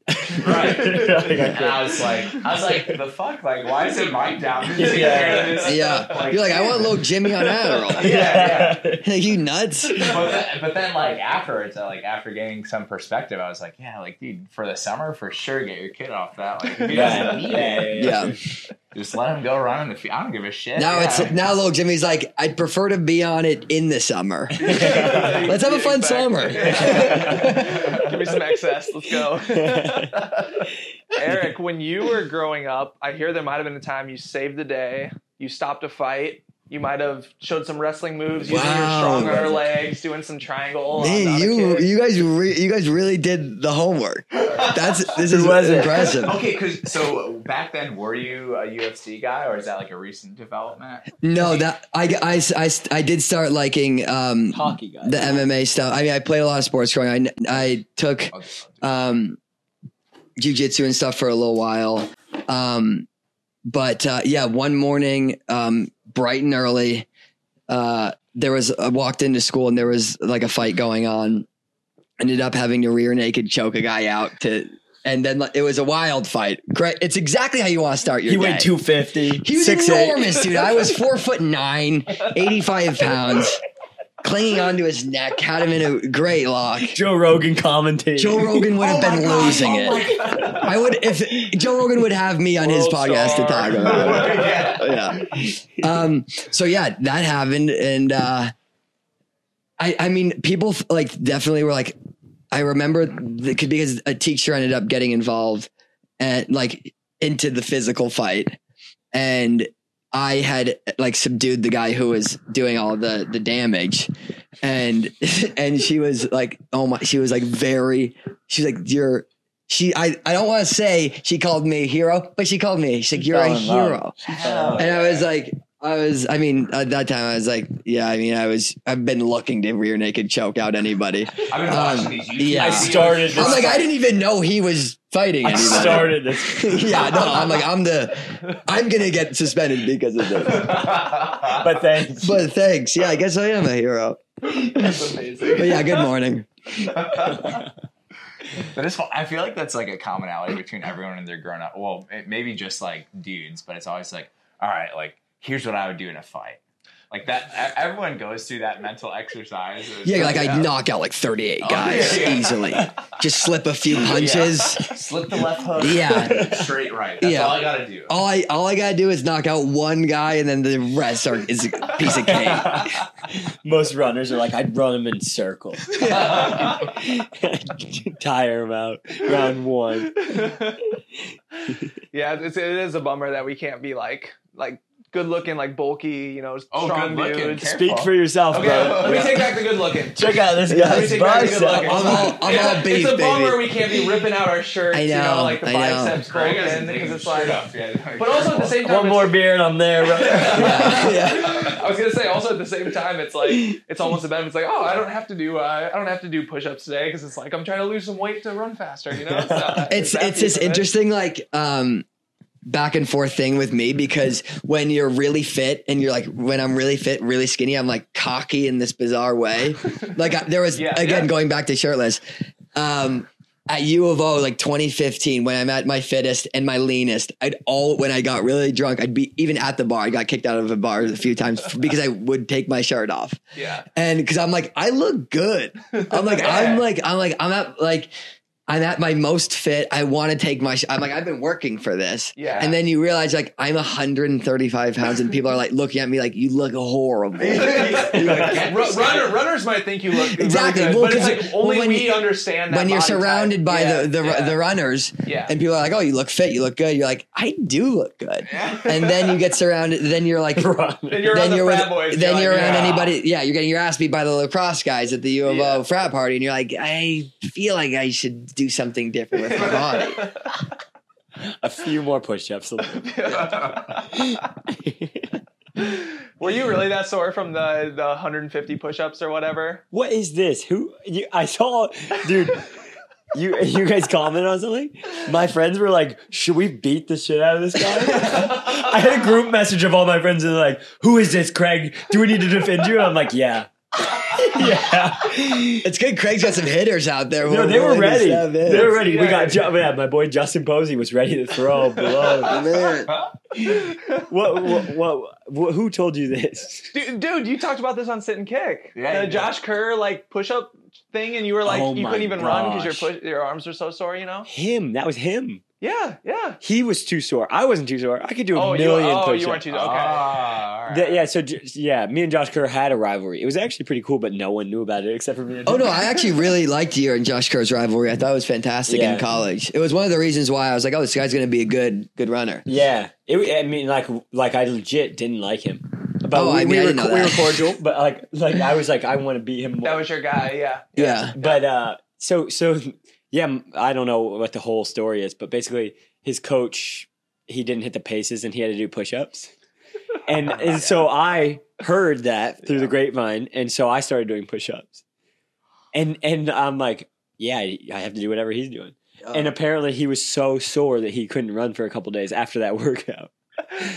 S3: Right.
S5: Like,
S3: And I was like, I was like, the fuck, like, why isn't my down? to take
S5: Yeah.
S3: care of this?"
S2: Yeah. You're like, I want little Jimmy on Adderall.
S3: yeah,
S2: Like, you nuts.
S3: yeah. But then, but then, like afterwards, I, like after getting some perspective, I was like, yeah, like dude, for the summer, for sure, get your kid off that. Like, if he doesn't need it,
S2: Yeah.
S3: just let him go run in the field. I don't give a shit.
S2: Now
S3: Yeah.
S2: it's now little Jimmy's like, I'd prefer to be on it in the summer. Let's have a fun summer.
S6: Give me some excess. Let's go. Eric, when you were growing up, I hear there might have been a time you saved the day, you stopped a fight, you might have showed some wrestling moves using
S2: Wow.
S6: your stronger legs, doing some triangle.
S2: Man, you you guys re- you guys really did the homework. That's this is
S5: was it?
S2: impressive.
S3: okay. Cause so back then, were you a UFC guy, or is that like a recent development?
S2: No, that I, I, I, I did start liking um,
S5: Hockey guy.
S2: the MMA stuff. I mean, I played a lot of sports growing. up. I I took
S3: Oh,
S2: um, jujitsu and stuff for a little while. Um, but uh, yeah, one morning, um, bright and early, uh, there was I walked into school and there was like a fight going on. Ended up having to rear naked choke a guy out to, and then like, it was a wild fight. Great, it's exactly how you want to start your
S5: He
S2: day.
S5: went 250.
S2: He was
S5: 6'8".
S2: enormous, dude. I was four foot nine, 85 pounds, clinging onto his neck, had him in a great lock.
S5: Joe Rogan commentating.
S2: Joe Rogan would have been losing it. I would if Joe Rogan would have me on his
S6: World
S2: podcast to
S6: star.
S2: talk about. it.
S3: yeah.
S2: yeah. Um. So yeah, that happened, and uh, I I mean, people like definitely were like, I remember the, because a teacher ended up getting involved and like into the physical fight, and I had like subdued the guy who was doing all the the damage, and and she was like, oh my, she was like very, she's like you're. She, I, I don't want to say she called me a hero, but she called me. She's like, you're a
S5: fell in love.
S2: hero.
S3: Hell
S2: And I was like, I was, I mean, at that time, I was like, yeah, I mean, I was, I've been looking to rear naked choke out anybody.
S3: I've been watching these YouTube
S2: Um, yeah.
S5: I started this.
S2: I'm like, I didn't even know he was fighting
S5: I
S2: anybody.
S5: started this.
S2: yeah, no, I'm like, I'm the, I'm going to get suspended because of this.
S3: videos.
S5: But then
S2: But thanks. Yeah, I guess I am a hero.
S6: That's amazing.
S2: But yeah, good morning.
S3: but it's, I feel like that's like a commonality between everyone and their grown up. Well, it, maybe just like dudes, but it's always like, all right, like here's what I would do in a fight. Like that, e- everyone goes through that mental exercise. of-
S2: Yeah, like I knock out like 38 guys
S3: Oh, yeah.
S2: easily. Just slip a few punches.
S3: slip the left hook.
S2: Yeah.
S3: straight right. That's
S2: Yeah.
S3: all I gotta do.
S2: All I all I gotta do is knock out one guy, and then the rest are is a piece of cake.
S5: most runners are like, I'd run him in circle. Tire him out. Round one.
S6: yeah, it's, it is a bummer that we can't be like like good looking, like bulky, you know,
S3: Oh,
S6: strong
S3: good looking.
S6: dudes.
S5: Speak for yourself,
S6: Okay, let
S5: bro.
S6: me take back the good looking.
S5: Check out this
S6: Let me
S5: guy's
S6: take back the good looking.
S5: bicep.
S2: I'm all- I'm
S6: It's a-
S2: all beef,
S6: It's a bummer
S2: baby.
S6: we can't be ripping out our shirts,
S2: I
S6: you know,
S2: know,
S6: like the
S2: I know.
S6: biceps
S3: Craig
S6: broken
S3: doesn't take
S6: because
S3: his
S6: it's
S3: shirt
S6: like.
S3: off yet.
S6: But also at the same time,
S5: One
S6: it's-
S5: more beer and I'm there, bro.
S6: I was gonna say also at the same time, it's like it's almost a benefit. It's like, oh, I don't have to do uh, I don't have to do push-ups today because it's like I'm trying to lose some weight to run faster. You know, so
S2: it's
S6: that
S2: it's
S6: piece
S2: just
S6: of it.
S2: interesting like um back and forth thing with me because when you're really fit and you're like when I'm really fit, really skinny, I'm like cocky in this bizarre way. like I, there was
S6: Yeah,
S2: again
S6: yeah.
S2: going back to shirtless. Um at U of O, like 2015, when I'm at my fittest and my leanest, I'd all when I got really drunk, I'd be even at the bar. I got kicked out of a bar a few times because I would take my shirt off
S6: Yeah.
S2: and because I'm like, I look good. I'm like, I'm like, I'm like, I'm at like, I'm at my most fit. I want to take my. Sh- I'm like, I've been working for this.
S6: Yeah.
S2: And then you realize like I'm 135 pounds, and people are like looking at me like, you look horrible.
S6: Ru- runner, runners might think you look
S2: Exactly.
S6: Really good,
S2: Well,
S6: but it's
S2: 'cause,
S6: like
S2: well,
S6: only
S2: when
S6: we
S2: you-
S6: understand that
S2: when you're
S6: body type.
S2: surrounded by
S6: Yeah,
S2: the the,
S6: yeah,
S2: the runners,
S6: yeah.
S2: and people are like, oh, you look fit, you look good. You're like, I do look good. And then you get surrounded. Then you're like,
S6: Then you're
S2: then
S6: around
S2: you're
S6: the
S2: with,
S6: frat boys.
S2: then you're,
S6: like,
S2: around
S6: yeah.
S2: anybody. Yeah, you're getting your ass beat by the lacrosse guys at the U of
S6: Yeah.
S2: O frat party, and you're like, I feel like I should do something different with my body.
S5: a few more push-ups.
S6: Were you really that sore from the, the 150 push-ups or whatever?
S5: what is this? Who you, I saw, dude. You you guys commented on something? My friends were like, "Should we beat the shit out of this guy?" I had a group message of all my friends and they're like, "Who is this, Craig? Do we need to defend you?" And I'm like, "Yeah, yeah."
S2: It's good. Craig's got some hitters out there.
S5: No,
S2: who
S5: they
S2: are
S5: were
S2: willing to
S5: ready.
S2: step in.
S5: They were ready. We got Ju- yeah, my boy Justin Posey was ready to throw a blow.
S2: Man.
S5: What, what, what, what- Who told you this?
S6: Dude, dude, you talked about this on Sit and Kick.
S3: Yeah,
S6: the
S3: you did.
S6: Josh Kerr like push-up thing, and you were like,
S5: Oh
S6: you
S5: my
S6: couldn't even run because
S5: gosh.
S6: your push- your arms were so sore. You know?
S5: Him. That was him.
S6: Yeah, yeah.
S5: He was too sore. I wasn't too sore. I could do a
S6: Oh, you,
S5: million.
S6: oh,
S5: push-ups.
S6: you weren't too. Okay.
S3: Ah, all right.
S5: That- yeah, so j- yeah, me and Josh Kerr had a rivalry. It was actually pretty cool, but no one knew about it except for me. And
S2: Oh no, I actually really liked your and Josh Kerr's rivalry. I thought it was fantastic
S5: Yeah.
S2: in college. It was one of the reasons why I was like, oh, this guy's going to be a good good runner.
S5: Yeah, it, I mean, like, like I legit didn't like him. But
S2: Oh,
S5: we,
S2: I mean,
S5: we,
S2: I
S5: were,
S2: didn't know
S5: we were
S2: that.
S5: cordial, but like, like I was like, I want to beat him. More.
S6: That was your guy. Yeah.
S2: Yeah.
S5: but uh, so so yeah, m- I don't know what the whole story is, but basically, his coach he didn't hit the paces and he had to do push-ups, and, and so I heard that through the grapevine, and so I started doing push-ups, and and I'm like, yeah, I have to do whatever he's doing.
S2: Uh.
S5: And apparently, he was so sore that he couldn't run for a couple days after that workout.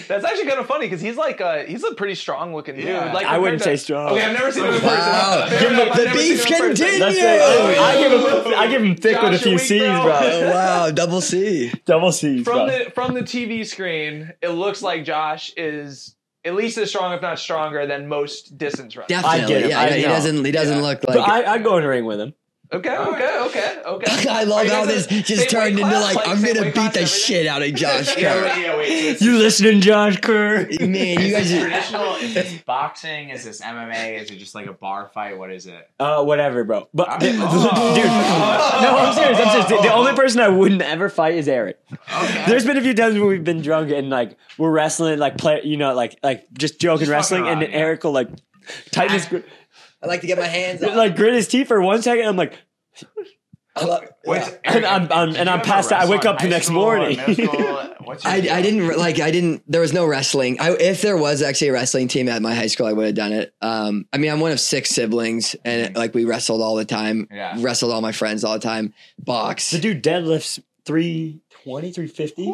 S6: That's actually kind of funny because he's like a he's a pretty strong looking dude.
S3: Yeah.
S6: Like
S5: I wouldn't
S6: compared
S5: say
S6: to-
S5: strong.
S6: Okay, I've never seen him in person.
S2: Wow.
S6: Fair
S2: Give him
S6: enough,
S2: the
S6: I've never seen
S2: beef
S6: him in person.
S2: continues.
S5: That's it.
S2: Yeah.
S5: I give him, I give him thick
S6: Josh,
S5: with a
S6: you're
S5: few
S6: weak,
S5: C's,
S6: bro.
S5: bro.
S2: Oh wow, double C.
S5: Double C's,
S6: From
S5: bro.
S6: the from the TV screen, it looks like Josh is at least as strong, if not stronger, than most distance runners.
S2: Definitely.
S5: it.
S2: Yeah,
S5: I
S2: he
S5: know.
S2: doesn't. He doesn't
S6: Yeah.
S2: look
S5: but
S2: like.
S5: I, I'd go in a ring with him.
S6: Okay, okay, okay, okay.
S2: I
S6: Are
S2: love
S6: you
S2: how
S6: guys
S2: this
S6: in the
S2: just
S6: same weight
S2: turned into
S6: class?
S2: like, I'm
S6: same
S2: gonna
S6: weight
S2: beat
S6: class
S2: the
S6: and
S2: shit out of Josh
S6: Yeah,
S2: Kerr.
S6: right.
S3: yeah, wait. so
S5: You listening, Josh Kerr?
S2: Man, you
S3: Is
S2: guys
S3: this
S2: are
S3: traditional? Is this boxing? Is this MMA? Is it just like a bar fight? What is it?
S5: Uh, whatever, bro. But
S3: Oh.
S5: dude, no, I'm serious. I'm serious. The, the only person I wouldn't ever fight is Eric.
S3: Okay.
S5: There's been a few times when we've been drunk and like we're wrestling, like play, you know, like like just joking
S3: Just
S5: wrestling,
S3: fucking
S5: and then
S3: around, yeah.
S5: Eric will like tighten his gri-
S2: I like to get my hands up.
S5: like grit his teeth for one second. I'm like,
S2: I, love-
S3: What's-
S2: yeah.
S5: And I'm- I'm-
S3: did
S5: and
S3: you
S5: I'm
S3: ever
S5: passed out. I
S3: wrestle
S5: wake
S3: in
S5: up the
S3: high
S5: next
S3: school or
S5: morning.
S3: middle school? What's your
S2: I,
S3: deal?
S2: I didn't re- like I didn't there was no wrestling. I if there was actually a wrestling team at my high school I would have done it. Um I mean I'm one of six siblings
S6: Mm-hmm.
S2: and like we wrestled all the time.
S3: Yeah.
S2: Wrestled all my friends all the time. Box.
S5: the dude deadlifts 320, 350.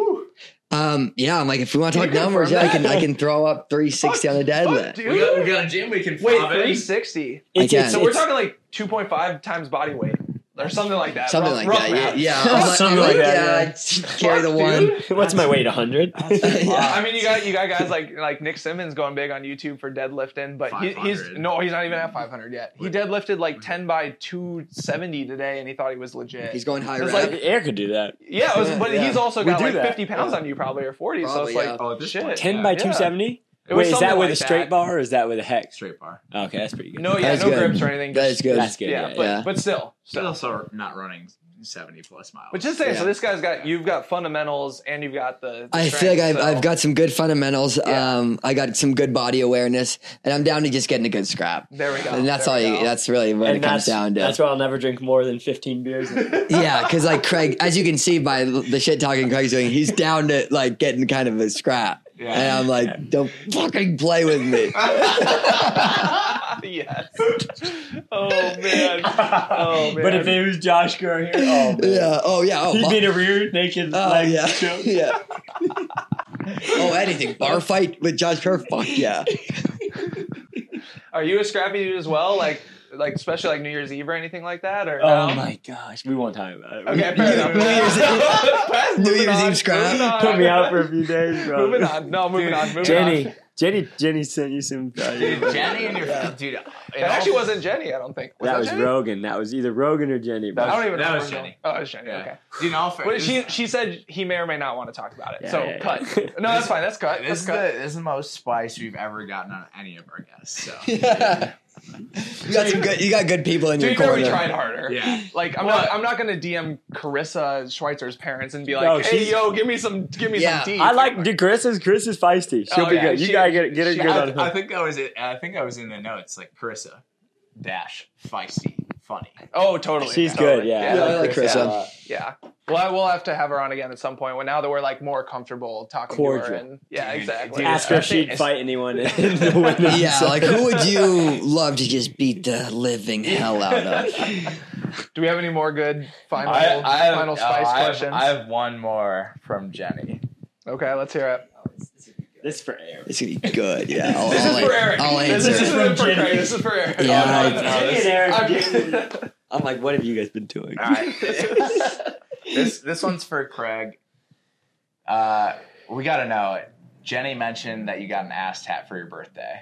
S2: Um yeah, I'm like if we want to
S6: Can
S2: talk
S6: you confirm
S2: numbers, yeah, I
S6: that?
S2: can I can throw up 360 on a
S6: Fuck,
S2: deadlift.
S3: We got, we
S6: dude.
S3: got a gym we can
S6: Wait,
S3: fob in.
S6: 360.
S5: It's,
S2: guess.
S5: it's,
S6: So we're
S5: it's-
S6: talking like 2.5 times body weight or something like that.
S2: Something
S6: Rough-
S2: like
S6: rough
S2: that.
S6: math.
S2: Yeah. yeah. I'm like,
S5: Something
S2: I'm
S5: like
S2: like,
S5: that,
S2: yeah, carry the
S6: Fuck,
S2: one.
S6: dude.
S5: what's my weight? hundred.
S2: Yeah.
S6: I mean, you got you got guys like like Nick Simmons going big on YouTube for deadlifting, but he, he's
S3: 500.
S6: no, he's not even at 500 yet. He deadlifted like 10 by 270 today, and he thought he was legit.
S2: He's going high
S6: It's
S2: rep.
S6: like-
S5: Eric could do that.
S6: yeah, it was,
S2: Yeah,
S6: but
S2: yeah.
S6: he's also got
S5: do
S6: like
S5: that.
S6: 50 pounds on you probably or 40,
S2: Probably,
S6: so it's
S2: yeah.
S6: like
S3: Oh, at this
S6: shit.
S3: point,
S5: Ten
S3: yeah.
S5: by
S6: Yeah.
S5: two seventy.
S6: It was
S5: Wait, is
S6: something
S5: that with
S6: like
S5: a straight
S6: that.
S5: bar or is that with a hex?
S3: Straight bar.
S5: Okay, that's pretty good.
S6: No, yeah,
S2: That's
S6: no
S2: good.
S6: grips or anything.
S2: that
S6: just-
S2: is good.
S5: That's good.
S6: yeah,
S5: Yeah,
S6: but
S2: yeah.
S6: but still,
S3: Still,
S6: still.
S3: also not running seventy plus miles.
S6: But just saying,
S2: Yeah.
S6: so this guy's got you've got fundamentals and you've got the. the
S2: I feel
S6: strength,
S2: like I've,
S6: so-
S2: I've got some good fundamentals.
S6: Yeah.
S2: Um, I got some good body awareness, and I'm down to just getting a good scrap.
S6: There we go.
S2: and that's
S6: there
S2: all
S6: we
S2: you.
S6: go.
S2: That's really what it
S5: that's,
S2: comes down to.
S5: that's why I'll never drink more than fifteen beers.
S2: yeah, because like Craig, as you can see by the shit talking Craig's doing, he's down to like getting kind of a scrap.
S3: Yeah.
S2: And I'm like, don't fucking play with me.
S6: Oh, yes. Oh man. Oh man.
S5: but if it was Josh Kerr here, oh man.
S2: yeah. Oh yeah. Oh,
S5: he'd
S2: my-
S5: be in a rear naked
S2: oh
S5: like
S2: yeah.
S5: choke.
S2: yeah. Oh, anything. Bar fight with Josh Kerr? Fuck yeah.
S6: Are you a scrappy dude as well? Like, like especially like New Year's Eve or anything like that? Or
S5: Oh
S6: no?
S5: my gosh, we won't talk about it.
S6: Um, Okay, fair enough.
S2: New Year's-
S6: Pass,
S2: New
S6: moving
S2: Year's
S6: on,
S2: Eve scrap.
S6: moving on.
S5: Put me out for a few days, bro.
S6: Moving on. No, moving on. Moving
S5: Jenny,
S6: on.
S5: Jenny, Jenny sent you some. uh, value.
S3: Dude, Jenny and your dude. It
S6: It actually wasn't Jenny. I don't think. Was
S5: that was
S6: Jenny?
S5: Rogan. That was either Rogan or Jenny. Bro.
S6: I don't even
S3: That
S6: know.
S3: was Jenny.
S6: Oh, it was Jenny.
S3: Yeah.
S6: Okay.
S3: Dude, in all
S6: Well,
S3: fairness,
S6: she she said he may or may not want to talk about it.
S5: Yeah,
S6: so
S5: yeah, yeah.
S6: cut. No, that's fine. That's cut.
S3: this
S6: That's
S3: is
S6: cut.
S3: the this is the most spice we've ever gotten on any of our guests. So
S2: Yeah. You got some good. You got good people in your
S6: Dude, you know we
S2: corner.
S6: tried harder.
S3: Yeah.
S6: Like I'm
S3: Well-
S6: not I'm not gonna DM Carissa Schweitzer's parents and be like,
S5: No,
S6: hey
S5: she's-
S6: yo, give me some give me
S2: Yeah.
S6: some deep.
S5: I like dude, Chris is Chris is feisty. She'll
S6: Oh,
S5: be
S6: yeah,
S5: good. You
S6: she-
S5: gotta get get her
S6: she-
S5: good
S3: I,
S5: on her.
S3: I think I was in, I think I was in the notes like Carissa, dash feisty, funny.
S6: Oh totally.
S5: She's
S6: yeah.
S5: good. Yeah,
S2: Yeah, I like
S5: Chris a
S2: Carissa.
S5: lot.
S6: Yeah. Well I will have to have her on again at some point when now that we're like more comfortable talking to her
S5: Cordial.
S6: and yeah,
S3: Dude,
S6: exactly.
S3: dude,
S5: Ask her if
S3: Especially-
S5: she'd fight anyone in the winter.
S2: Yeah, like who would you love to just beat the living hell out of?
S6: Do we have any more good final final
S3: oh,
S6: spice
S3: I have-
S6: questions?
S3: I have one more from Jenny.
S6: okay, let's hear it.
S5: This for air.
S2: It's gonna be good. Yeah, I'll,
S6: This
S2: I'll,
S6: is for Eric.
S2: I'll
S6: This
S2: answer.
S6: is
S2: it.
S6: for
S5: Jenny.
S6: Craig. This is for Eric.
S2: Yeah,
S6: Oh,
S2: I-
S6: no,
S5: Jenny
S6: this-
S5: and Eric
S6: I'm-
S5: are I'm like, what have you guys been doing?
S3: All right. this this one's for Craig. Uh, we gotta know. Jenny mentioned that you got an ass tat for your birthday.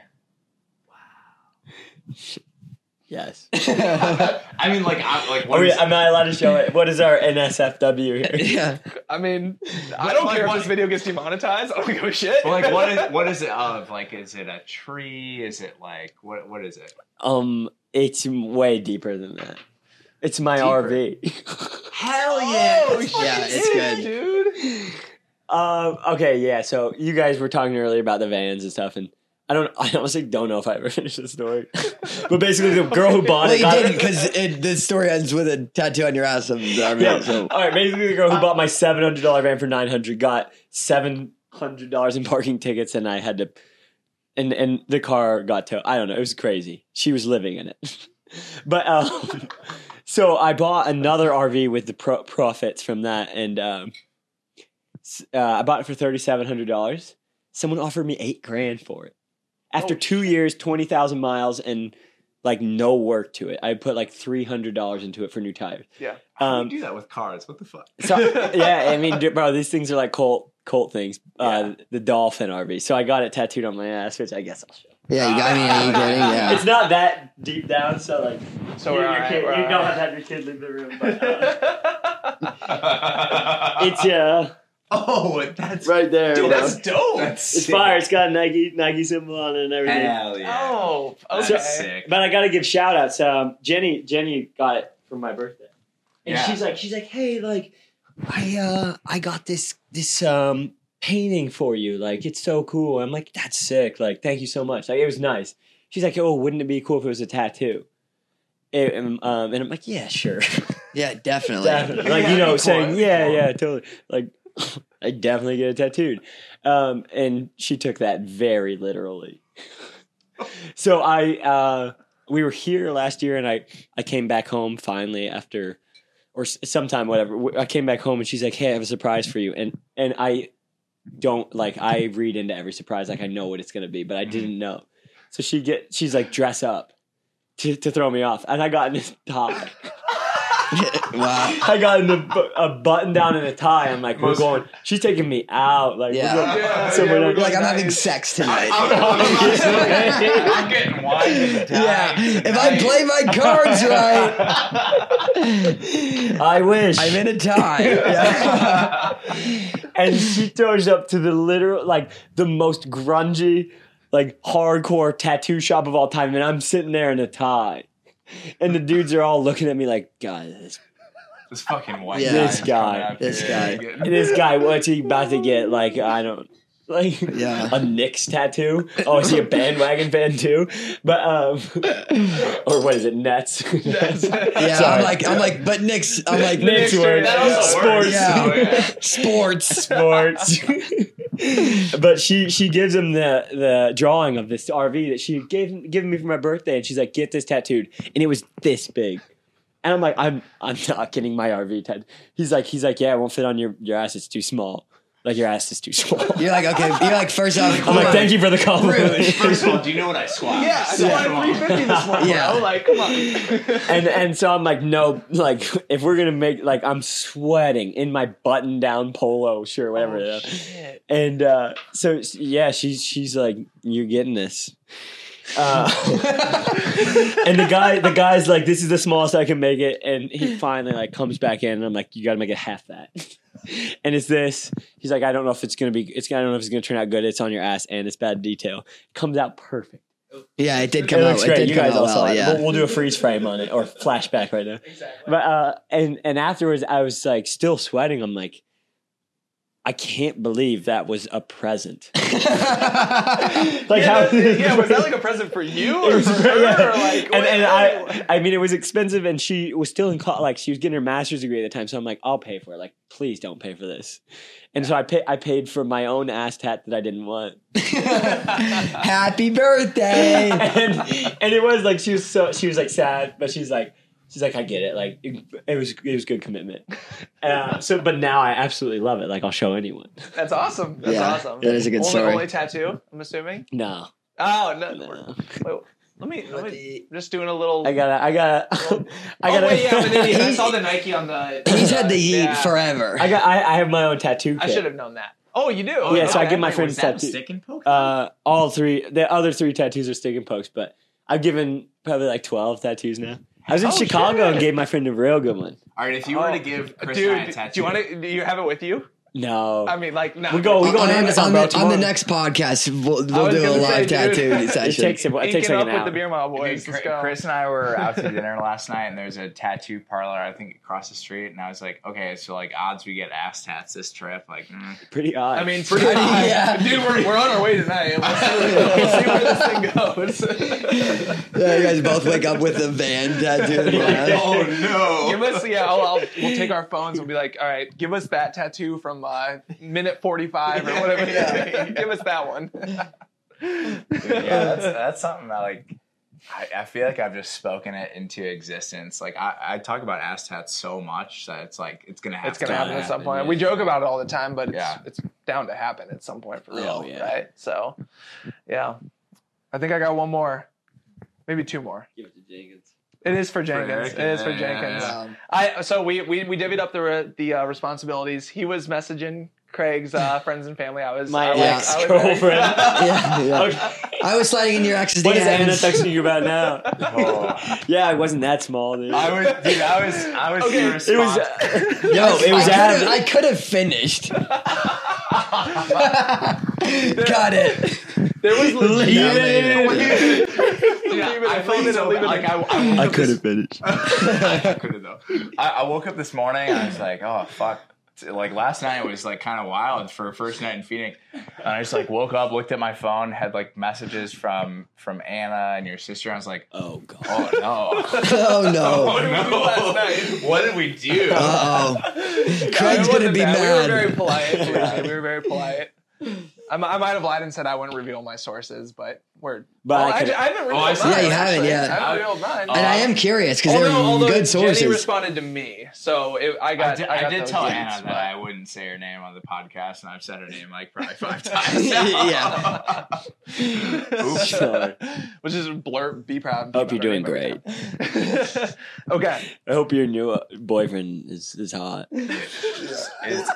S5: Yes.
S3: I mean, like, I, like,
S5: Are
S3: what
S5: we,
S3: is,
S5: am I allowed to show it? What is our NSFW here?
S2: Yeah,
S6: I mean, I don't
S3: like,
S6: care if
S3: what-
S6: this video gets demonetized. I don't give a shit.
S3: well, like, what is, what is it of? Like, is it a tree? Is it like, what, what is it?
S5: Um, it's way deeper than that. It's my
S3: Deeper.
S5: RV.
S3: Hell
S6: Oh,
S2: yeah,
S6: shit,
S2: it's good.
S6: dude.
S5: um, okay, yeah. So you guys were talking earlier about the vans and stuff, and I don't. I honestly don't know if I ever finished the story. but basically, the girl who bought
S2: well,
S5: it.
S2: you
S5: got it-
S2: didn't because the story ends with a tattoo on your ass of the army.
S5: Yeah.
S2: So
S5: All right. Basically, the girl who bought my seven hundred dollar van for nine hundred got seven hundred dollars in parking tickets, and I had to, and and the car got towed. I don't know. It was crazy. She was living in it, but um, so I bought another RV with the pro- profits from that, and um, s- uh, I bought it for thirty seven hundred dollars. Someone offered me eight grand for it. After two years, twenty thousand miles, and like no work to it, I put like three hundred dollars into it for new tires.
S6: Yeah.
S3: How
S5: Um,
S3: do you do that with cars? What the fuck?
S5: so yeah, I mean, dude, bro, these things are like cult cult things. Uh, the dolphin RV. So I got it tattooed on my ass, which I guess I'll show.
S2: yeah, you got me. Are you kidding? Yeah.
S5: It's not that deep down, so like
S6: So
S5: you,
S6: we're
S5: your
S6: alright,
S5: kid-
S6: we're
S5: you don't
S6: alright.
S5: have to have your kid leave the room. But, uh, it's uh
S3: oh, that's
S5: right there.
S6: Dude,
S5: bro.
S6: that's dope.
S3: that's
S5: it's
S3: sick.
S5: fire. It's got a Nike Nike symbol on it and everything.
S3: Hell yeah,
S6: Oh,
S3: that's
S6: okay.
S3: sick.
S5: But I gotta give shout outs. Um, Jenny Jenny got it for my birthday, and
S3: Yeah.
S5: she's like she's like, hey, like I uh I got this this um painting for you. Like it's so cool. I'm like that's sick. Like thank you so much. Like it was nice. She's like, oh, wouldn't it be cool if it was a tattoo? It- and, um, and I'm like, yeah, sure,
S2: Yeah, definitely.
S5: definitely. Like you
S3: that'd be
S5: know,
S3: cool.
S5: saying
S3: That'd be
S5: yeah,
S3: cool.
S5: yeah, totally. Like I definitely get it tattooed. Um, and she took that very literally. so I uh, we were here last year, and I I came back home finally after or s- sometime whatever. W- I came back home, and she's like, "Hey, I have a surprise for you," and and I don't like I read into every surprise like I know what it's gonna be, but I didn't know. So she get she's like dress up. To, to throw me off, and I got in this top.
S2: wow.
S5: I got in the, bu- a button down and a tie. I'm like, we're
S3: Most-
S5: going. She's taking me out. Like,
S2: Yeah.
S5: we're going
S6: Yeah,
S5: somewhere
S6: yeah,
S5: like
S6: we're Oh,
S5: that.
S2: Like I'm having
S6: Nice.
S2: sex
S3: I-
S2: tonight.
S3: I'm, I'm getting wine. and dine
S2: yeah, if I
S3: tonight.
S2: play my cards right,
S5: I wish.
S2: I'm in a tie. Yeah.
S5: and she throws up to the literal, like the most grungy, like hardcore tattoo shop of all time, and I'm sitting there in a tie, and the dudes are all looking at me like, God, this,
S3: This fucking white
S2: Yeah.
S3: guy.
S5: This
S3: is
S5: guy.
S3: coming up
S2: This
S3: here.
S2: guy.
S3: Getting-
S5: this guy, what's he about to get? Like, I don't. Like
S2: Yeah.
S5: a Knicks tattoo. Oh, is he a bandwagon fan too? But um, or what is it? Nets.
S2: Yeah,
S5: Sorry.
S2: I'm like, I'm like, but Nick's, I'm like,
S5: Knicks
S6: Knicks
S5: were
S6: were- that also
S5: sports.
S2: works. Yeah.
S3: Oh, yeah.
S2: sports.
S5: sports. but she she gives him the the drawing of this RV that she gave him- given me for my birthday, and she's like, "Get this tattooed," and it was this big. And I'm like, I'm I'm not getting my RV tattooed. He's like, he's like, yeah, it won't fit on your your ass. It's too small. like your ass is too small.
S2: You're like, okay, you're like, first off,
S5: I'm like, thank you for the
S2: Rude.
S5: compliment.
S3: First of all, do you know what I squat?
S6: Yeah, I
S3: Second
S6: squatted
S3: of all-
S6: 350 this morning,
S2: Yeah.
S6: bro. Like, come on.
S5: and and so I'm like, no, like if we're gonna make like I'm sweating in my button down polo shirt, whatever. it is.
S6: shit.
S5: And uh, so yeah, she's she's like, you're getting this. Uh, and the guy, the guy's like, this is the smallest I can make it. And he finally like comes back in, and I'm like, you got to make it half that. And it's this. He's like, I don't know if it's gonna be. It's I don't know if it's gonna turn out good. It's on your ass, and it's bad detail. Comes out perfect.
S2: yeah, it did come
S5: it
S2: out.
S5: looks
S2: It
S5: great.
S2: did
S5: you
S2: come
S5: guys
S2: out
S5: all saw
S2: well.
S5: it. But
S2: Yeah,
S5: we'll do a freeze frame on it or flashback right now.
S6: Exactly.
S5: But uh, and and afterwards, I was like still sweating. I'm like, I can't believe that was a present. like
S6: yeah,
S5: how?
S6: that- yeah, was that like a present for you
S5: It
S6: or
S5: was-
S6: for her?
S5: yeah.
S6: Or like,
S5: and, and
S6: what-
S5: I, I mean, it was expensive, and she was still in college. Like she was getting her master's degree at the time, so I'm like, I'll pay for it. Like, please don't pay for this. And so I pay, I paid for my own ass tat that I didn't want,
S2: happy birthday.
S5: and and it was like she was so she was like sad, but she's like she's like I get it. Like it, it was it was good commitment. Uh, so, but now I absolutely love it. Like I'll show anyone.
S6: That's awesome. That's
S2: Yeah,
S6: awesome.
S2: that is a good
S6: only,
S2: story.
S6: Only tattoo, I'm assuming.
S5: No,
S6: Oh no.
S5: no.
S6: Wait, let me. Let me
S2: He's
S6: just doing a little.
S5: I gotta I gotta I
S6: oh
S5: gotta.
S6: wait, yeah, I'm an idiot. I saw the Nike on the.
S2: had the yeet
S6: Yeah.
S2: forever.
S5: I got I, I have my own tattoo. Kit.
S6: I should have known that. Oh, you do.
S5: Oh, yeah, so I
S6: Okay.
S5: give my
S3: Wait,
S5: friends
S3: was that
S5: tattoo-
S3: Stick and poke.
S5: Uh, all three. The other three tattoos are stick and pokes, but I've given probably like twelve tattoos now. I was in
S6: Oh,
S5: Chicago and
S6: shit.
S5: gave my friend a real good one.
S3: All right, if you were
S6: Oh.
S3: to give Chris and I
S6: Dude,
S3: a tattoo,
S6: do you want to? Do you have it with you?
S5: No,
S6: I mean, like, no.
S5: we go. We
S2: On-
S5: go on
S2: on,
S5: Amazon
S2: on
S5: bro,
S2: the, on the
S5: tomorrow.
S2: next podcast, we'll,
S6: I
S2: we'll
S6: was
S2: do a
S6: gonna
S2: live
S6: say, dude,
S2: tattoo
S6: it
S5: It
S2: session.
S5: takes it, it takes
S6: Inking
S5: like
S6: up
S5: an
S6: with the
S5: hour.
S6: beer mile
S3: Dude,
S6: boys. Let's
S3: Chris,
S6: go.
S3: Chris and I were out to dinner last night, and there's a tattoo parlor I think across the street, and I was like, okay, so like odds we get ass tats this trip, like. mm.
S5: Pretty odd.
S6: I mean, pretty high.
S2: Yeah.
S6: Dude, we're, we're on our way tonight. We'll see, we'll see where this thing goes.
S2: Yeah, you guys both wake up with a van tattoo. in your ass.
S3: Oh no!
S6: Give us, yeah, I'll, I'll, we'll take our phones. We'll be like, all right, give us that tattoo from uh, minute 45 or whatever.
S3: Yeah.
S6: Give us that one.
S3: yeah, that's, that's something that like I, I feel like I've just spoken it into existence. Like I, I talk about ass tats so much that it's like it's gonna happen.
S6: It's going to
S5: Gotta
S6: happen at some
S5: happen,
S6: point.
S5: yeah.
S6: We joke about it all the time, but it's,
S3: Yeah.
S6: it's down to happen at some point for real.
S5: Oh, yeah.
S6: Right? So, yeah. I think I got one more, maybe two more. It is for Jenkins.
S3: Eric,
S6: it is for
S3: yeah, yeah,
S6: Jenkins.
S3: yeah.
S2: Um,
S6: I so we we, we divvied up the re, the uh, responsibilities. He was messaging Craig's uh, friends and family. I was
S5: my
S6: I was-
S5: ex
S6: I was-
S5: girlfriend.
S2: yeah, yeah. I was sliding in your ex's
S5: What is Anna
S2: DMs.
S5: texting you about now?
S3: Oh.
S5: Yeah, it wasn't that small. Dude.
S3: I was, dude. I was, I was.
S6: Okay, it uh,
S3: irresponsible.
S5: it was. uh,
S2: Yo,
S5: it was
S2: I
S5: Adam.
S2: could, have, I could have finished. Got it.
S6: there was legit.
S5: Leave it in.
S3: Yeah,
S6: Leave it
S3: I
S6: in,
S3: felt
S6: leave it
S3: so
S6: in, leave it
S3: like
S6: in.
S3: I, I woke up this-
S5: finished.
S2: Oh,
S3: I could've, though. I, I woke up this morning. I was like, oh fuck. Like last night was like kind of wild for a first night in Phoenix. And I just like woke up, looked at my phone, had like messages from from Anna and your sister. I was like,
S5: Oh god.
S3: oh no.
S2: Oh
S3: Oh,
S6: did we do
S2: no.
S3: no.
S6: last night?
S3: What did we do?
S2: Uh oh. Craig's
S6: it
S2: gonna
S6: wasn't
S2: be
S6: bad. We were very
S2: mad.
S6: polite. Actually, We were very polite. I'm- I, might have lied and said I wouldn't reveal my sources, but we're.
S5: But
S6: Oh,
S5: I
S6: I,
S5: could-
S6: I haven't revealed
S3: I
S6: mine.
S3: see. Yeah,
S2: you haven't,
S6: actually.
S2: yeah.
S6: I haven't revealed mine.
S2: And I am curious because they're
S6: although, although
S2: good
S6: Jenny
S2: sources.
S6: responded to me, so it, I got.
S3: I did,
S6: got
S3: I did
S6: those
S3: tell
S6: leads,
S3: Anna
S6: but-
S3: that I wouldn't say her name on the podcast, and I've said her name like probably five times.
S2: Yeah.
S3: Oops.
S5: Sure.
S6: Which is blurb. Be proud.
S5: Hope
S6: Be
S5: you're doing
S6: proud of
S5: great.
S6: everything. okay.
S5: I hope your new uh, boyfriend is is hot.
S3: It's-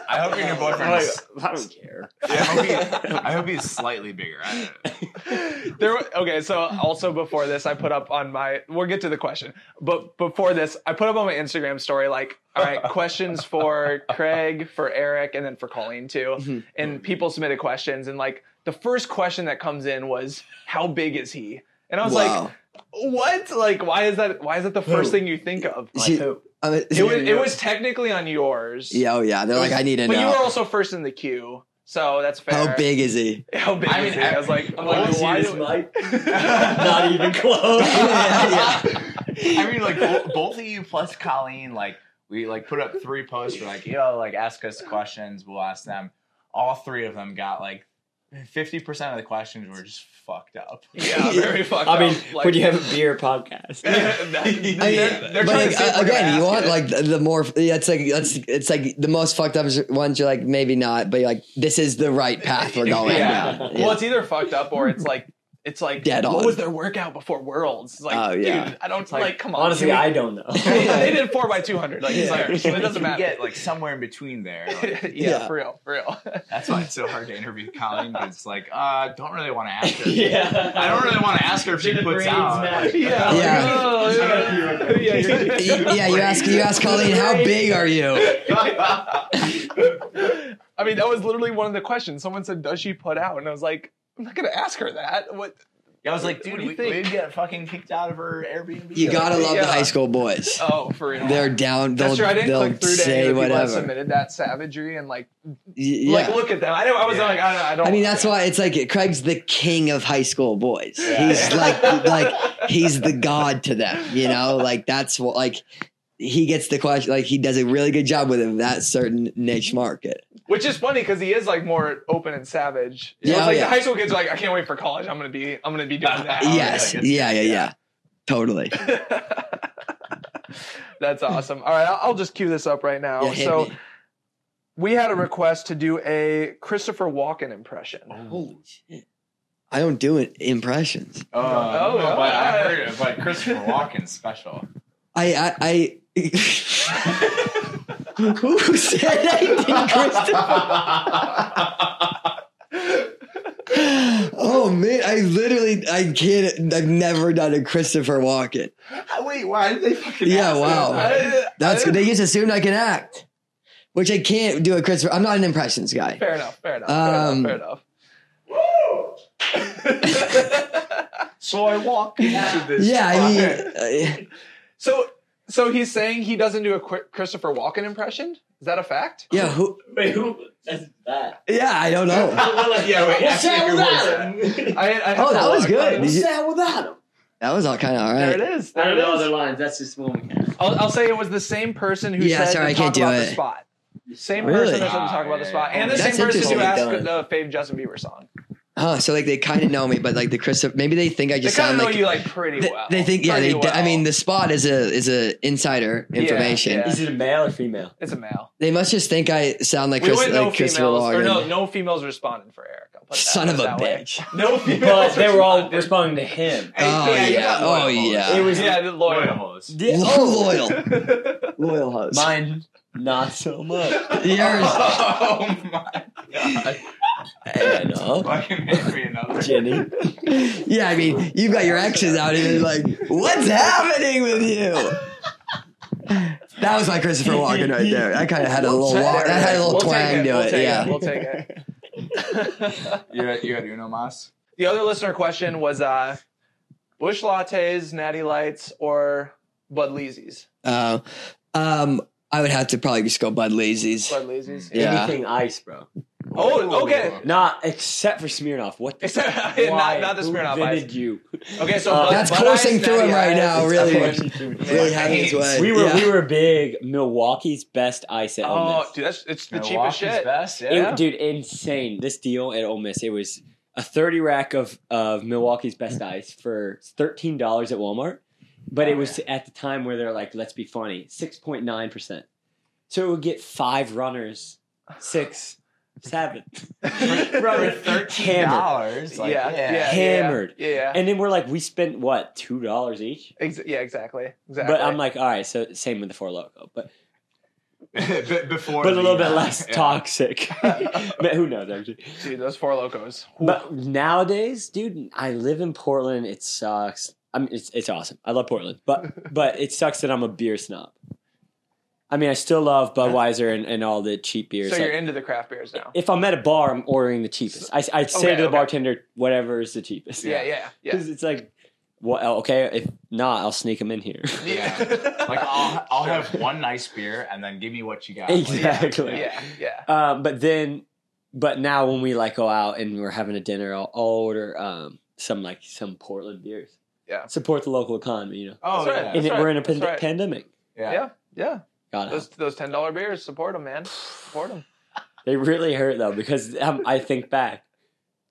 S3: I hope your new boyfriend. Is,
S5: I don't care.
S3: I, hope he, I hope he's slightly bigger. I don't know.
S6: There. wa- Okay. So also before this, I put up on my. We'll get to the question, but before this, I put up on my Instagram story like, all right, questions for Craig, for Eric, and then for Colleen too. And people submitted questions, and like the first question that comes in was, "How big is he?" And I was
S2: wow.
S6: like, "What? Like, why is that? Why is that the first thing you think of?"
S2: Is
S6: Like,
S2: he-
S6: who?
S2: I mean,
S6: It was, it was technically on yours.
S2: Yeah, oh yeah. They're like, I need to
S6: But you were
S2: know.
S6: also first in the queue, so that's fair.
S2: How big is he?
S6: How big?
S3: I
S6: is
S3: mean,
S6: it? I was like,
S5: I'm
S6: well,
S5: like,
S6: why
S5: why
S6: do-
S5: Mike? Not even close.
S2: yeah,
S3: I mean, like bo- both of you plus Colleen, like we like put up three posts. We're like, yo, like ask us questions. We'll ask them. All three of them got like Fifty percent of the questions were just fucked up.
S6: Yeah, very fucked
S5: I mean,
S6: up.
S5: would you have a beer podcast?
S6: they're, they're
S2: but
S6: trying to
S2: like,
S6: see if
S2: uh,
S6: we're gonna
S2: again, you
S6: ask
S2: want
S6: it.
S2: like the, the more that's like that's it's like the most fucked up ones. You're like maybe not, but you're like this is the right path we're going
S6: Yeah.
S2: down.
S6: Well, it's either fucked up or it's like it's like
S2: Dead
S6: what
S2: on.
S6: was their workout before Worlds? It's like,
S2: Oh, yeah.
S6: dude, I don't
S5: Like,
S6: like, come on.
S5: Honestly,
S6: dude.
S5: I don't know.
S6: they, they did four by two hundred. Like, it's like, it
S3: You
S6: doesn't matter.
S3: get like somewhere in between there.
S6: yeah,
S3: Like,
S2: Yeah.
S6: for real, for real.
S3: that's why it's so hard to interview Colleen. 'cause it's like, uh, don't really want to ask her.
S4: yeah.
S3: I don't really want to ask her if she
S4: The
S3: puts
S4: brains
S3: out.
S4: match.
S6: Yeah.
S2: Yeah.
S6: Oh, yeah. yeah. you're-
S2: Y- yeah, you ask you ask Colleen how big are you?
S6: I mean, that was literally one of the questions. Someone said, "Does she put out?" And I was like, "I'm not gonna ask her that." What?
S3: Yeah, I was like,
S6: What
S3: dude,
S6: do you
S3: we,
S6: think?
S3: we'd get fucking kicked out of her Airbnb.
S2: You gotta love
S6: Yeah.
S2: the high school boys.
S6: Oh, for real.
S2: They're down. They'll,
S6: That's true. I didn't
S2: they'll
S6: click through to any
S2: say
S6: of the people that
S2: whatever. Y-
S6: submitted that savagery and like,
S2: Yeah.
S6: like look at them. I know. I was
S3: Yeah.
S6: like, I don't. I, don't
S2: I mean, that's why it's like Craig's the king of high school boys. He's like, like he's the god to them. You know, like that's what like he gets the question. Like he does a really good job with that certain niche market.
S6: Which is funny because he is like more open and savage.
S2: Yeah,
S6: Yeah,
S2: oh,
S6: like
S2: yeah.
S6: the high school kids are like, I can't wait for college. I'm gonna be, I'm gonna be doing that.
S3: Oh,
S2: yes.
S3: yeah, I guess-
S2: Yeah. Yeah. Yeah.
S3: yeah.
S2: Totally.
S6: That's awesome. All right, I'll, I'll just cue this up right now.
S2: Yeah, hit
S6: so
S2: me.
S6: we had a request to do a Christopher Walken impression.
S2: Holy shit. I don't do it impressions.
S3: Oh,
S6: Oh,
S3: but I
S6: alright.
S3: heard it. But Christopher Walken's special.
S2: I. I. I Who said I did Christopher? oh man, I literally I can't. I've never done a Christopher Walken.
S3: Wait, why did they fucking?
S2: Yeah, wow.
S6: I-
S2: That's
S6: I-
S2: good. They just assumed I can act, which I can't do a Christopher. I'm not an impressions guy.
S6: Fair enough. Fair enough.
S2: Um,
S6: fair enough.
S3: So I walk into this.
S2: Yeah,
S3: fucking-
S2: I mean, uh,
S6: So, so he's saying he doesn't do a Qu- Christopher Walken impression. Is that a fact?
S2: yeah, who?
S4: Wait, who? That's that.
S2: Yeah, I don't know.
S3: yeah, wait.
S4: What's
S3: actually,
S4: that
S3: who
S4: with
S3: was
S4: Adam?
S6: I, I
S2: Oh, that was good. Did
S4: What's
S2: you-
S4: that with Adam?
S2: That was all kind of all
S6: There
S2: right.
S6: it is.
S4: I
S6: There
S4: don't
S6: it
S4: know
S6: is.
S4: other lines. That's just the one we have.
S6: I'll, I'll say it was the same person who
S2: Yeah,
S6: said
S2: sorry,
S6: to
S2: I
S6: talk
S2: can't do
S6: about
S2: it.
S6: the spot. Same
S2: Really?
S6: person that said to talk
S3: Ah,
S6: about the
S3: yeah,
S6: spot,
S3: yeah.
S6: and the
S2: That's
S6: same person
S2: interesting.
S6: who asked
S2: Done.
S6: the fave Justin Bieber song.
S2: Huh, so like they kind of know me, but like the Christopher, maybe they think I
S6: They
S2: just
S6: kind of
S2: sound
S6: know
S2: like.
S6: you like pretty
S2: they,
S6: well.
S2: they think yeah. They,
S6: Pretty well.
S2: I mean, the spot is a is a insider information.
S6: yeah.
S5: Is it a male or female?
S6: it's a male.
S2: They must just think I sound like
S6: We
S2: Chris,
S6: wouldn't know
S2: like Christopher
S6: females, or no,
S2: Walken.
S6: no females responded for Eric. I'll put that-
S2: Son
S6: put
S2: of
S6: it
S2: a
S6: that way.
S2: bitch.
S6: No females.
S5: But they were all
S6: responded.
S5: responding to him.
S2: Oh
S3: Yeah, you
S2: yeah.
S3: got
S2: Oh
S3: loyal.
S2: yeah.
S5: It was
S6: Yeah, the loyal.
S3: Loyals.
S5: Yeah,
S2: loyal, loyal host.
S5: mine, not so much.
S2: Yours.
S3: Oh my god!
S5: I know,
S3: Fucking make me another.
S5: Jenny.
S2: Yeah, I mean, you've got your exes out and you're like, what's happening with you? That was my Christopher Walken right there. I kind of had a little walk, that had a little
S6: We'll take
S2: twang to
S6: we'll
S2: it.
S6: take
S2: yeah.
S6: we'll take it.
S3: You had, you had Uno Mas.
S6: The other listener question was uh, Bush lattes, natty lights, or Bud Leazy's.
S2: Uh, um, I would have to probably just go Bud Lazy's.
S6: Bud Leazy's.
S2: Yeah.
S5: Anything ice, bro.
S6: Oh, okay.
S5: Not except for Smirnoff. What? The
S6: Except-
S5: Why?
S6: not, not the
S5: Who
S6: Smirnoff
S5: invented
S6: Ice.
S5: you?
S6: Okay, so
S5: Uh,
S6: Bud-
S2: That's
S6: Bud
S2: coursing
S6: Ice,
S2: through
S6: Natty
S2: him right
S6: Ice.
S2: now, really, really
S6: Yeah.
S2: having his way.
S5: we were
S2: yeah.
S5: we were big Milwaukee's best ice at Ole
S6: Oh,
S5: Miss.
S6: dude, that's it's the
S3: Milwaukee's
S6: cheapest shit.
S3: Best,
S5: It-
S3: yeah.
S5: dude, insane! This deal at Ole Miss, it was a thirty rack of of Milwaukee's best ice for thirteen dollars at Walmart, but
S3: Oh,
S5: it was at the time where they're like, let's be funny, six point nine percent. So it would get five runners, six, seven,
S3: For
S5: runners,
S3: thirteen dollars. Like,
S6: yeah, yeah, yeah,
S5: Hammered.
S6: Yeah, yeah.
S5: And then we're like, we spent what two dollars each.
S6: Ex- yeah, exactly. Exactly.
S5: But I'm like, all right, so same with the four loco, but
S3: B- Before,
S5: but a
S3: the,
S5: little bit
S3: uh,
S5: less
S3: yeah.
S5: toxic. but who knows actually?
S6: dude, those four locos.
S5: But nowadays, dude, I live in Portland. It sucks. I mean, it's it's awesome. I love Portland, but but it sucks that I'm a beer snob. I mean, I still love Budweiser and, and all the cheap
S6: So
S5: beers.
S6: you're
S5: Like,
S6: into the craft beers now.
S5: if I'm at a bar, I'm ordering the cheapest. I I say
S6: Okay,
S5: to the
S6: okay.
S5: bartender, whatever is the cheapest.
S6: Yeah, yeah, yeah.
S5: 'Cause it's like, well, okay, if not, I'll sneak them in here.
S6: Yeah.
S3: Like I'll, I'll have one nice beer and then give me what you got. Like,
S5: exactly.
S6: yeah, yeah.
S5: Um, but then, but now when we like go out and we're having a dinner, I'll, I'll order um, some like some Portland beers.
S6: Yeah.
S5: support the local economy. You know,
S3: Oh
S6: That's right.
S5: and it,
S6: right,
S5: we're in a
S6: that's
S5: pand-
S6: right.
S5: pandemic.
S3: yeah.
S6: Yeah. Yeah.
S5: God,
S6: Those those ten dollar beers, support them, man. Support them.
S5: they really hurt though because um, I think back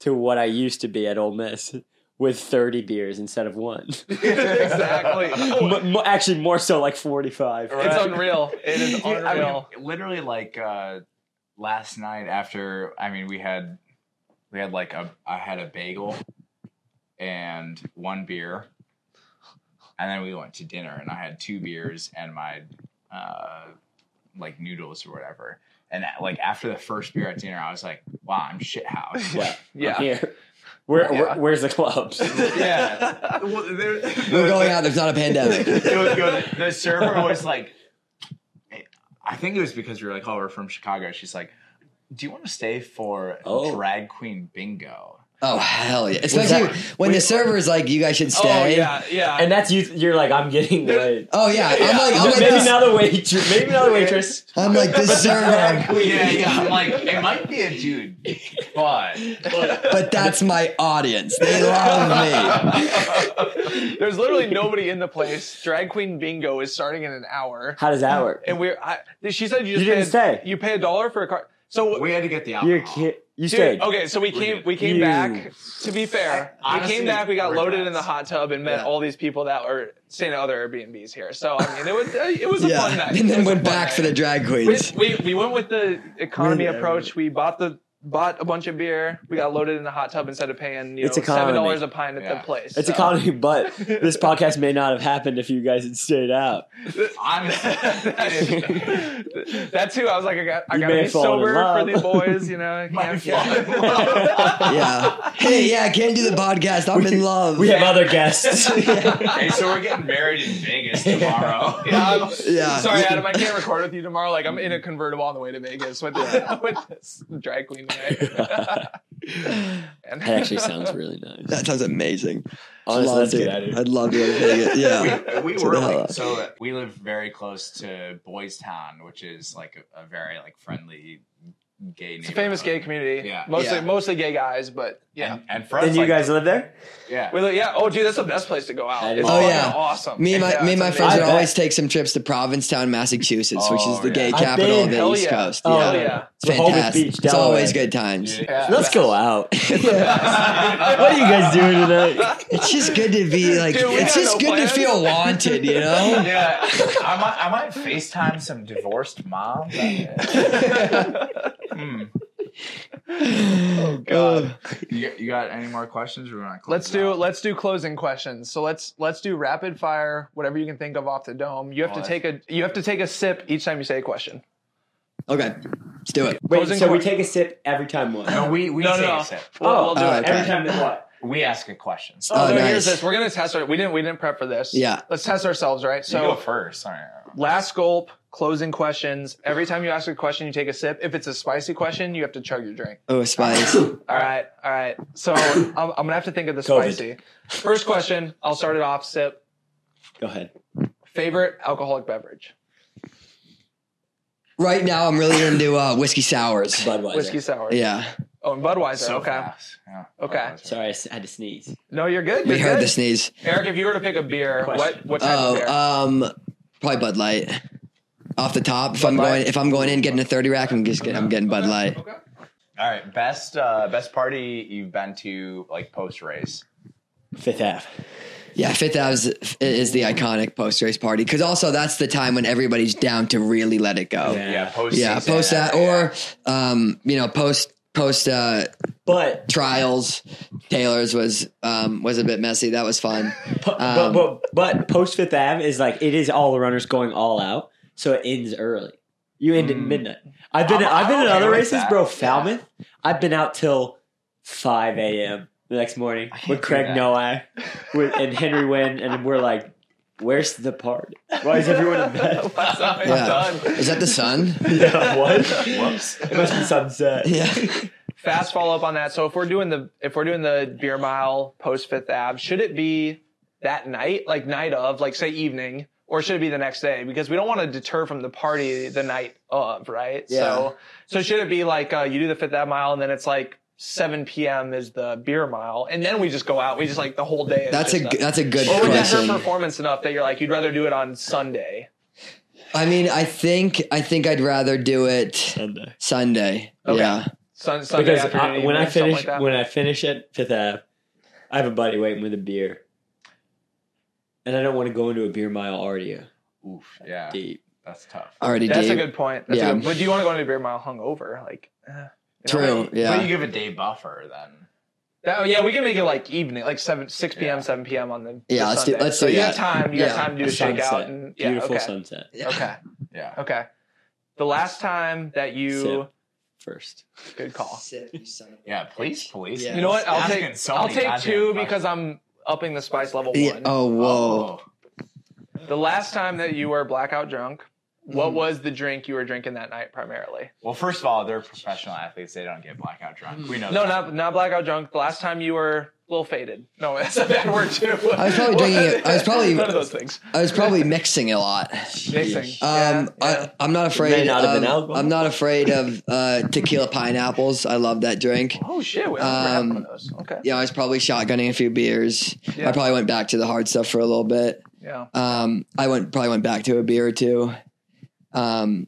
S5: to what I used to be at Ole Miss with 30 beers instead of one.
S6: exactly.
S5: Mo- mo- actually, more so like 45.
S6: It's unreal. It is
S3: Dude, I mean,
S6: unreal.
S3: literally, like uh, last night after, I mean, we had we had like a I had a bagel and one beer, and then we went to dinner, and I had two beers and my uh, like noodles or whatever. And that, like after the first beer at dinner, I was like, "Wow, I'm shit house."
S5: Yeah.
S6: Yeah.
S5: Here. Where,
S3: Yeah.
S5: where- where's the clubs?
S3: yeah. Well, there,
S2: We're going out. There's not a pandemic.
S3: it was good. The server was like, I think it was because we were like, oh, we're from Chicago. She's like, do you want to stay for
S5: Oh.
S3: drag queen bingo?
S2: Oh hell yeah! Especially when the server's like, "You guys should
S6: Oh
S2: stay."
S6: yeah, yeah.
S5: And that's you. You're like, I'm getting late.
S2: Oh, yeah. I'm like, I'm like,
S5: maybe
S2: this,
S5: not a waitress. Maybe not a waitress.
S2: I'm like this server,
S3: Yeah, yeah. I'm like, it might be a dude, but
S2: but that's my audience. They love me.
S6: There's literally nobody in the place. Drag queen bingo is starting in an hour,
S5: How does that work?
S6: and we're. I, she said you
S5: You
S6: just
S5: didn't
S6: pay,
S5: stay.
S6: You pay a dollar for a car. So
S3: we had to get the alcohol.
S5: You're ki- you
S6: Dude,
S5: stayed.
S6: okay, so we came
S3: good.
S6: we came
S5: You-
S6: back. To be fair,
S3: I-
S6: we
S3: honestly,
S6: came back. We got
S3: we're
S6: loaded
S3: nuts.
S6: in the hot tub and met
S2: Yeah.
S6: all these people that were staying at other Airbnbs here. So I mean, it was uh, it was a fun
S2: Yeah,
S6: night.
S2: and
S6: It
S2: then
S6: was a
S2: went
S6: fun
S2: back
S6: night.
S2: for the drag
S6: We,
S2: queens.
S6: we we went with the economy
S5: Really?
S6: approach. We bought the bought a bunch of beer. We got loaded in the hot tub instead of paying you
S5: It's
S6: know
S5: economy.
S6: seven dollars a pint at
S3: Yeah.
S6: the place.
S5: It's
S6: so.
S5: a comedy, but this podcast may not have happened if you guys had stayed out.
S3: Honestly,
S6: That's who I was like. I got I
S5: You
S6: gotta
S5: may
S6: be
S5: have fallen in
S6: sober for
S5: love.
S6: the boys. You know, I
S3: My
S6: can't- can't-
S3: fault.
S2: Yeah. Hey, yeah, I can't do the podcast. I'm in love.
S5: We have other guests.
S3: hey, so we're getting married in Vegas tomorrow.
S6: Yeah, I'm-
S2: Yeah.
S6: Sorry, Adam. I can't record with you tomorrow. Like, I'm in a convertible on the way to Vegas with, the, with this drag queen tonight. and
S5: That actually sounds really nice.
S2: That sounds amazing.
S5: Honestly,
S2: love
S5: let's
S2: to,
S5: do that. dude.
S2: I'd love to go to Vegas. Yeah.
S3: we
S2: To
S3: were
S2: the hell
S3: like,
S2: out.
S3: so we live very close to Boys Town, which is like a, a very like friendly gay.
S6: It's a famous gay
S3: neighborhood.
S6: community.
S3: Yeah.
S6: Mostly,
S2: Yeah.
S6: mostly gay guys, but yeah.
S3: And, and for us,
S5: And you
S3: like,
S5: guys live there?
S3: yeah,
S6: we, li- yeah. Oh, dude, that's the best place to go out.
S5: That
S6: It's
S5: is-
S2: Oh,
S6: fucking
S2: yeah.
S6: awesome.
S2: Me and my
S6: Yeah,
S2: me and
S6: it's
S2: my
S6: amazing.
S2: friends
S5: I
S2: would
S5: bet.
S2: always take some trips to Provincetown, Massachusetts, which is
S3: Oh,
S2: the
S3: yeah.
S2: gay
S5: I've
S2: capital of
S5: been.
S2: the
S6: Hell
S2: East
S6: yeah.
S2: Coast.
S5: Oh,
S6: Hell
S2: yeah.
S6: yeah.
S2: It's
S5: Rehoboth
S2: fantastic.
S5: Beach,
S2: it's always
S5: Delaware.
S2: good times.
S3: Yeah.
S5: Let's go out. what are you guys doing tonight?
S2: It's just good to be like.
S6: Dude, we
S2: it's
S6: got
S2: just
S6: no
S2: good
S6: plans.
S2: to feel wanted, you know.
S3: Yeah, I might, I might FaceTime some divorced moms. Hmm.
S6: oh god.
S3: You, you got any more questions? We're not.
S6: Let's do let's do closing questions. So let's let's do rapid fire, whatever you can think of off the dome. You have
S3: Oh,
S6: to take a you have to take a sip each time you say a question.
S2: Okay, let's do it.
S5: Wait,
S6: Closing
S5: so we
S6: que-
S5: take a sip every time what?
S3: No, we we
S6: No,
S3: take
S6: no,
S3: a
S6: no.
S3: sip.
S6: We'll,
S5: Oh,
S6: we'll do
S2: all
S6: it.
S2: right.
S5: Every time with what?
S3: We ask a question. So
S6: Oh,
S2: Oh,
S6: no,
S2: nice.
S6: here's this. We're gonna test our we didn't we didn't prep for this.
S2: Yeah.
S6: Let's test ourselves, right?
S3: you go
S6: So
S3: first. All right.
S6: last gulp, closing questions. Every time you ask a question, you take a sip. If it's a spicy question, you have to chug your drink.
S2: Oh, spice.
S6: All right, all right. So I'm, I'm gonna have to think of the
S5: COVID.
S6: spicy. First question, I'll start it off. Sip.
S5: Go ahead.
S6: Favorite alcoholic beverage?
S2: right now, I'm really into uh, whiskey sours.
S5: Budweiser.
S6: Whiskey sour.
S2: Yeah,
S6: Oh, and Budweiser.
S3: So
S6: okay.
S3: fast. Oh, Yeah.
S6: Okay.
S5: Sorry, I s- had to sneeze.
S6: No, you're good.
S2: we
S6: you're
S2: heard
S6: good.
S2: the sneeze.
S6: Eric, if you were to pick a beer, what
S5: Question.
S6: what type of beer?
S2: Oh, um, probably Bud Light. Off the top, if I'm
S6: Bud Light.
S2: going, if I'm going in getting a thirty rack, I'm just getting, I'm getting Bud Light.
S6: Okay.
S3: All right. Best uh, best party you've been to like post race.
S5: Fifth half.
S2: Yeah, Fifth Ave is, is the iconic post race party because also that's the time when everybody's down to really let it go. Yeah,
S5: Yeah.
S3: Post.
S2: post that or um, you know post post uh,
S5: But
S2: trials. Taylor's was um, was a bit messy. That was fun.
S5: Pu- but,
S2: Um,
S5: but but post Fifth Ave is like it is all the runners going all out, so it ends early. You end at
S3: Mm.
S5: midnight. I've been
S3: I'm-
S5: i have been in
S3: I'm okay
S5: other
S3: with
S5: races,
S3: that.
S5: bro.
S3: Yeah.
S5: Falmouth, I've been out till five a.m. the next morning
S3: can't
S5: with
S3: do
S5: Craig
S3: that.
S5: Noai with and Henry Wynn, and we're like, "Where's the party? Why is everyone in bed?"
S6: That's not
S2: Yeah.
S6: done.
S2: Is that the sun?
S5: yeah, what? Whoops! It must be sunset.
S2: yeah.
S6: Fast follow up on that. So if we're doing the if we're doing the beer mile post Fifth Ave, should it be that night, like night of, like say evening, or should it be the next day? Because we don't want to deter from the party the night of, right? So so should it be like uh, you do the Fifth Ave mile and then it's like 7 p.m. is the beer mile, and then we just go out. We just like the whole day. Is
S2: That's a
S6: just
S2: g- that's a good
S6: Or would that hurt
S2: question.
S6: performance enough that you're like you'd rather do it on Sunday?
S2: I mean, I think I think I'd rather do it
S5: Sunday.
S2: Sunday.
S6: Okay.
S2: Yeah.
S6: Sun, Sunday
S5: because
S6: afternoon.
S5: I, when I
S6: evening, something
S5: finish
S6: like that.
S5: when I finish at Fifth Ave, I have a buddy waiting with a beer, and I don't want to go into a beer mile already uh,
S3: Oof, yeah,
S5: deep.
S3: that's tough.
S5: Um,
S2: Already
S6: That's
S2: deep.
S6: a good point. That's
S2: Yeah.
S6: a good, but do you want to go into beer mile hungover? Like, eh, you know,
S2: True.
S6: like-
S3: What do
S2: Yeah.
S3: you give a day buffer then?
S6: that- oh yeah, we can make it like evening, like seven, six p.m.,
S3: Yeah.
S6: seven p.m. on the
S2: Yeah,
S6: the
S2: let's do-
S6: Sunday.
S2: let's
S6: so
S2: do
S6: you
S2: that.
S6: got time. You
S2: Yeah.
S6: got time to do a shakeout
S5: sunset,
S6: and yeah,
S5: beautiful
S6: okay.
S5: sunset
S6: Okay,
S3: Yeah.
S6: okay. The last time that you
S5: first.
S6: good call.
S2: Sit, you son of a-
S3: Yeah, please, please.
S2: Yeah.
S6: You know what? I'll
S3: Asking
S6: take
S3: so
S6: I'll
S3: many
S6: take
S3: goddamn
S6: two
S3: questions.
S6: because I'm upping the spice level one.
S2: Yeah, Oh whoa.
S3: Oh,
S6: The last time that you were blackout drunk,
S2: Mm-hmm.
S6: what was the drink you were drinking that night primarily?
S3: Well, first of all, they're professional athletes. They don't get blackout drunk. We know.
S6: No,
S3: that.
S6: not not blackout drunk. The last time you were a little faded. No, that's a bad word too.
S2: I was probably drinking it- I was probably-
S6: none of those things.
S2: I was probably mixing it a lot.
S6: Mixing.
S2: Um,
S6: yeah, yeah.
S2: I, I'm not afraid.
S5: not have been
S2: of,
S5: alcohol.
S2: I'm not afraid of uh, tequila pineapples. I love that drink.
S6: oh shit, we haven't grabbed
S2: um,
S6: one of those. Okay.
S2: Yeah, I was probably shotgunning a few beers.
S6: Yeah.
S2: I probably went back to the hard stuff for a little bit.
S6: Yeah.
S2: Um, I went probably went back to a beer or two, um,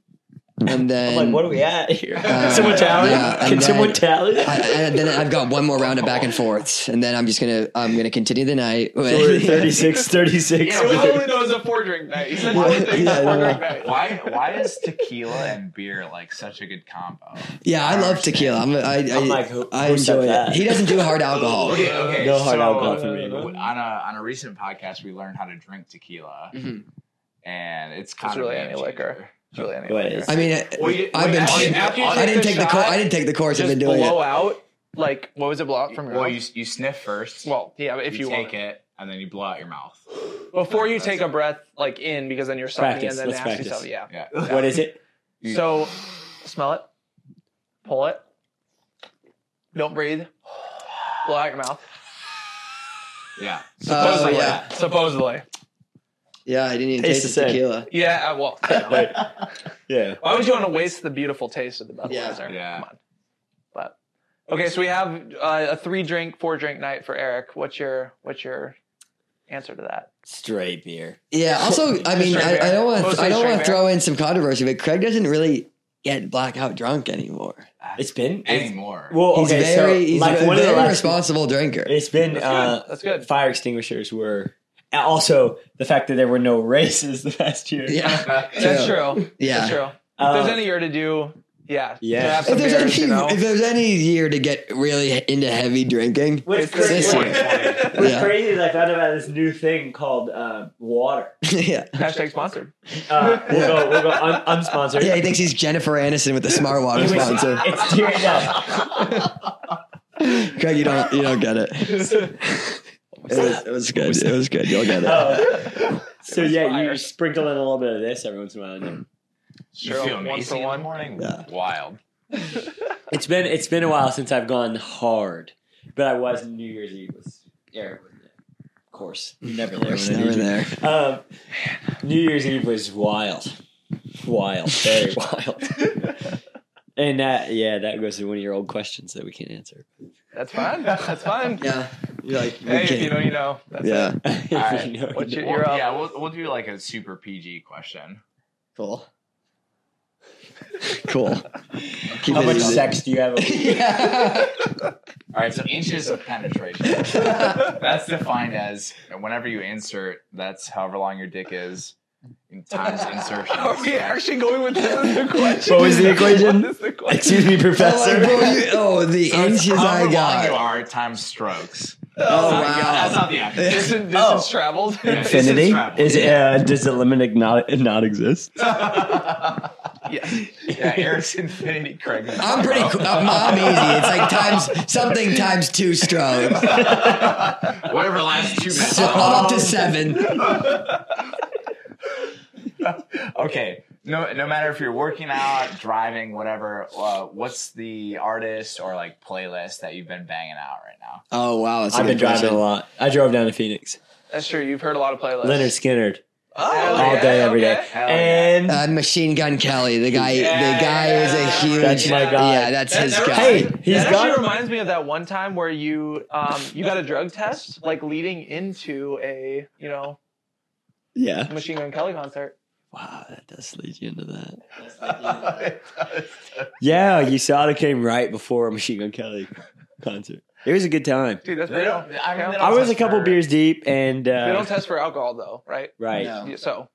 S2: and
S5: I'm
S2: then
S5: like, what are we at here?
S2: Uh,
S5: someone tally?
S2: yeah, and
S5: Can someone
S2: then-
S5: tally?
S2: I, and then I've got one more round of back and forths, and then I'm just gonna I'm gonna continue the night.
S5: So we're at 36, 36.
S6: Yeah, we only know it was a four drink night. He said four drinks,
S2: Yeah,
S6: four
S2: yeah.
S6: drink night.
S3: Why? Why is tequila and beer like such a good combo?
S2: yeah, I love tequila. I'm, I, I,
S5: I'm like, who-
S2: I
S5: who said
S2: enjoy it.
S5: that?
S2: He doesn't do hard alcohol.
S3: Okay, okay.
S5: No hard
S3: so,
S5: alcohol for
S6: uh,
S5: me.
S3: On a on a recent podcast, we learned how to drink tequila,
S2: Mhm.
S3: and it's kind
S6: It's
S3: of
S6: really
S3: a game
S6: any liquor. It's really any
S5: Go ahead.
S6: liquor.
S2: I mean,
S3: Well, you-
S2: I've
S3: wait,
S2: been.
S3: after you- after you
S2: I didn't take the course.
S6: shot,
S2: I didn't take the course. I've
S6: Just
S2: been doing
S6: blow
S2: it.
S6: out. Like what was it? Blow out from
S3: changer.
S6: your
S3: Well,
S6: mouth?
S3: you you sniff first.
S6: Well, yeah, but if you, want
S3: take it and then you blow out your mouth.
S6: before you
S3: That's
S6: take
S3: it.
S6: a breath like in because then you're sucking
S5: Practice,
S6: in the
S5: let's
S6: nasty stuff.
S5: practice.
S6: Yeah.
S3: Yeah.
S5: What is it?
S6: So smell it, pull it, don't breathe, blow out your mouth.
S3: Yeah.
S2: Oh
S6: Supposedly,
S2: yeah,
S6: supposedly.
S2: yeah. I didn't even
S5: Tastes
S2: taste
S5: the
S2: the
S5: same.
S2: tequila.
S6: Yeah. uh, Well,
S5: Wait. Yeah.
S6: why would you want to waste the beautiful taste of the Budweiser?
S3: Yeah.
S6: Come on. But okay, so we have uh, a three drink, four drink night for Eric. What's your what's your answer to that?
S5: Stray beer.
S2: Yeah. Also, I mean, I, I don't want.
S6: Mostly
S2: I don't
S6: straight
S2: want to
S6: beer.
S2: throw in some controversy, but Craig doesn't really get blackout drunk anymore.
S5: It's been. It's,
S3: Anymore.
S5: well,
S2: He's
S5: Oh, okay,
S2: very.
S5: so
S2: he's
S5: like
S2: a
S5: one of the
S2: very
S5: last
S2: responsible drinker.
S5: It's been
S6: That's good.
S5: uh,
S6: That's good.
S5: Fire extinguishers were and also the fact that there were no races the past year.
S2: Yeah.
S6: That's
S2: Yeah.
S6: true.
S2: Yeah.
S6: That's true.
S5: Uh,
S6: if there's any year to do, yeah,
S5: Yeah.
S6: to have
S2: If
S6: some
S2: there's
S6: beers,
S2: any,
S6: you know.
S2: if there's any year to get really into heavy drinking,
S5: what's
S6: It's
S5: crazy,
S2: this
S6: year.
S5: what's
S2: Yeah.
S5: crazy is I found about this new thing called uh, water.
S2: yeah.
S6: Hashtag sponsored.
S5: Uh, we'll go, we'll go un- unsponsored.
S2: Yeah, he thinks he's Jennifer Aniston with the smart water
S5: Anyways,
S2: sponsor.
S5: It's during that.
S2: Craig, you don't you don't get it. It was, it was good. It was good. You'll
S6: Oh.
S2: get it.
S5: Uh, so yeah,
S6: fire.
S5: you sprinkle in a little bit of this every once in a while. and then-
S3: you
S6: Sure,
S3: feel
S6: one
S3: amazing
S6: for
S3: in the
S6: one.
S3: morning.
S2: Yeah.
S3: Wild.
S5: It's been it's been a while since I've gone hard, but I was New Year's Eve with Eric. wasn't it? Of course, You never there.
S2: It's
S5: when I need
S2: never
S5: you.
S2: there.
S5: Um, New Year's Eve was wild, wild, very wild. And that, yeah, that goes to one of your old questions that we can't answer.
S6: That's fine. That's fine.
S2: Yeah. You're like, we
S6: Hey, if
S2: can't-
S6: you know, you know. That's
S2: yeah.
S6: it.
S3: right.
S5: You know,
S6: What's
S5: you
S6: your-
S5: know.
S6: You're
S3: Well,
S6: up.
S3: yeah, we'll we'll do like a super PG question.
S2: Cool. cool. Keep
S5: How
S2: it
S5: much
S2: easy.
S5: sex do you have?
S2: yeah.
S3: All right, so inches of penetration. that's defined as whenever you insert, that's however long your dick is times insertion.
S6: Are we actually going with this as the question?
S5: What was the
S6: What
S5: equation?
S6: is the question?
S5: Excuse me,
S2: Oh, like,
S5: Professor.
S2: bro, you, oh, the
S3: So it's
S2: inches
S3: however
S2: I
S3: long you
S2: got.
S3: are times strokes.
S2: Oh,
S3: That's not- That's
S2: wow.
S3: not the actual.
S6: Distance, distance
S5: Oh.
S6: traveled.
S3: Yeah.
S5: Infinity
S3: travel.
S5: is it, uh, does the limit not not exist?
S6: yeah.
S3: yeah, Eric's infinity, Craig. is
S2: I'm pretty.
S3: zero.
S2: qu- I'm, I'm easy. It's like times something times two strokes.
S3: Whatever last two minutes. Oh,
S2: So I'm up
S6: Oh.
S2: to seven.
S3: okay. No, no matter if you're working out, driving, whatever. Uh, what's the artist or like playlist that you've been banging out right now?
S2: Oh wow, that's a
S5: I've been
S2: good
S5: driving
S2: question.
S5: a lot. I drove down to Phoenix.
S6: That's true. You've heard a lot of playlists.
S5: Leonard Skinner
S6: Oh,
S5: all
S6: yeah,
S5: day, every day,
S6: okay.
S3: Hell Oh, yeah.
S5: and
S2: Uh, Machine Gun Kelly, the guy, the guy is a huge.
S5: That's my guy.
S2: Yeah, that's
S6: That-
S2: his
S6: that
S2: guy.
S6: reminds-
S5: Hey, he's
S6: that actually
S5: got-
S6: reminds me of that one time where you um, you got a drug test, like leading into a you know
S5: yeah,
S6: Machine Gun Kelly concert.
S5: Wow, that does lead you into that.
S3: It does.
S5: Yeah, USADA came right before Machine Gun Kelly concert. It was a good time.
S6: Dude, that's
S3: They
S6: they don't,
S3: don't- I mean, they don't
S5: I was a
S3: test
S5: couple
S3: for-
S5: beers deep, and uh,
S6: they don't test for alcohol though, right?
S5: right,
S2: No.
S6: Yeah, So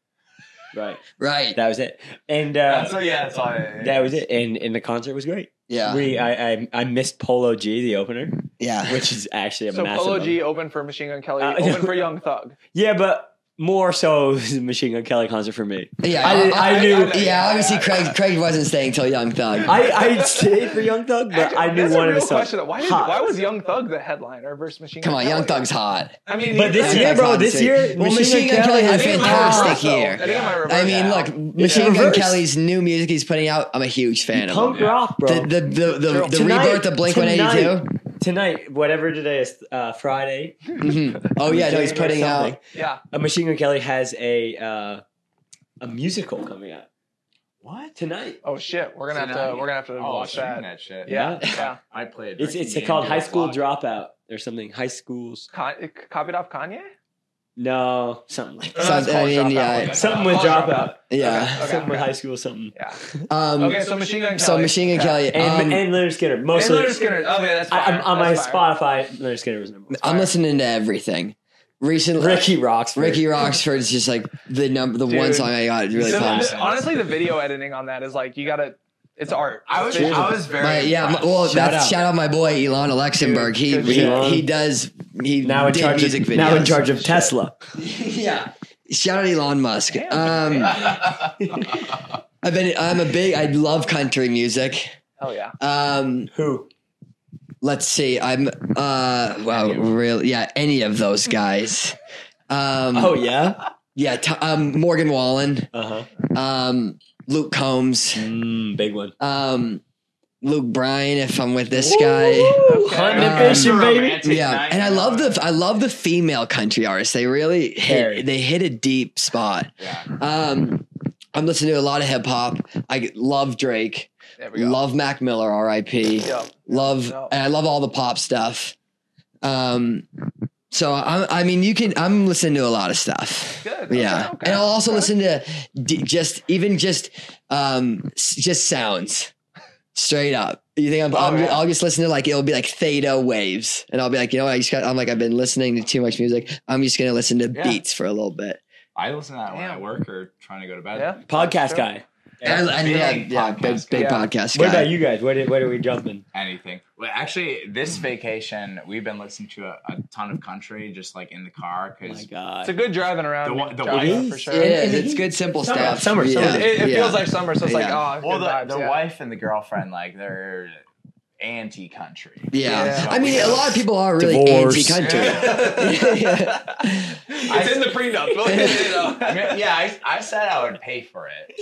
S5: right,
S2: Right.
S5: that was it, and uh,
S3: So yeah, that's all. it-
S5: that was it, and and the concert was great.
S2: Yeah.
S5: We I, I I missed Polo G the opener,
S2: Yeah.
S5: which is actually a
S6: so
S5: massive.
S6: Polo G open for Machine Gun Kelly,
S5: Uh,
S6: open for Young Thug.
S5: Yeah, but more so it was a Machine Gun Kelly concert for me.
S2: Yeah.
S5: I did- I knew-
S2: yeah. Obviously, Craig Craig wasn't staying till Young Thug.
S5: I I stayed for Young Thug, but
S6: Actually,
S5: I knew
S6: that's a
S5: one of
S6: real
S5: the songs.
S6: question, though. Why, did,
S5: Hot.
S6: why was Young Thug the headliner versus Machine
S2: Come
S6: Gun
S2: on,
S6: Kelly?
S2: Young Thug's hot.
S6: I mean,
S5: But this
S2: Young
S5: year,
S2: Thug's
S5: bro,
S2: hot
S5: this
S2: too.
S5: year,
S2: Well,
S5: Machine Gun Kelly
S2: had a
S6: I think I'm
S2: fantastic
S5: oh.
S6: reversed, though.
S2: year.
S6: I think I'm reversed
S2: I mean,
S6: now.
S2: look, Machine Gun
S5: reversed.
S2: Kelly's new music he's putting out. I'm a huge fan of.
S5: punk
S2: him.
S5: rock, bro.
S2: The the the, the,
S5: Girl,
S2: the
S5: tonight-
S2: rebirth of Blink One Eighty Two.
S5: tonight- Tonight, whatever today is, uh, Friday.
S2: Oh yeah, no, he's
S5: or
S2: putting
S5: something,
S2: out.
S6: yeah,
S5: A Machine Gun Kelly has a uh, a musical coming out. What tonight?
S6: oh shit, we're gonna have to, we're gonna have to
S3: Oh,
S6: watch
S3: I've
S6: that.
S3: seen that shit.
S6: Yeah, yeah.
S3: I played.
S5: It's it's
S3: Drinking
S5: called
S3: Game
S5: High
S3: Boy
S5: School
S3: Block.
S5: Dropout or something. High schools?
S6: Con- copied off Kanye.
S5: No, something like that.
S6: Or no, it's
S2: Something-
S6: called
S2: I mean,
S6: Dropout.
S2: yeah.
S6: Yeah. Oh,
S5: Something with dropout.
S2: Yeah.
S6: Okay,
S5: something with
S6: okay.
S5: high school. Something.
S6: Yeah.
S2: Um,
S6: Okay, so Machine Gun Kelly.
S2: so Machine Gun
S6: Yeah.
S2: Kelly.
S5: And
S2: um,
S5: and Leonard Skinner
S6: And
S5: mostly.
S6: Leonard Skinner. Okay, that's
S5: I,
S6: fire.
S5: I'm- on my
S6: that's fire.
S5: Spotify, Leonard Skinner was number one.
S2: I'm listening to everything. Recently,
S5: Ricky rocks.
S2: Ricky Roxford is just like the number, the one
S6: Dude.
S2: song I got really
S6: So
S2: pumped.
S6: the- honestly, the video editing on that is like you gotta. It's art.
S3: I was I was very
S2: My, yeah, my, well,
S5: Shout
S2: that's
S5: out.
S2: shout out my boy Elon Luxembourg. He
S6: Dude,
S2: he,
S5: Elon.
S2: he does he
S5: now in
S2: did
S5: charge.
S2: music
S5: Of,
S2: videos.
S5: now in charge of Tesla.
S2: yeah. Shout out Elon Musk. Um, I've been I'm a big I love country music.
S6: Hell yeah.
S2: Um,
S5: Who?
S2: let's see. I'm uh wow, really yeah, any of those guys. Um
S5: Oh yeah.
S2: yeah, t- um Morgan Wallen,
S5: Uh huh.
S2: um Luke Combs,
S5: Mm, big one.
S2: um Luke Bryan if I'm with this guy.
S5: Hunting and
S2: Um,
S5: fishing, baby.
S3: romantic
S2: Yeah,
S3: night.
S2: and I love the I love the female country artists. They really hit
S5: Very.
S2: they hit a deep spot.
S3: Yeah.
S2: Um, I'm listening to a lot of hip hop. I love Drake,
S6: There we go.
S2: love Mac Miller, R.I.P.
S6: Yo,
S2: Love
S6: No.
S2: and I love all the pop stuff. Um, so I, I mean, you can I'm listening to a lot of stuff.
S6: good.
S2: Yeah,
S6: Okay, okay.
S2: and I'll also listen to d- just even just um s- just sounds straight up. You think I'm, I'm
S6: yeah.
S2: I'll just listen to like it'll be like theta waves, and I'll be like, you know, what, I just got I'm like I've been listening to too much music. I'm just gonna listen to
S6: Yeah.
S2: beats for a little bit.
S3: I listen to that when I
S6: Damn.
S3: work or trying to go to bed.
S6: Yeah.
S5: Podcast
S6: Sure.
S5: guy.
S2: And, I- and yeah,
S3: Big
S2: yeah, big,
S3: podcast
S2: big
S6: guy.
S2: podcast
S5: What
S2: guy.
S5: about you guys? What did, what are we jumping?
S3: Anything. Well, actually,
S2: Mm.
S3: this vacation we've been listening to a, a ton of country just like in the car
S2: Oh
S3: because
S6: It's
S5: god.
S6: a good driving around.
S3: The one- the
S6: drive,
S3: one-
S6: for sure.
S2: It
S6: It,
S2: is. It's good, simple
S5: Summer,
S2: stuff.
S5: summer, summer.
S2: Yeah,
S6: it
S2: yeah.
S6: feels like summer, so it's
S2: Yeah.
S6: like oh,
S3: well,
S6: good
S3: the,
S6: vibes,
S3: the
S6: yeah.
S3: wife and the girlfriend like they're anti-country.
S2: Yeah.
S6: Yeah.
S2: I mean, a lot of people are really
S5: Divorce.
S2: anti-country.
S6: It's in the prenup. Look at it, you know.
S3: I mean, yeah, I, I said I would pay for it.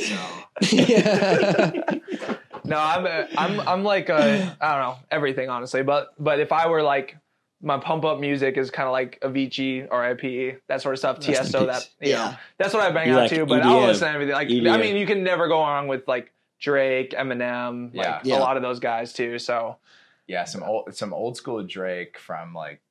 S3: So
S6: No, I'm a, I'm I'm like a I don't know everything honestly, but but if I were like my pump up music is kind of like Avicii, R.I.P. E, that sort of stuff,
S5: Rest in
S6: Tiesto, that you
S2: Yeah. E
S6: know, that's what I bang
S5: You
S6: out
S5: like
S6: to. But I'll
S5: EDM.
S6: listen to everything. Like I
S5: EDM.
S6: mean, you can never go wrong with like Drake, Eminem,
S3: Yeah.
S6: like
S2: Yeah.
S6: a lot of those guys too. So
S3: yeah, some old some old school Drake from like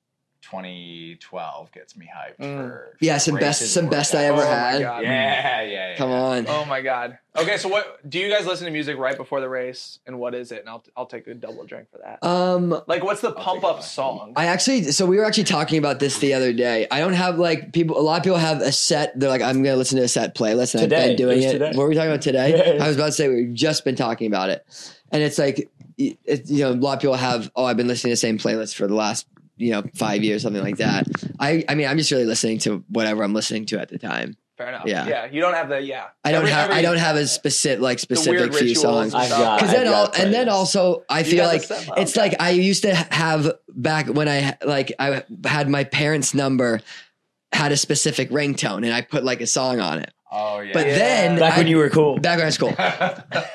S3: 2012 gets me hyped
S6: Mm.
S3: for
S2: yeah, some
S3: racism
S2: best, some
S3: or
S2: best I
S6: oh
S2: ever
S6: my
S2: had.
S6: god,
S3: Yeah, yeah, yeah.
S2: Come on.
S6: oh my god. Okay, so what do you guys listen to music right before the race, and what is it? And I'll I'll take a double drink for that.
S2: Um,
S6: Like, what's the
S3: take
S6: pump
S3: mine.
S6: up song?
S2: I actually, so we were actually talking about this the other day. I don't have like people. A lot of people have a set. They're like, I'm going to listen to a set playlist, and I've
S5: Today.
S2: been doing
S5: It was
S2: it.
S5: today.
S2: What were we talking about today?
S5: Yeah.
S2: I was about to say we've just been talking about it, and it's like, it, it- you know, a lot of people have. Oh, I've been listening to the same playlist for the last, you know, five years, something like that. I, I mean, I'm just really listening to whatever I'm listening to at the time.
S6: Fair enough.
S2: Yeah.
S6: yeah. You don't have the yeah.
S2: I don't
S6: Every-
S2: have,
S6: every-
S2: I don't have a specific, like
S6: the
S2: specific
S6: weird
S2: few
S6: rituals Ah,
S2: songs.
S6: and
S5: I've
S6: stuff.
S5: got-
S2: because then
S5: I've
S2: all,
S5: got
S2: and then
S5: playlists.
S2: also I
S6: You
S2: feel
S6: got the
S2: like
S6: step up.
S2: it's like I used to have back when I like I had my parents' number had a specific ringtone and I put like a song on it.
S3: Oh yeah.
S2: But then
S5: Back when
S2: I-
S5: you were cool.
S2: back when I was cool, but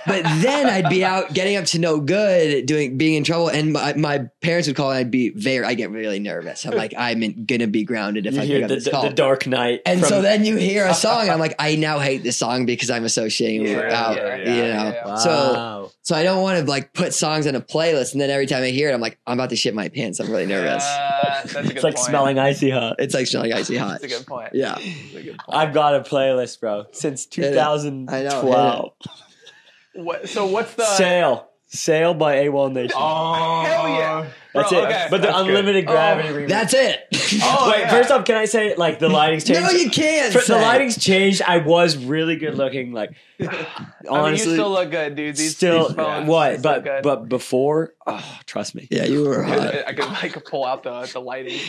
S2: then I'd be out getting up to no good, doing being in trouble, and my, my parents would call and I'd be very I get really nervous. I'm like I'm in- gonna be grounded if
S5: You
S2: I pick
S5: hear
S2: up
S5: the,
S2: this
S5: the-
S2: call.
S5: the Dark Knight.
S2: and
S5: from-
S2: so then you hear a song, and I'm like, I now hate this song because I'm associating with
S6: Yeah,
S2: out,
S6: yeah,
S2: you know.
S6: yeah, yeah.
S5: Wow.
S2: So I don't want to like put songs in a playlist and then every time I hear it, I'm like, I'm about to shit my pants. I'm really nervous.
S6: Uh, That's a good
S5: It's like
S6: point.
S5: smelling icy hot.
S2: It's like smelling icy hot.
S6: That's a good point.
S2: Yeah,
S6: That's a good point.
S5: I've got a playlist, bro, since
S2: it.
S5: 2012.
S6: What, so what's the
S5: Sail, Sail by AWOL Nation.
S3: Oh
S6: Hell yeah. Bro,
S5: that's it.
S6: okay.
S5: But the
S3: That's good.
S5: unlimited gravity. remix.
S2: that's it.
S6: Oh,
S5: Wait,
S6: yeah.
S5: first off, can I say like the lighting's changed?
S2: no, you can't.
S5: For-
S2: say.
S5: the lighting's changed. I was really good looking. Like
S6: I mean, you
S5: honestly,
S6: still look good, dude. These,
S5: still
S6: these phones,
S5: what?
S6: these
S5: But
S6: look good.
S5: but before, oh, trust me.
S2: Yeah, you were hot.
S6: I, I could like pull out the the lighting.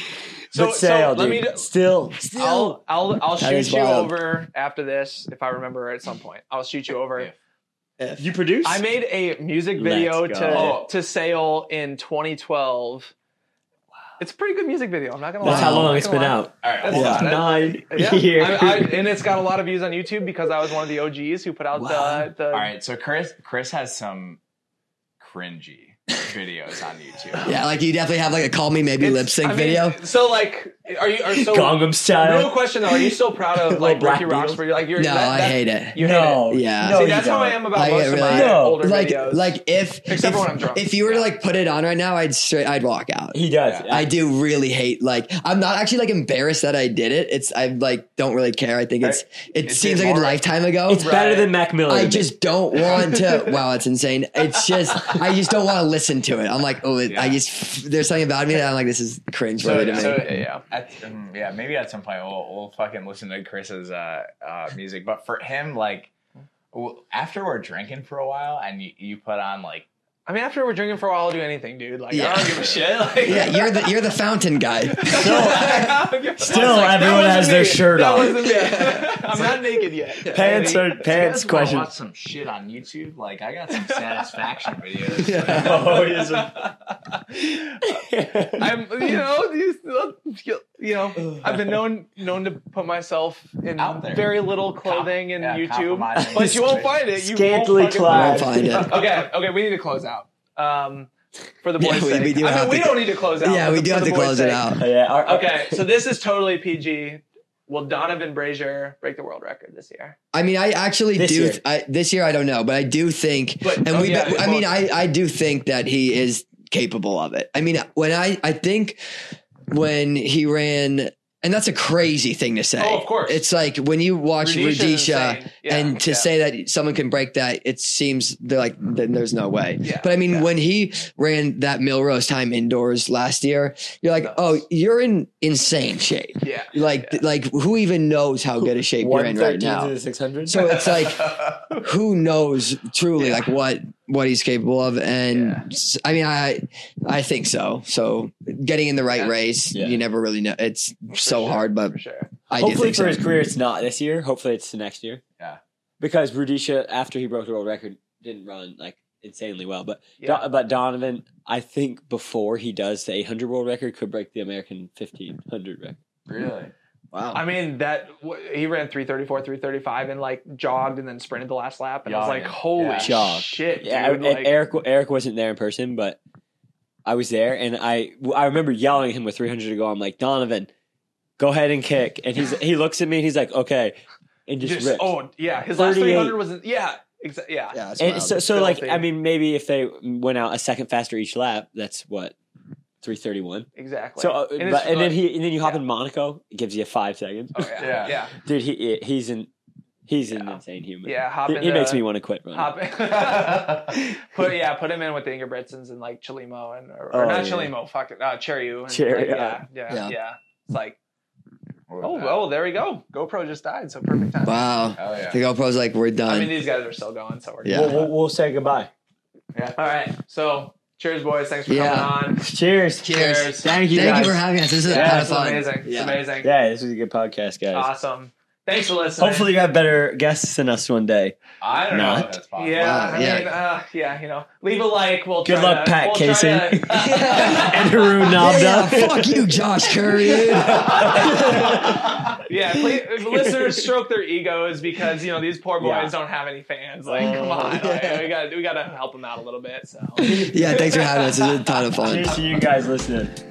S6: So,
S5: But Sail,
S6: so let me.
S5: dude,
S6: do-
S5: still,
S6: I'll I'll I'll
S5: That is
S6: shoot you
S5: wild.
S6: over after this if I remember at some point. I'll shoot you over.
S3: If.
S5: you produce.
S6: I made a music
S5: Let's
S6: video
S5: go. Oh.
S6: to to Sale in 2012. It's a pretty good music video. I'm not gonna lie.
S5: That's how
S6: I'm
S5: long
S6: not
S5: it's
S6: gonna
S5: been
S6: lie.
S5: out.
S3: All right,
S6: That's
S3: hold
S6: Yeah.
S3: on.
S5: Nine
S6: Yeah,
S5: years.
S6: I, I, and it's got a lot of views on YouTube because I was one of the OGs who put out
S5: Wow.
S6: the the.
S3: All right, so Chris Chris has some cringy videos on YouTube.
S2: Yeah, like you definitely have like a call me maybe
S6: It's-
S2: lip sync
S6: I mean,
S2: video.
S6: So like, are you are so?
S5: Gangnam
S6: Real
S5: Style.
S6: question though, are you still proud of like
S5: Black
S6: Ricky
S5: Beatles?
S6: Rocks? Like you're
S2: No,
S6: that-
S2: I
S6: that-
S2: hate it.
S6: You hate
S5: no,
S6: it.
S2: Yeah.
S5: no,
S6: See,
S5: you
S6: that's how
S5: don't.
S6: I am about
S2: I
S6: most
S2: get
S6: of my
S2: really-
S5: No.
S6: older
S2: Like,
S6: videos.
S2: like if
S6: Except
S2: if,
S6: for when I'm drunk.
S2: if you were to like put it on right now, I'd straight, I'd walk out.
S5: He does.
S3: Yeah.
S2: I do really hate like I'm not actually like embarrassed that I did it. It's I like don't really care. I think it's it
S3: It's
S2: seems like a
S3: immoral.
S2: lifetime ago.
S5: It's better
S6: Right.
S5: than Mac Miller.
S2: I
S5: to me.
S2: just don't want to. Wow, it's insane. It's just I just don't want to listen to it. I'm like, oh, it, I
S3: Yeah.
S2: just there's something about me that I'm like, this is cringe
S3: So,
S2: to me.
S3: so yeah, at, um, yeah, maybe at some point we'll, we'll fucking listen to Chris's uh, uh, music. But for him, like w- after we're drinking for a while, and you, you put on like
S6: I mean, after we're drinking for a while, I'll do anything, dude. Like
S2: Yeah.
S6: I don't give a shit. Like,
S2: yeah, you're the you're the fountain guy.
S6: I don't give a-
S5: Still,
S6: I was that
S5: everyone has
S6: wasn't
S5: their
S6: me.
S5: shirt
S6: That
S5: on.
S6: wasn't me. I'm not naked yet.
S5: pants
S6: Maybe.
S5: are pants
S3: "You guys wanna
S5: question.
S3: Watch some shit on YouTube. Like I got some satisfaction videos.
S5: Oh, he is a-
S6: I'm, you know, these- you know, I've been known known to put myself in
S3: Out there.
S6: very little clothing in
S3: yeah,
S6: YouTube,
S3: compromising.
S6: but you won't find it. You
S5: Scantily
S6: won't fucking
S5: clad.
S6: find
S2: I'll find it.
S6: it. Okay, okay, we need to close out. Um, for the
S2: Yeah,
S6: boys'
S2: we-
S6: sake.
S2: we do
S6: I mean,
S2: have
S6: we
S2: to-
S6: don't need to close out.
S2: Yeah,
S6: but
S2: we
S6: the-
S2: do
S6: for
S2: have
S6: the
S2: to
S6: boys'
S2: close it
S6: sake.
S2: out.
S5: Oh, yeah, all right.
S6: Okay, so this is totally PG. Will Donovan Brazier break the world record this year?
S2: I mean, I actually
S5: This
S2: do.
S5: year.
S2: I, this year, I don't know, but I do think,
S6: But-
S2: and
S6: oh,
S2: we.
S6: yeah,
S2: I
S6: well-
S2: mean, I I do think that he is capable of it. I mean, when I I think when he ran, and that's a crazy thing to say.
S6: Oh, of course.
S2: It's like when you watch
S6: Rudisha is
S2: Rudisha.
S6: insane. Yeah,
S2: and to
S6: yeah.
S2: say that someone can break that, it seems they're like then there's no way.
S6: Yeah,
S2: but I mean,
S6: yeah.
S2: when he ran that Milrose time indoors last year, you're like,
S6: Nuts.
S2: oh, you're in insane shape.
S6: yeah,
S2: Like, like who even knows how good a shape you're in right
S5: 113
S2: now?
S5: to the 600.
S2: So it's like, who knows truly like what what he's capable of? And
S6: Yeah.
S2: s- I mean, I I think so. So getting in the right
S6: Yeah.
S2: race,
S5: Yeah.
S2: you never really know. It's so
S6: sure,
S2: hard, but
S6: for sure.
S2: I do
S5: Hopefully
S2: think
S5: for
S2: so.
S5: his career, it's not this year. Hopefully it's the next year.
S3: Yeah.
S5: Because Rudisha, after he broke the world record, didn't run like insanely well. But
S6: Yeah.
S5: Do- but Donovan, I think before he does the 800 world record, could break the American 1500 record.
S3: really?
S2: wow.
S6: I mean that w- he ran 334, 335 and like jogged and then sprinted the last lap and I was
S3: Jogging.
S6: like holy
S3: Yeah.
S5: Jog.
S6: shit
S5: Yeah,
S6: dude.
S5: I- and
S6: like,
S5: Eric Eric wasn't there in person, but I was there, and I I remember yelling at him with 300 to go. I'm like Donovan, go ahead and kick, and he's he looks at me and he's like, okay, and just,
S6: just,
S5: rips.
S6: oh yeah, his last
S5: 38.
S6: 300 was yeah, exa- yeah.
S2: yeah, it's
S5: and
S2: wild.
S5: so so like
S6: filthy.
S5: I mean maybe if they went out a second faster each lap, that's what 331.
S6: exactly.
S5: So uh,
S6: And
S5: but,
S6: it's,
S5: and then
S6: like-
S5: he and then you hop
S6: yeah.
S5: in Monaco, it gives you five seconds.
S6: oh, yeah, yeah.
S3: Yeah.
S6: Yeah.
S5: Dude, he he's an he's an
S6: Yeah.
S5: insane human.
S6: hop
S5: he,
S6: in
S5: he
S6: the-
S5: makes me want to quit running.
S6: hop in. put yeah, put him in with the Ingebrigtsens and like Chilimo and or, or
S5: Oh,
S6: not
S5: yeah.
S6: Chilimo, fuck it. Uh Cheryu and
S5: Cheryu,
S6: like, yeah, yeah,
S2: Yeah.
S6: yeah, It's like oh, oh, there we go. GoPro just died, so perfect time.
S2: wow.
S3: Oh yeah.
S2: The GoPro's like, we're done.
S6: I mean, these guys are still going, so we're
S2: Yeah.
S6: good.
S5: We'll, we'll, we'll say goodbye.
S6: All right. So, cheers, boys. Thanks for
S2: Yeah.
S6: coming on.
S5: Cheers.
S2: Cheers.
S5: Thank you.
S2: Thank
S5: guys.
S2: you for having us. This is
S6: Yeah,
S2: kind of
S6: it's
S2: fun.
S6: amazing.
S2: Yeah.
S6: It's amazing.
S5: Yeah, this was a good podcast, guys.
S6: Awesome. Thanks for listening.
S5: Hopefully, you have better guests than us one day.
S3: I don't know
S5: Not.
S3: if that's possible.
S6: Yeah.
S2: Wow,
S6: I
S2: yeah.
S6: mean, uh, yeah. You know, leave a like. We'll
S5: Good
S6: try
S5: luck,
S6: to,
S5: Pat
S6: we'll
S5: Casey.
S6: Try to,
S5: And Haru
S2: Yeah,
S5: Nabda.
S2: yeah, fuck you, Josh Curry. dude.
S6: yeah. Please, listeners, stroke their egos because you know these poor boys
S5: Yeah.
S6: don't have any fans. Like, come on, like, we got to we got to help them out a little bit. So.
S2: yeah, thanks for having us. This is a ton of fun.
S5: Cheers to you guys listening.